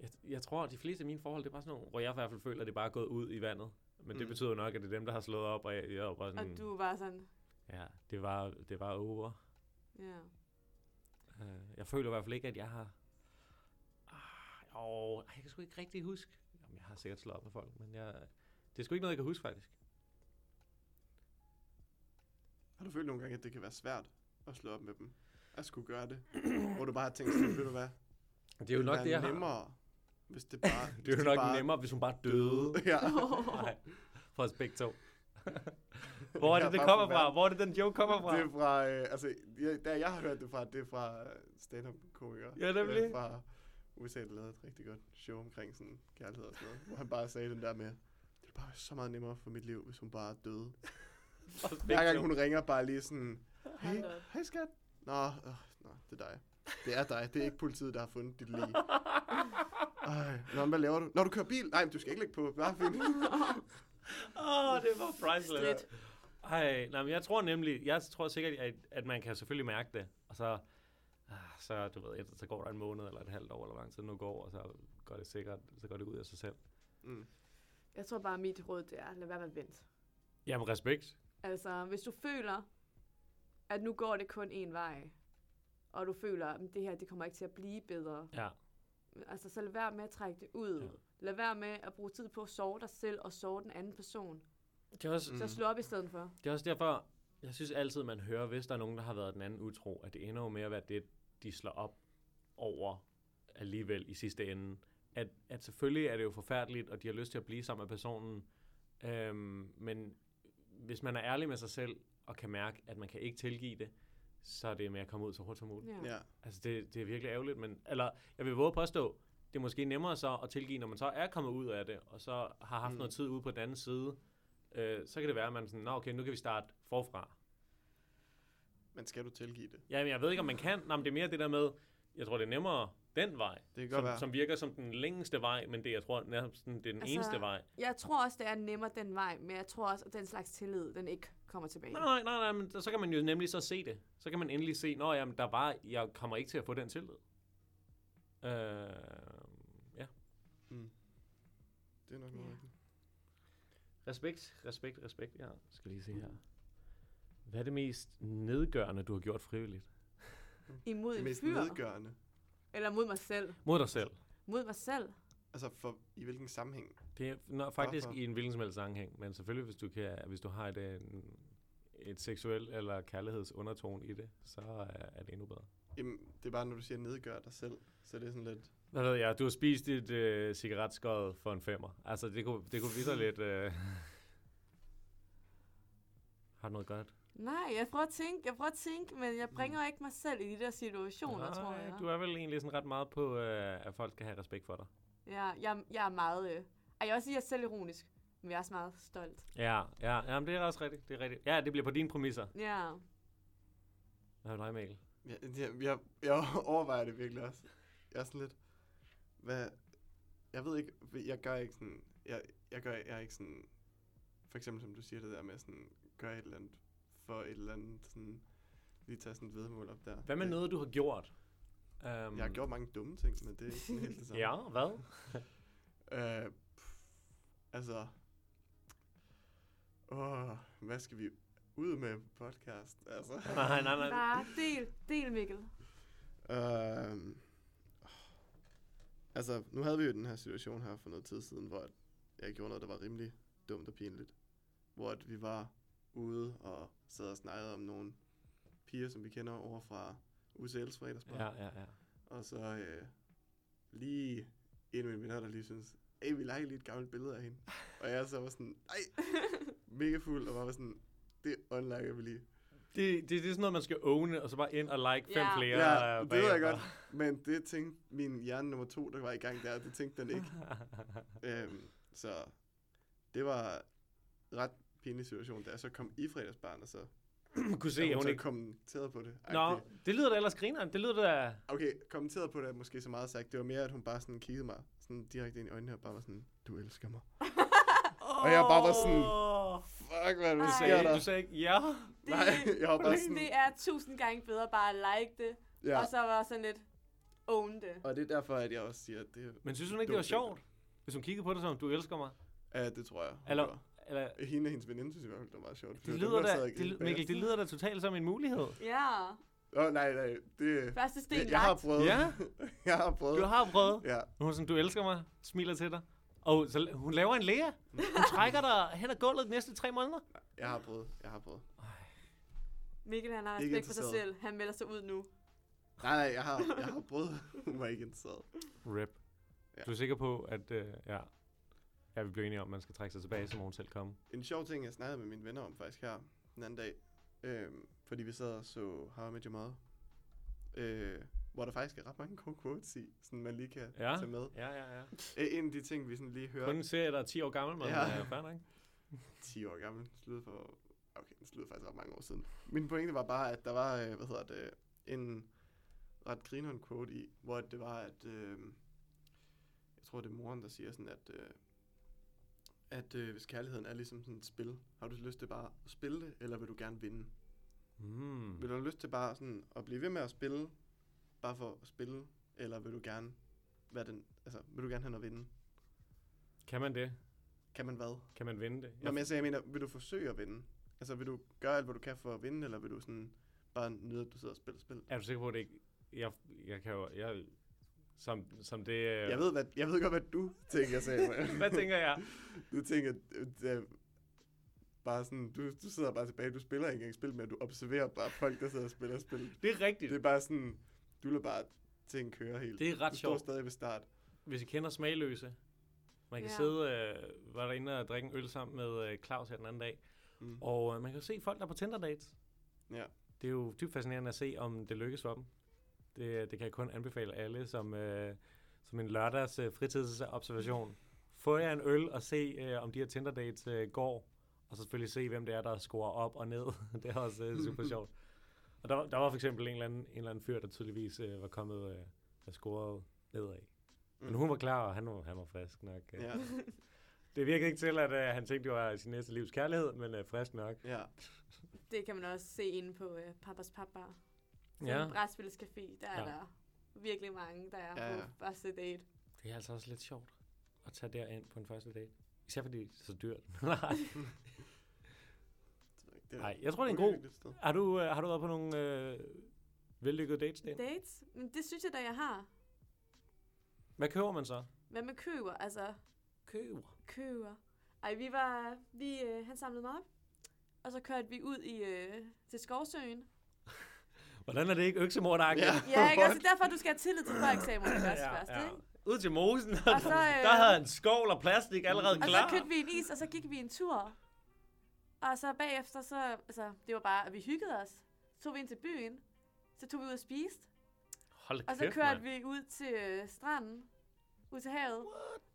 Jeg, jeg tror, at de fleste af mine forhold, det er bare sådan nogle, hvor jeg i hvert fald føler, at det bare er gået ud i vandet. Men det
Mm.
betyder jo nok, at det er dem, der har slået op, og jeg, jeg er bare
Og
sådan,
du var sådan,
ja, det var, det var over.
ja.
Øh, jeg føler i hvert fald ikke, at jeg har... Ah, åh, ej, jeg kan sgu ikke rigtig huske. Jamen, jeg har sikkert slået op med folk, men jeg... det er sgu ikke noget, jeg kan huske, faktisk.
Har du følt nogle gange, at det kan være svært at slå op med dem? At skulle gøre det? [clears throat] Hvor du bare har tænkt sådan, ved du hvad?
Det er jo
ville
nok
være
det, jeg har.
nemmere, hvis det bare...
[laughs] Det er jo nok bare... nemmere, hvis hun bare [laughs]
[laughs]
døde.
ja.
Nej, for os begge to. Hvor er
Jeg
det, det
bare
kommer
kunne være-
fra? Hvor er det, den joke kommer fra?
Det er fra, øh, altså, ja, der jeg har hørt det fra, det er fra øh, stand-up-komikere.
Ja, nemlig.
Øh, Fra USA, der lavede et rigtig godt show omkring sådan kærlighed og sådan noget, hvor han bare sagde den der med, det er bare så meget nemmere for mit liv, hvis hun bare er døde.
For os begge
Hver gang
to.
hun ringer bare lige sådan, hey,
Hold op.
hej skat. Nå, øh, nå, det er dig. Det er dig, det er ikke politiet, der har fundet dit lige. Ej, nå, men hvad laver du? Når du kører bil? Nej, men du skal ikke lægge på. Bare fint.
[laughs] Åh, oh, det var priceless.
Stridt.
Ej, nej, men jeg tror nemlig, jeg tror sikkert, at, at man kan selvfølgelig mærke det, og så, ah, så, du ved, efter- så går der en måned eller et halvt år, eller hvor lang tid det nu går, og så går det sikkert, så går det ud af sig selv.
Mm.
Jeg tror bare, mit råd det er, lad være med at vente.
Jamen, respekt.
Altså, hvis du føler, at nu går det kun én vej, og du føler, at det her det kommer ikke til at blive bedre,
Ja.
altså, så lad være med at trække det ud.
Ja.
Ja. Lad være med at bruge tid på at sove dig selv og sove den anden person. Mm.
Det er, også,
Så slå op i stedet for.
det er også derfor, jeg synes altid, man hører, hvis der er nogen, der har været den anden utro, at det ender jo med at være det, de slår op over, alligevel i sidste ende. At, at selvfølgelig er det jo forfærdeligt, og de har lyst til at blive sammen med personen, øhm, men hvis man er ærlig med sig selv, og kan mærke, at man kan ikke tilgive det, så er det med at komme ud så hurtigt som muligt.
Ja.
Ja.
Altså, det, det er virkelig ærgerligt, men... Eller, jeg vil våge at påstå, det er måske nemmere så at tilgive, når man så er kommet ud af det, og så har haft
Mm.
mm. noget tid ude på den anden side. Øh, så kan det være, at man sådan, nå okay, nu kan vi starte forfra.
Men skal du tilgive det?
Ja, men jeg ved ikke, om man kan. Nå, men det er mere det der med, jeg tror, det er nemmere den vej,
Det kan godt
som,
være.
som virker som den længste vej, men det, jeg tror, nærmest sådan, det er den
Altså-
altså, eneste vej.
Jeg tror også, det er nemmere den vej, men jeg tror også, at den slags tillid, den ikke kommer tilbage.
Nej, nej, nej, nej, men så kan man jo nemlig så se det. Så kan man endelig se, nå jamen, der var, jeg kommer ikke til at få den tillid. Øh, ja.
Mm. Det er nok meget
Ja.
rigtigt.
Respekt, respekt, respekt. Ja, skal lige se her. Hvad er det mest nedgørende, du har gjort frivilligt?
Imod
Det
en
mest
fyr.
nedgørende.
Eller mod mig selv.
Mod dig selv.
Mod mig selv.
Altså, for, i hvilken sammenhæng?
Det er når, faktisk
Hvorfor?
i en hvilken som helst sammenhæng, men selvfølgelig, hvis du, kan, hvis du har et, øh, en, et seksuel eller kærlighedsundertone i det, så er, er det endnu bedre.
Jamen, det er bare, når du siger nedgør dig selv, så er det sådan lidt...
Hvad ved jeg, du har spist et øh, cigaretskod for en femmer. Altså, det kunne, det kunne videre lidt... Øh... Har du noget godt?
Nej, jeg prøver at tænke, jeg prøver at tænke, men
Mm.
jeg bringer ikke mig selv i de der situationer, Nej, tror jeg.
du er vel egentlig sådan ret meget på, øh, at folk skal have respekt for dig.
Ja, jeg, jeg er meget... Øh... Ej, jeg vil også sige, at jeg er selvironisk, men jeg er også meget stolt.
Ja, ja, jamen, det er også rigtigt. Det er rigtigt. Ja, det bliver på dine præmisser.
Ja.
Hvad med dig, Mikkel?
Jeg, jeg, jeg, jeg [laughs] overvejer det virkelig også. Jeg er sådan lidt... Hvad... Jeg ved ikke... Jeg gør ikke sådan... Jeg, jeg gør jeg er ikke sådan... For eksempel, som du siger det der med sådan... Gør et eller andet for et eller andet sådan... Lige tage sådan et vedmål op der.
Hvad med
Jeg-
noget, du har gjort? Um,
Jeg har gjort mange dumme ting, men det er ikke sådan helt det samme.
[laughs] Ja, hvad?
Øh, pff, altså... Åh, hvad skal vi ud med på podcast? Altså...
[laughs] nej, nej, nej.
Bare del, del Mikkel.
Øhm, altså, nu havde vi jo den her situation her for noget tid siden, hvor at jeg gjorde noget, der var rimelig dumt og pinligt. Hvor at vi var ude og sad og snakkede om nogle piger, som vi kender over fra UCL's fredagsbar.
Ja, ja, ja.
Og så øh, lige en af mine venner, der lige synes, hey, vi leger lige et gammelt billede af hende. og jeg så var sådan, nej, mega fuld, og bare var sådan, det unliker vi lige.
Det, det, det er sådan noget, man skal åne, og så bare ind og like fem
Ja.
flere.
Ja,
øh,
det ved jeg
bagefter.
godt. Men det tænkte min hjerne nummer to, der var i gang der, det tænkte den
[laughs]
ikke. øhm, så det var en ret pinlig situation, da jeg så kom i fredagsbarn, og så,
[laughs] Kunne se,
at
at
hun
hun
så
ikke...
kommenterede på det.
Nå,
agtigt.
det lyder da ellers grineren. Det lyder da...
Okay, kommenterede på det er måske så meget sagt. Det var mere, at hun bare sådan kiggede mig sådan direkte ind i øjnene og bare var sådan, du elsker mig. og jeg bare var sådan,
Åh,
fuck, hvad er det,
Ej.
der
du,
sker
sagde,
der?
du sagde ikke ja.
Det,
[laughs] Nej, jeg var bare sådan,
det er tusind gange bedre bare at like det, ja.
ja.
og så var sådan lidt own det.
Og det er derfor, at jeg også siger, at det,
Men synes hun ikke, det var sjovt? Hvis hun kiggede på det som, du elsker mig?
ja, det tror jeg. hun
Eller-
gjorde.
Eller,
Hende og hendes veninde synes i hvert fald, det var meget sjovt. for
det
var dem,
lyder
der sad
da,
og
det,
grinede
ly- Mikkel, det
bagefter.
lyder da totalt som en mulighed.
Ja,
Åh, oh, nej, nej, det...
første sten
Jeg,
lagt.
jeg har prøvet.
Ja.
[laughs] jeg har prøvet.
Du har prøvet.
Ja.
Hun er sådan, du elsker mig, smiler til dig. Og så, la- hun laver en læge. [laughs] Hun trækker dig hen ad gulvet de næste tre måneder.
Jeg har prøvet. Jeg har prøvet.
Mikkel han har
Ikke
respekt for sig
interesseret.
selv. Han melder sig ud nu.
Nej, nej, jeg har, jeg har prøvet. [laughs] Hun var ikke interesseret.
Rip.
Ja.
Ja. Du er sikker på, at øh, ja. ja, vi blev enige om, at man skal trække sig tilbage, som hun selv kom.
En sjov ting, jeg snakkede med mine venner om faktisk her den anden dag. Øhm, fordi vi sad og så How I Met Your Mother. Øh, hvor der faktisk er ret mange gode quotes i, sådan man lige kan
Ja.
tage med.
Ja, ja, ja.
Øh, en af de ting, vi sådan lige hører,
Kun en serie, der er 10 år gammel, men
Ja.
ja. er fair nok.
10 år gammel, sluttede for, okay, den sluttede faktisk ret mange år siden. Min pointe var bare, at der var, øh, hvad hedder det, en ret grineren quote i, hvor det var, at, øh, jeg tror, det er moren, der siger sådan, at, øh, at øh, hvis kærligheden er ligesom sådan et spil, har du lyst til bare at spille det, eller vil du gerne vinde?
Mm.
Vil du have lyst til bare sådan at blive ved med at spille, bare for at spille, eller vil du gerne være den, altså, vil du gerne hen og vinde?
Kan man det?
Kan man hvad?
Kan man vinde det?
Nå, men jeg, sagde, jeg mener, vil du forsøge at vinde? Altså, vil du gøre alt, hvad du kan for at vinde, eller vil du sådan bare nyde, at du sidder og spiller spil?
Er du sikker på, at det ikke... Jeg, jeg kan jo... Jeg, som, som det... øh,
Jeg ved, hvad, jeg ved godt, hvad du tænker, sagde
[laughs] Hvad tænker jeg?
Du tænker, øh, det er bare sådan, du, du sidder bare tilbage, du spiller ikke engang spil, men du observerer bare folk, der sidder og spiller spil.
[laughs] Det er rigtigt.
Det er bare sådan, du lader bare ting kører helt.
Det er ret
du står
sjovt.
stadig ved start.
Hvis I kender smagløse, man kan
Ja.
ja. sidde, øh, var derinde og drikke en øl sammen med øh, Claus her den anden dag,
Mm.
og øh, man kan jo se folk, der er på Tinder-dates.
Ja.
Det er jo dybt fascinerende at se, om det lykkes for dem. Det, det kan jeg kun anbefale alle som, øh, som en lørdags øh, fritidsobservation. Få jer en øl og se, øh, om de her Tinder-dates øh, går, og så selvfølgelig se, hvem det er, der scorer op og ned. [laughs] det er også øh,
[laughs]
super sjovt. Og der, var- der var for eksempel en eller anden, en eller anden fyr, der tydeligvis øh, var kommet øh, og scoret nedad. Men hun var klar, og han var, han var frisk nok. øh.
Mm. Ja,
Det virkede ikke til, at øh, han tænkte, det var sin næste livs kærlighed, men øh, frisk nok.
ja.
Det kan man også se inde på øh, Papas Papa. Ja.
Ja.
Brætspillets Café, der er ja.
Ja.
der virkelig mange, der er
Ja,
ja.
ja.
på første date.
Det er altså også lidt sjovt at tage derind på en første date. Især fordi det er så dyrt. [laughs] Nej,
Det
Nej, jeg tror, det er en god...
uhyggeligt sted.
Har du, øh, har du været på nogle øh, vellykkede dates, Dan?
Dates? Men det synes jeg da, jeg har.
Hvad køber man så?
Hvad med køber? Altså,
Køber.
køber. Ej, vi var... Vi, øh, han samlede mig op, og så kørte vi ud i, øh, til Skovsøen.
Hvordan er det ikke øksemordagtigt?
Ja.
Ja, ikke? Altså, derfor du skal have tillid til folk, sagde Monika også
Ja,
først,
ja.
ikke?
Ud til mosen.
Og så, øh,
[laughs] Der havde en skovl og plastik allerede
Og så
klar.
købte vi en is, og så gik vi en tur. Og så bagefter, så, altså, det var bare, at vi hyggede os. Så tog vi ind til byen, så tog vi ud og spiste,
Hold
og så kørte vi ud til øh, stranden, ud til havet,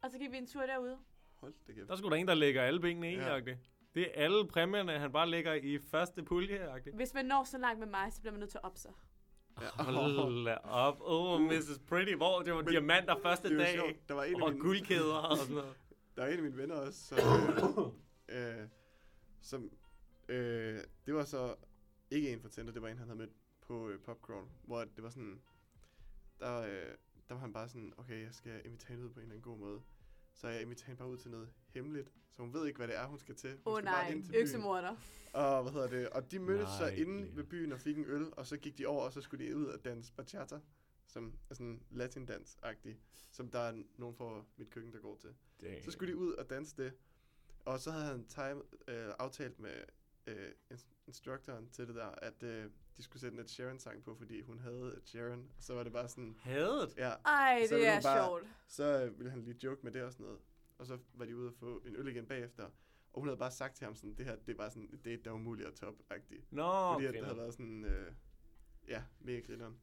og så gik vi en tur derude.
Hold da kæft.
Der skulle der en, der lægger alle benene i,
Ja.
ja. Det er alle præmierne, han bare lægger i første pulje, agtigt.
Hvis man når så langt med mig, så bliver man nødt til at opse.
Ja.
Hold da op. Oh, Mrs. Pretty. Hvor det var
Men
diamanter første
Det er
dag.
jo sjovt. Der var en af
Og
mine-
guldkæder og sådan noget.
Der er en af mine venner også, som... øh, øh, som øh, det var så ikke en fra Tinder, det var en, han havde mødt på øh, Popcorn, hvor det var sådan... Der, øh, der var han bare sådan, okay, jeg skal invitere hende ud på en eller anden god måde. Så jeg inviterer hende bare ud til noget hemmeligt, så hun ved ikke, hvad det er, hun skal til. Hun
Åh oh,
skal bare
nej,
ind til byen.
øksemorder.
Og hvad hedder det? Og de mødtes så
Nej,
inde
Lea.
ved byen og fik en øl, og så gik de over, og så skulle de ud og danse bachata, som er sådan latindans-agtig, som der er nogen fra mit køkken, der går til. Så skulle de ud og danse det, og så havde han time, øh, aftalt med øh, ins- instructoren til det der, at øh, de skulle sætte en Ed Sheeran-sang på, fordi hun havde Ed Sheeran, og så var det bare sådan,
Hadet.
ja,
Ej,
Så vil
det er
hun bare-
sjovt.
så øh, ville han lige joke med det og sådan noget. Og så var de ude og få en øl igen bagefter, og hun havde bare sagt til ham sådan, det her, det var sådan en date, der er umuligt at top-agtigt.
Nå,
Fordi at
okay.
det havde været sådan, øh, ja, mega grineren.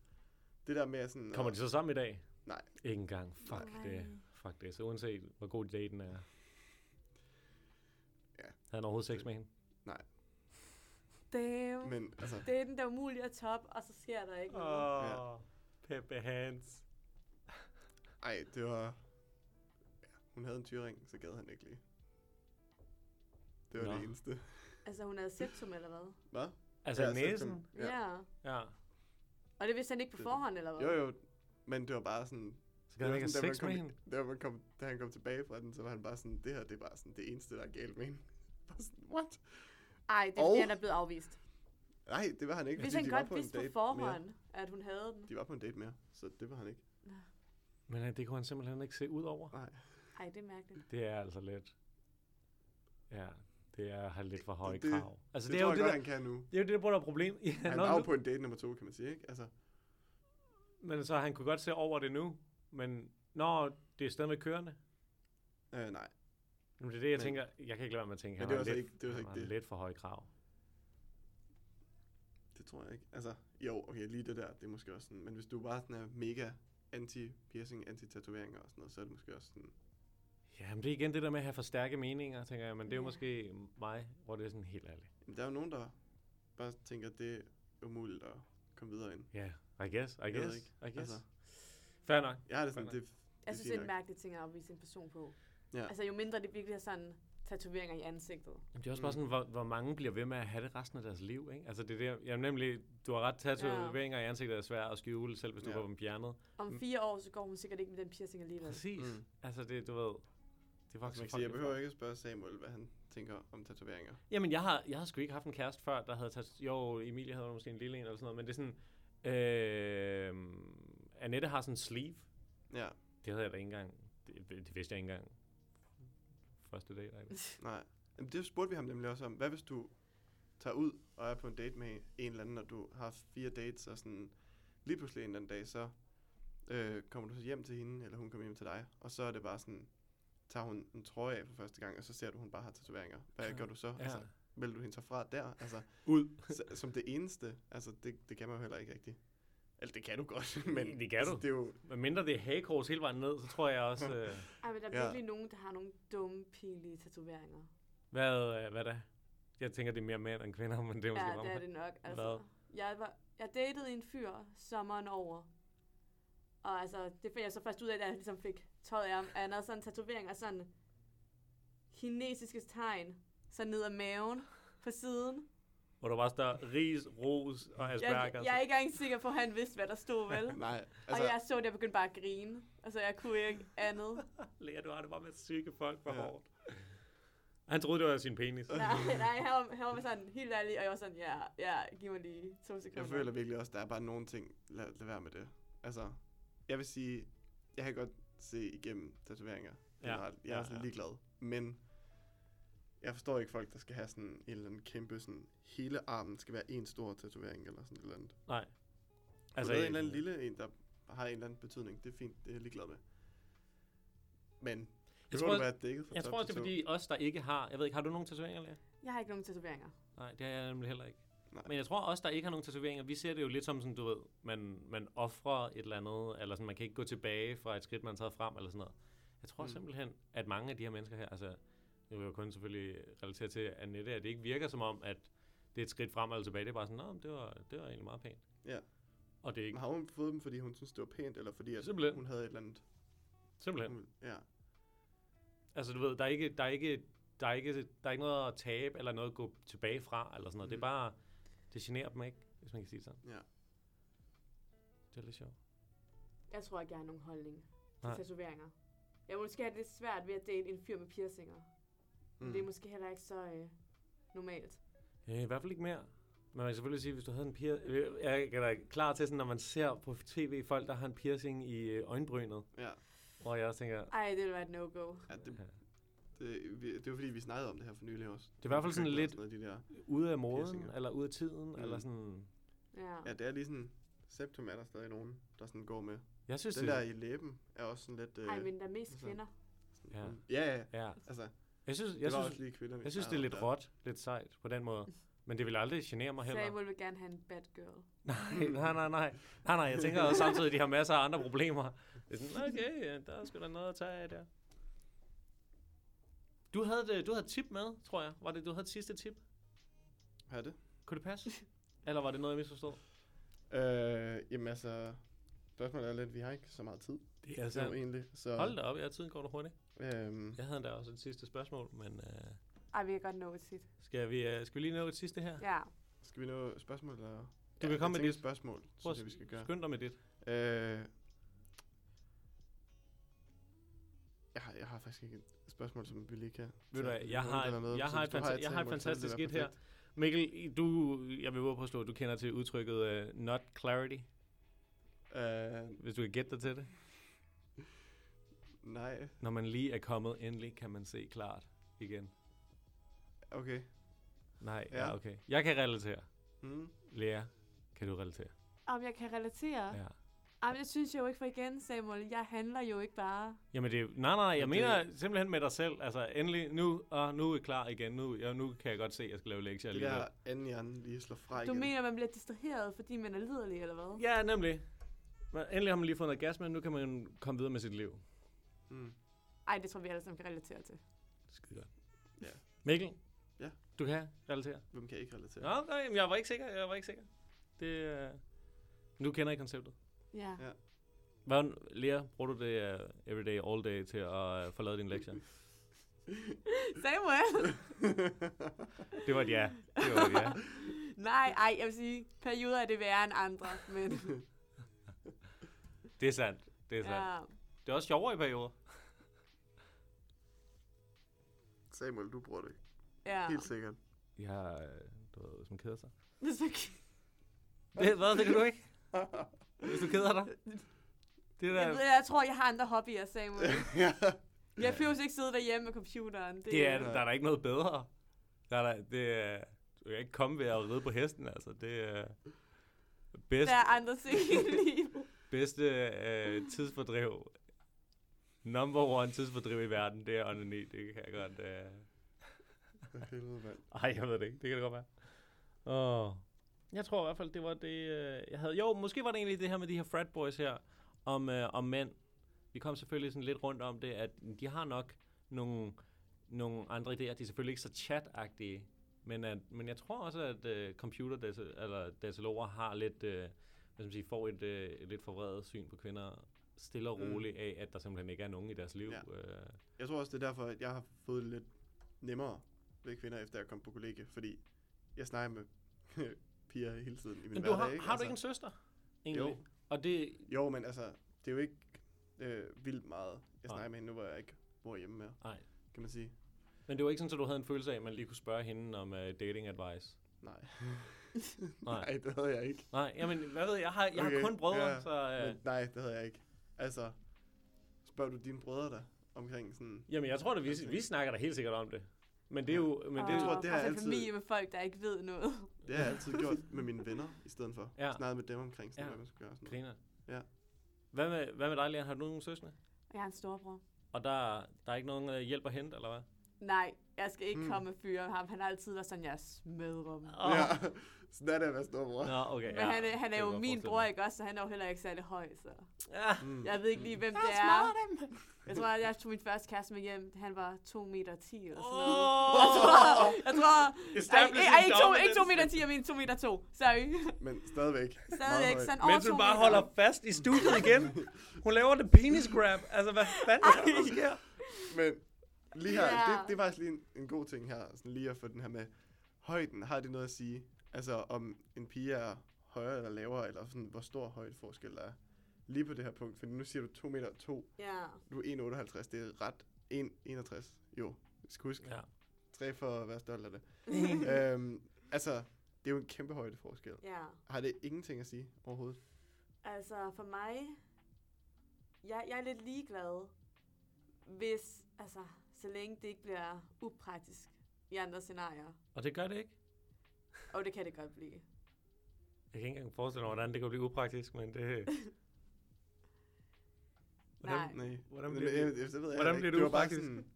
Det der med at sådan...
Kommer
at,
de så sammen i dag?
Nej.
Ikke engang. Fuck
Nej.
det. Fuck det. Så uanset hvor god daten er.
Ja.
Havde han overhovedet sex med hende?
Damn.
Men altså,
Det er den der umulige at top, og så sker der ikke noget.
Åh, Peppe Hans.
ej, det var... Ja, hun havde en tyring, så gad han ikke lige. Det var
Nå.
Nå. det eneste.
Altså, hun havde septum eller hvad?
Hvad?
Altså
Ja,
ja,
så
næsen?
kom- Ja. ja.
Ja.
Ja.
Og det vidste han ikke på
Det-
forhånd, eller hvad?
Jo, jo. Men det var bare sådan...
Så kan han ikke
sådan, da
have
man
sex med hende?
kom, da, man kom, da han kom tilbage fra den, så var han bare sådan, det her, det er bare sådan det eneste, der er galt med hende. [laughs] Bare sådan, what?
Ej, det er fordi,
Og-
han er blevet afvist.
Nej, det var han ikke,
Hvis
fordi
han
de var
godt
på en
vidste
date
på
mere.
forhånd, at hun havde den.
De var på en date mere, så det var han ikke.
Men øh, det kunne han simpelthen ikke se ud over.
Nej.
Ej, det er mærkeligt.
Det er altså lidt... Ja, det er at have lidt for høje
det-
krav. Altså,
Så
det,
det,
er jo
tror
det,
jeg godt,
der,
han kan nu.
det er jo det, der burde være problem. [laughs] Ja,
Han
nå,
var jo
nu-
på en date nummer to, kan man sige, ikke? Altså,
Men så han kunne godt se over det nu. Men når det er stadigvæk kørende.
øh, nej.
Jamen, det er det, jeg
Men-
tænker. Jeg kan ikke lade være med at tænke,
Men
han
det
har
var så
lidt,
ikke- det var så
han
ikke
har
det.
lidt for høje krav.
Det tror jeg ikke. Altså, jo, okay, lige det der, det er måske også sådan, men hvis du bare sådan er mega anti-piercing, anti-tatoveringer og sådan noget, så er det måske også sådan,
Jamen, det er igen det der med at have for stærke meninger, tænker jeg. Men det er jo
Ja.
måske mig, hvor det er sådan helt ærligt.
men der er jo nogen, der bare tænker, at det er umuligt at komme videre ind.
Ja, yeah, I guess, I
ved
guess,
ikke.
I guess.
Altså.
Altså. Fair nok.
Jeg har det sådan,
Fair
det, det
Jeg synes, det
fint
er en
nok.
mærkelig ting at afvise en person på.
Ja.
Altså, jo mindre det virkelig er sådan tatoveringer i ansigtet.
Jamen, det er også bare
Mm.
sådan, hvor, hvor mange bliver ved med at have det resten af deres liv, ikke? Altså, det er der, jamen, nemlig, du har ret tatoveringer i ansigtet er svært at skjule, selv hvis du
Ja.
går på dem fjernet.
Om
Mm.
fire år, så går hun sikkert ikke med den piercing
[laughs]
alligevel.
Præcis.
Mm.
Mm. Altså, det, du ved, det er
Altså, Man kan
faktisk
sige, jeg
fucking
behøver ikke at spørge Samuel, hvad han tænker om tatoveringer.
Jamen, jeg har, jeg har sgu ikke haft en kæreste før, der havde taget... Jo, Emilie havde måske en lille en eller sådan noget, men det er sådan... Øh, Annette har sådan en sleeve.
Ja,
Det havde jeg da ikke engang... Det, det vidste jeg ikke engang. Første dag, der
nej. Jamen, det spurgte vi ham nemlig også om. Hvad hvis du tager ud og er på en date med en eller anden, og du har fire dates, og sådan lige pludselig en eller anden dag, så øh, kommer du så hjem til hende, eller hun kommer hjem til dig, og så er det bare sådan, tager hun en trøje af for første gang, og så ser du, hun bare har tatoveringer. Hvad
Ja.
gør du så? Ja.
Ja.
Altså, vælger du hende så fra der? Altså,
Ud.
s- som det eneste, altså det, det kan man jo heller ikke rigtigt. Eller det kan du godt, [laughs] men
Det kan
altså,
du.
det er jo
Men mindre det er hagekors hele vejen ned, så tror jeg også...
[laughs]
Øh,
Ej, men der er
Ja.
virkelig nogen, der har nogle dumme, pinlige tatoveringer.
hvad, øh, hvad da? Jeg tænker, det er mere mænd end kvinder, men det er måske
Ja,
bare
det er
mig.
det nok. Altså, jeg, var, jeg datede en fyr sommeren over. Og altså, det fandt jeg så først ud af, da jeg ligesom fik tøjet af ham. at Han havde sådan en tatovering og sådan kinesiske tegn. Så ned ad maven på siden.
Hvor der bare står ris, ros og
Jeg,
asperger.
jeg er ikke engang sikker på, at han vidste, hvad der stod,
[laughs]
vel?
Nej,
Og
altså,
jeg så det, jeg begyndte bare at grine. Altså, jeg kunne ikke andet.
Lea, du har det bare med at syge folk for
Ja.
hårdt. Han troede, det var sin penis.
Nej, nej, han var, han var sådan helt ærlig, og jeg var sådan, ja, ja, giv mig lige to sekunder.
jeg føler virkelig også, der er bare nogle ting, lad, lad være med det. Altså, jeg vil sige, jeg kan godt se igennem tatoveringer.
Ja,
Ja, jeg er
ja,
ja, sådan
ja.
ligeglad. Men jeg forstår ikke folk, der skal have sådan en eller anden kæmpe, sådan hele armen skal være en stor tatovering eller sådan et eller andet.
Nej.
Altså, en eller anden lille en, der har en eller anden betydning. Det er fint, det er jeg ligeglad med. Men jeg
tror
tror, du
også-
være dækket fra
Jeg
top
tror også,
til
det er
tå?
fordi os, der ikke har... Jeg ved ikke, har du nogen tatoveringer, Lea?
Jeg har ikke nogen tatoveringer.
Nej, det har jeg nemlig heller ikke.
Nej.
Men jeg tror også, der ikke har nogen tatoveringer. Vi ser det jo lidt som sådan, du ved, man, man offrer et eller andet, eller sådan, man kan ikke gå tilbage fra et skridt, man tager frem, eller sådan noget. Jeg tror mm.
Mm.
simpelthen, at mange af de her mennesker her, altså, nu vil jeg jo kun selvfølgelig relatere til Annette, at det ikke virker som om, at det er et skridt frem eller tilbage. Det er bare sådan, at det var, det var egentlig meget pænt.
Ja.
Og det er
Men
ikke.
har hun fået dem, fordi hun synes, det var pænt, eller fordi at
Simpelthen.
hun havde et eller andet?
Simpelthen.
Hun, ja.
Altså, du ved, der er ikke, der er ikke, der er ikke, der er ikke noget at tabe, eller noget at gå tilbage fra, eller sådan noget. Mm. Det er bare,
Mm.
det generer dem ikke, hvis man kan sige det sådan.
Ja.
Det er lidt sjovt.
Jeg tror ikke, jeg har nogen holdning til
Nej.
tatoveringer. Jeg vil måske have det lidt svært ved at date en fyr med piercinger. Mm. Det er måske heller ikke så øh, normalt.
Øh, I hvert fald ikke mere. Men man kan selvfølgelig sige, hvis du havde en piercing... Jeg er da klar til, sådan, når man ser på tv folk, der har en piercing i øh, øjenbrynet.
ja.
Og jeg også tænker... Det
Ej, det ville være et no-go.
ja det,
Ja.
det, vi, det var fordi, vi snakkede om det her for nylig også.
er i hvert fald sådan lidt
Noget, af de der.
ude af moden,
Piercinger.
eller ude af tiden, mm.
Mm.
eller sådan...
Ja.
Ja, det er lige sådan, septum er der stadig nogen, der sådan går med.
Jeg synes,
Den der
det,
i læben er også sådan lidt... Øh,
Ej, men der er mest
altså-
kvinder.
sådan-
Ja.
ja, ja.
ja.
Altså,
Jeg synes, jeg
det var
synes,
også lige kvinder, vi
jeg synes det er
snakkede
lidt
om
råt, lidt sejt på den
[laughs]
måde. Men det vil aldrig genere mig heller.
Samuel vil gerne have en bad girl.
Nej, nej, nej, nej. Nej, nej, jeg tænker også samtidig, at de har masser af andre problemer. Det er sådan, okay, ja, der er sgu da noget at tage af der. Du havde, et, du havde et tip med, tror jeg. Var det, du havde et sidste tip?
der. Har jeg det?
Kunne det passe? Eller var det noget, jeg misforstod?
Øh, jamen altså, spørgsmålet er lidt, vi har ikke så meget tid.
Det er
Altså, jo, egentlig. Så,
Hold da op, ja, tiden går da hurtigt.
Øhm,
Jeg havde da også et sidste spørgsmål, men øh,
Ej, vi kan godt nå et sit.
skal, vi, øh, skal vi lige nå et sidste her?
Ja.
Skal vi nå spørgsmål? Eller?
kan
jeg
komme med
tænker
dit.
spørgsmål,
Prøv
synes jeg, vi skal
at
gøre.
skynd dig med dit.
Øh, jeg, har, jeg har faktisk ikke et spørgsmål, som vi lige kan...
Ved du
tage
hvad,
i
jeg
hovedet
har et-
eller noget,
jeg
så
har
hvis
et
du
fanta- jeg har et
Samuel, så vil det
fantastisk
være
et her.
perfekt.
Mikkel, du, jeg vil våge på at slå, at du kender til udtrykket øh, not clarity,
Øh,
hvis du kan gætte dig til det.
nej,
Når man lige er kommet, endelig kan man se klart igen.
okay.
Nej, ja.
Ja.
ja, okay. Jeg kan relatere.
Hmm.
Lea, kan du relatere?
Om jeg kan relatere? Ja.
Ja.
Jamen, det synes jeg jo ikke for igen, Samuel. Jeg handler jo ikke bare.
Jamen det er, nej, nej, jeg
Men det-
mener simpelthen med dig selv. Altså endelig, nu, og nu er jeg klar igen. Nu, ja, nu kan jeg godt se, at jeg skal lave lektier
Det
lige
der anden hjerne lige slår fra
Du
igen.
mener, man bliver distraheret, fordi man er liderlig, eller hvad?
Ja, nemlig. Men endelig har man lige fået noget gas med, nu kan man komme videre med sit liv.
Mm.
Ej, det tror vi alle sammen kan relatere til.
Skide godt.
Ja.
Mikkel?
Ja?
Du kan relatere?
Hvem kan ikke relatere?
Nå, nej, jamen, jeg var ikke sikker, jeg var ikke sikker. Det, øh, nu kender jeg konceptet.
Ja.
Ja.
Hvad, Lea, bruger du det uh, everyday, all day til at uh, få lavet dine lektier?
[laughs]
Samuel!
Det var et ja. Det var et ja.
Nej, ej, jeg vil sige, perioder er det værre end andre, men...
Det er sandt. Det er sandt. Ja.
ja.
Det er også sjovere i perioder.
Samuel, du bruger det. ikke.
Ja.
Helt
[laughs]
sikkert.
Ja, øh, du ved, hvis man keder sig.
Hvis man kan-
Det, hvad, det kan du ikke? Hvis du keder dig. Det
Jeg,
er,
ved,
da,
jeg tror, jeg har andre hobbyer, Samuel. Jeg føler ikke sidde derhjemme med computeren. Det,
det er, der er da ikke noget bedre. Der er, da- det er, du kan ikke komme ved at ride på hesten, altså. Det er bedst, [laughs]
der er andre ting i livet.
bedste øh, tidsfordriv, number one tidsfordriv i verden, det er onani. Det kan jeg godt... Øh.
For helvede, mand.
[laughs] Ej, jeg ved det ikke. Det kan det godt være. Åh. Jeg tror i hvert fald, det var det, øh, jeg havde. Jo, måske var det egentlig det her med de her frat boys her, om, øh, om mænd. Vi kom selvfølgelig sådan lidt rundt om det, at de har nok nogle, nogle andre idéer. De er selvfølgelig ikke så chat-agtige, men, at, men jeg tror også, at øh, computer eller dataloger har lidt, øh, hvad skal man sige, får et, øh, et lidt forvredet syn på kvinder stille og
Mm.
roligt af, at der simpelthen ikke er nogen i deres liv.
Ja.
Øh,
Jeg tror også, det er derfor, at jeg har fået det lidt nemmere ved kvinder, efter jeg kom på kollegie, fordi jeg snakker med [laughs] piger hele tiden i min
men du har,
hverdag.
har du
altså,
ikke en søster? Egentlig?
Jo,
Og det,
jo, men altså, det er jo ikke øh, vildt meget. Jeg
Nej.
snakker med hende nu, hvor jeg ikke bor hjemme mere,
nej.
kan man sige.
Men det var ikke sådan, at du havde en følelse af, at man lige kunne spørge hende om uh, dating advice.
Nej.
[laughs] Nej.
Nej, det havde jeg ikke.
Nej, jamen, hvad ved jeg? Jeg har, jeg okay.
Okay,
har kun brødre,
ja.
så... Uh,
Men, nej, det havde jeg ikke. Altså, spørger du dine brødre der omkring sådan...
jamen, jeg tror, at vi, vi snakker da helt sikkert om det. Men det er jo... Men det er
Jeg
jo
tror, det har
altså
altid-
familie med folk, der ikke ved noget.
Det har jeg altid gjort med mine venner i stedet for.
Ja.
Ja. Snakket med dem omkring, sådan,
Ja.
ja. hvad man skulle gøre. og Sådan noget.
griner.
Ja.
Hvad med, hvad med dig, Lian? Har du nogen søskende?
Jeg har en storbror.
Og der, der er ikke nogen uh, hjælp at hente, eller hvad?
Nej, jeg skal ikke
Mm.
mm. komme og fyre ham. Han har altid været sådan, jeg er smedrum.
Åh.
Ja, [laughs] sådan er det at være storbror.
Nå, okay.
Men han, er- han
det
er
kan
jo
jeg
min
godt
bror,
forestille
ikke også? Så han er jo heller ikke særlig høj, så...
mig. Ja.
Mm.
Jeg ved ikke lige, hvem det er. Jeg tror, at jeg tog min første kæreste med hjem. Han var 2 meter 10 eller sådan noget.
Åh.
Jeg tror, jeg tror ej,
Establishing
ej, ikke, to, ikke 2
dominance.
meter 10, jeg mener 2 meter 2. Sorry.
Men stadigvæk.
Stadigvæk
højt.
sådan over
Mens
2
hun bare
meter.
holder fast i studiet igen. Hun laver det penis grab. Altså, hvad fanden er det, der sker?
Men lige her,
Ja.
det, det er faktisk lige en, en god ting her, sådan lige at få den her med. Højden, har det noget at sige? Altså om en pige er højere eller lavere, eller sådan, hvor stor højdeforskel der er lige på det her punkt. Fordi nu siger du 2 meter 2,
Ja.
du er 1,58, det er ret 1,61. Jo, jeg skal huske.
Ja.
Tre for at være stolt af
[laughs]
det. øhm, altså, det er jo en kæmpe højdeforskel.
Ja.
Har det ingenting at sige overhovedet?
Altså, for mig... Jeg, jeg er lidt ligeglad, hvis... Altså, så længe det ikke bliver upraktisk i andre scenarier.
Og det gør det ikke.
Og det kan det godt blive.
Jeg kan ikke engang forestille mig, hvordan det kan blive upraktisk, men det... Hvordan-
Nej. [laughs]
Nej.
Hvordan
Men
bliver
jeg,
det?
jeg, jeg, det ved jeg
hvordan
ikke.
bliver
det
du
var bare
faktisk?
sådan,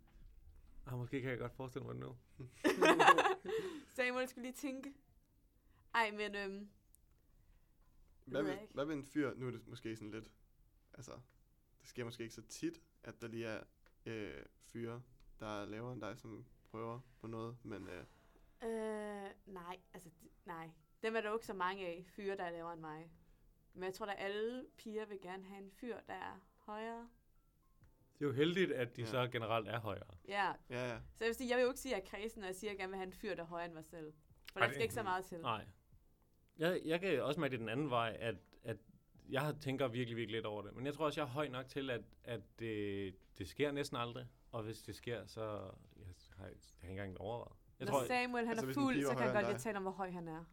Ah, måske kan jeg godt forestille mig det nu.
Samuel skulle lige tænke. Ej, men øhm,
Hvad
ved
med,
jeg ikke.
hvad med en fyr, nu er det måske sådan lidt, altså, det sker måske ikke så tit, at der lige er øh, fyre, der er lavere end dig, som prøver på noget, men øh,
øh, nej, altså, d- nej. Dem er der jo ikke så mange af, fyre, der er lavere end mig. Men jeg tror, at alle piger vil gerne have en fyr, der er højere.
Det er jo heldigt, at de
Ja.
så generelt er højere.
Ja,
ja, ja.
så jeg vil, sige, jeg vil jo ikke sige, at jeg er kredsen, når jeg siger, at jeg gerne vil have en fyr, der er højere end mig selv. For
Ej,
der
det-
skal ikke så meget til.
Nej. Jeg, jeg kan også mærke det den anden vej, at, at jeg har- tænker virkelig, virkelig lidt over det. Men jeg tror også, jeg er høj nok til, at, at det, det sker næsten aldrig. Og hvis det sker, så jeg har jeg har ikke engang overvejet. Jeg tror,
Når Samuel han
altså,
er
hvis en
fuld,
pige var
så kan
højere
han godt lige
end dig.
tale om, hvor høj han er.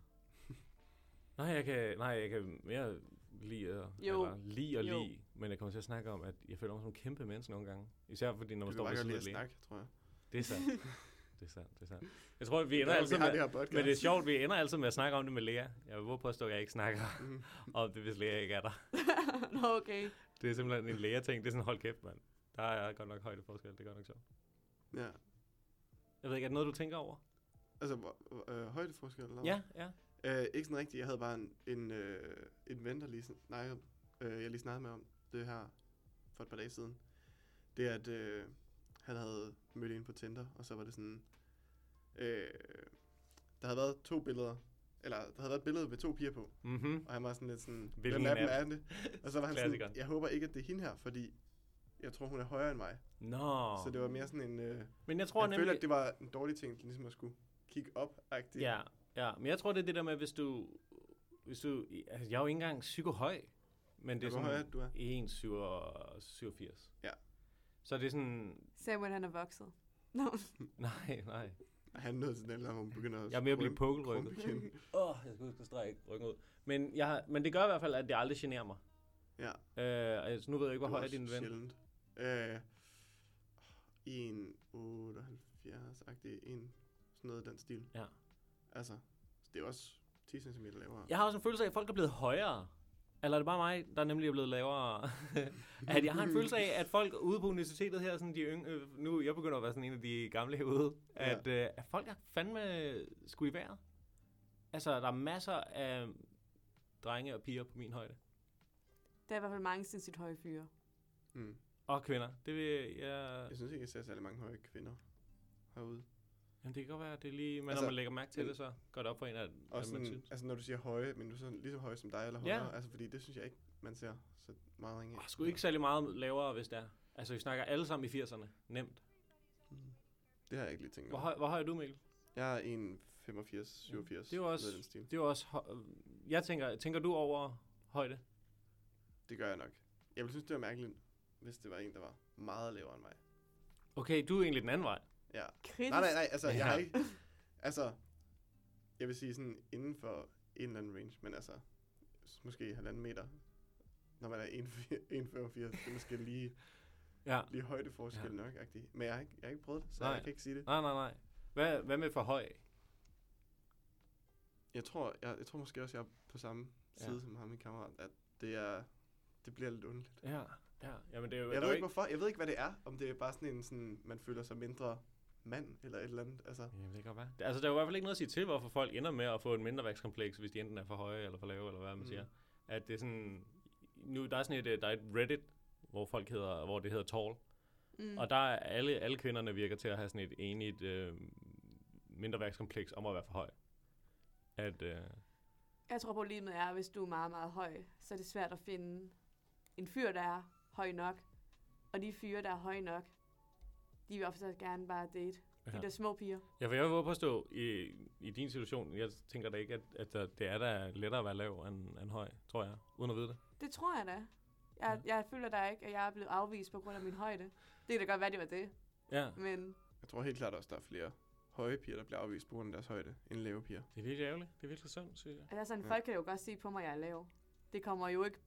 nej, jeg kan, nej, jeg kan mere lide at,
Jo.
eller lide og
Jo.
lide. Men jeg kommer til at snakke om, at jeg føler mig som en kæmpe menneske nogle gange. Især fordi, når
Du
man
kan
står
bare
ved
godt
siden
lide
af
at
lægen.
snakke, tror jeg.
Det er sandt. Det er sandt, det er sandt. Jeg tror, vi
Det
ender
er,
altid
vi har det
med,
her podcast.
men det er sjovt, vi ender altid med at snakke om det med Lea. Jeg vil påstå, at jeg ikke snakker
Mm.
om det, hvis Lea ikke er der.
Nå, okay.
Det er simpelthen en lægerting. Det er sådan, hold kæft, mand. Der er godt nok højdeforskel. Det er godt nok sjovt.
Ja.
Jeg ved ikke, er det noget, du tænker over?
Altså, hvor- hvor- øh, højdeforskel eller hvad?
Ja, ja.
Øh, ikke sådan rigtigt. Jeg havde bare en, en, øh, en ven, der lige snakkede, øh, jeg lige snakkede med om det her for et par dage siden. Det er, at øh, han havde mødt en på Tinder, og så var det sådan... Øh, der havde været to billeder, eller der havde været et billede med to piger på,
Mhm.
og han var sådan lidt sådan,
Hvilken
hvem af dem
af
er det? Og så var han sådan,
Klassikeren.
jeg håber ikke, at det er hende her, fordi jeg tror, hun er højere end mig.
Nå.
Oh. Så det var mere sådan en, øh, jeg
Men jeg tror
han
nemlig...
følte, at det var en dårlig ting, ligesom at skulle kigge op-agtigt.
Ja, ja. Men jeg tror, det er det der med, hvis du... Hvis du altså, jeg er jo ikke engang psykohøj. Men det er
Hvor høj er det,
sådan...
du er?
1,87.
Ja.
Så det er sådan... [laughs]
Samuel han er vokset. Nå, [laughs]
Nej, nej.
Han nåede til den alder, hvor hun begynder at
Jeg er mere blive
skrumpe-
pukkelrykket.
skrumpe igen.
Åh, oh, jeg skal huske at strække ryggen ud. Men, jeg, har- men det gør i hvert fald, at det aldrig generer mig.
Ja.
Øh, og jeg- nu ved jeg ikke, hvor høj
Det var
er
også
din ven.
Sjældent. Øh, 1,78-agtig, en, sådan noget i den stil.
Ja.
Altså, det er også 10 cm lavere.
Jeg har også en følelse af, at folk er blevet højere. Eller er det bare mig, der nemlig er blevet lavere? [laughs] at jeg har en følelse af, at folk ude på universitetet her, sådan de yngre, øh, nu jeg begynder at være sådan en af de gamle herude,
Ja.
at, øh, at folk er fandme skulle i vejret. Altså, der er masser af drenge og piger på min højde.
Der er i hvert fald mange sindssygt høje fyre.
Mm.
Og kvinder. Det vil jeg...
Jeg synes ikke, jeg ser særlig mange høje kvinder herude.
Jamen, det kan godt være, det er lige... Men altså,
Altså,
når man lægger mærke til
men-
det, så går det op for en, at,
Og
at man
sådan,
synes...
altså når du siger høje, men du er sådan lige så høj som dig eller
Ja.
højere. Altså fordi det synes jeg ikke, man ser så meget ringe.
Åh, Ah, sgu ikke særlig meget lavere, hvis det er. Altså, vi snakker alle sammen i 80'erne. Nemt.
Mm. Det har jeg ikke lige tænkt
Hvor
over.
høj, hvor høj er du, Mikkel?
Jeg er en 85, 87.
Det er jo også-
noget i den stil.
Det er jo også... hø- Jeg tænker... Tænker du over højde?
Det gør jeg nok. Jeg ville synes, det var mærkeligt, hvis det var en, der var meget lavere end mig.
Okay, du er egentlig den anden vej.
Ja.
Kritisk.
Nej, nej, nej, altså jeg har
Ja.
ikke... Altså, jeg vil sige sådan inden for en eller anden range, men altså s- måske halvanden meter, når man er 1,85, det er måske lige,
Ja.
lige højdeforskel ja. nok. -agtig. Men jeg har, ikke, jeg har ikke prøvet det, så nej.
Nej.
jeg kan ikke sige det.
Nej, nej, nej. Hvad, hvad med for høj?
Jeg tror, jeg, jeg tror måske også, jeg er på samme
Ja.
side ja. som ham, min kammerat, at det er... Det bliver lidt ondt.
Ja. Ja, jamen det er jo...
Jeg
der
ved
er
ikke, hvorfor. Jeg ved ikke, hvad det er. Om det er bare sådan en, sådan, man føler sig mindre mand, eller et eller andet. Altså,
Jamen, det kan godt være. Det- Altså, der er jo i hvert fald ikke noget at sige til, hvorfor folk ender med at få en mindre vækstkompleks, hvis de enten er for høje eller for lave, eller hvad man
Mm.
mm. siger. At det er sådan... Nu, der er sådan et, øh, der er et Reddit, hvor folk hedder, hvor det hedder tall.
Mm.
Mm. Og der er alle, alle kvinderne virker til at have sådan et enigt øh, mindreværkskompleks om at være for høj. At, øh,
Jeg tror, problemet er, at hvis du er meget, meget høj, så er det svært at finde en fyr, der er høj nok. Og de fyre, der er høje nok, de vil ofte gerne bare date. Ja. De
Ja.
der små piger.
jeg vil jeg vil påstå, i, i din situation, jeg tænker da ikke, at, at der- det er da lettere at være lav end, end høj, tror jeg, uden at vide det.
Det tror jeg da. Jeg, ja. jeg føler da ikke, at jeg er blevet afvist på grund af min højde. Det kan da godt være, det var det.
Ja,
Men
jeg tror helt klart også, der er flere høje piger, der bliver afvist på grund af deres højde, end lave piger.
det er virkelig ærgerligt. Det er virkelig synd, synes jeg.
altså,
Ja.
folk kan jo godt se på mig, at jeg er lav. Det kommer jo ikke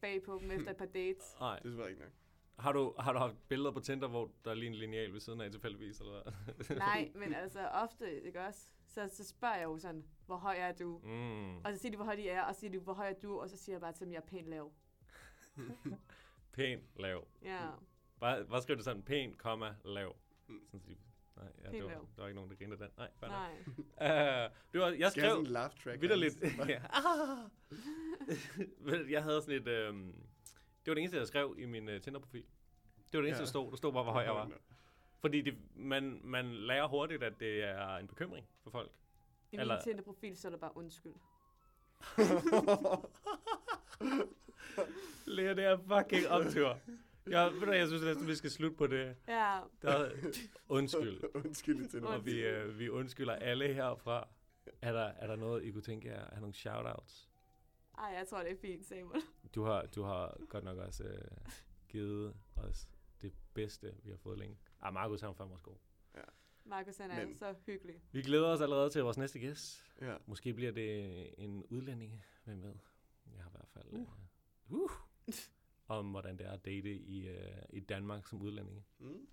bag på dem efter et par
[laughs]
dates.
Nej.
Det er selvfølgelig ikke nok.
Har du, har du haft billeder på Tinder, hvor der er lige en lineal ved siden af tilfældigvis? Eller? hvad?
Nej, men altså ofte, ikke også? Så, så spørger jeg jo sådan, hvor høj er du?
[laughs] Mm.
Og så siger de, hvor høj de er, og så siger de, hvor høj er du? Og så siger jeg bare til dem, jeg er pænt lav.
Pæn, lav.
Ja,
Mm, Bare, bare skriv det sådan, pæn, komma, lav.
Mm.
Sådan, de, nej, ja,
Pæn
det var,
lav.
der var ikke nogen, der grinte af den. Nej, fair nok.
nej.
Øh, det var, jeg
Skal jeg
skrev
have sådan en laugh track?
vidderligt. [laughs]
Hans?
ja. Ah! Ved- jeg havde sådan et... øhm, det var det eneste, jeg skrev i min øh, Tinder-profil. Det var det eneste,
Ja.
der stod. Der stod bare, hvor høj jeg var. Fordi det, man, man lærer hurtigt, at det er en bekymring for
[laughs]
folk.
I
Eller-
min Tinder-profil så er der bare undskyld.
Lea, det er fucking optur. Jeg, ved du, hvad, jeg synes næsten, vi skal slutte på det.
Ja,
Der, undskyld.
[laughs] Undskyld til
Og vi, øh, vi undskylder alle herfra. Er der, er der noget, I kunne tænke jer? Er der nogle shoutouts?
ej, jeg tror, det er fint, Samuel.
Du har, du har godt nok også øh, givet os det bedste, vi har fået længe. Ah, Markus han var fandme også god.
Markus, han er
Men-
så hyggelig.
Vi glæder os allerede til vores næste gæst.
Ja.
Måske bliver det øh, en udlænding, hvem ved. Jeg har i hvert fald... Uh. Øh, uh, om hvordan det er at date i, øh, i Danmark som udlændinge.
Mm.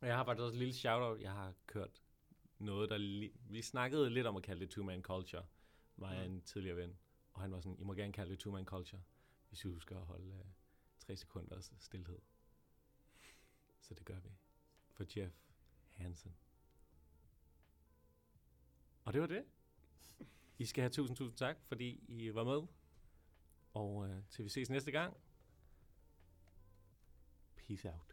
Og Jeg har faktisk også et lille shout-out. Jeg har kørt noget, der... Li- vi snakkede lidt om at kalde det two-man culture. Mig og
Mm.
en tidligere ven. Og han var sådan, I må gerne kalde det two-man culture, hvis I husker at holde øh, tre sekunders stillhed. Så det gør vi. For Jeff Hansen. Og det var det. I skal have tusind, tusind tak, fordi I var med. Og øh, til vi ses næste gang. Peace out.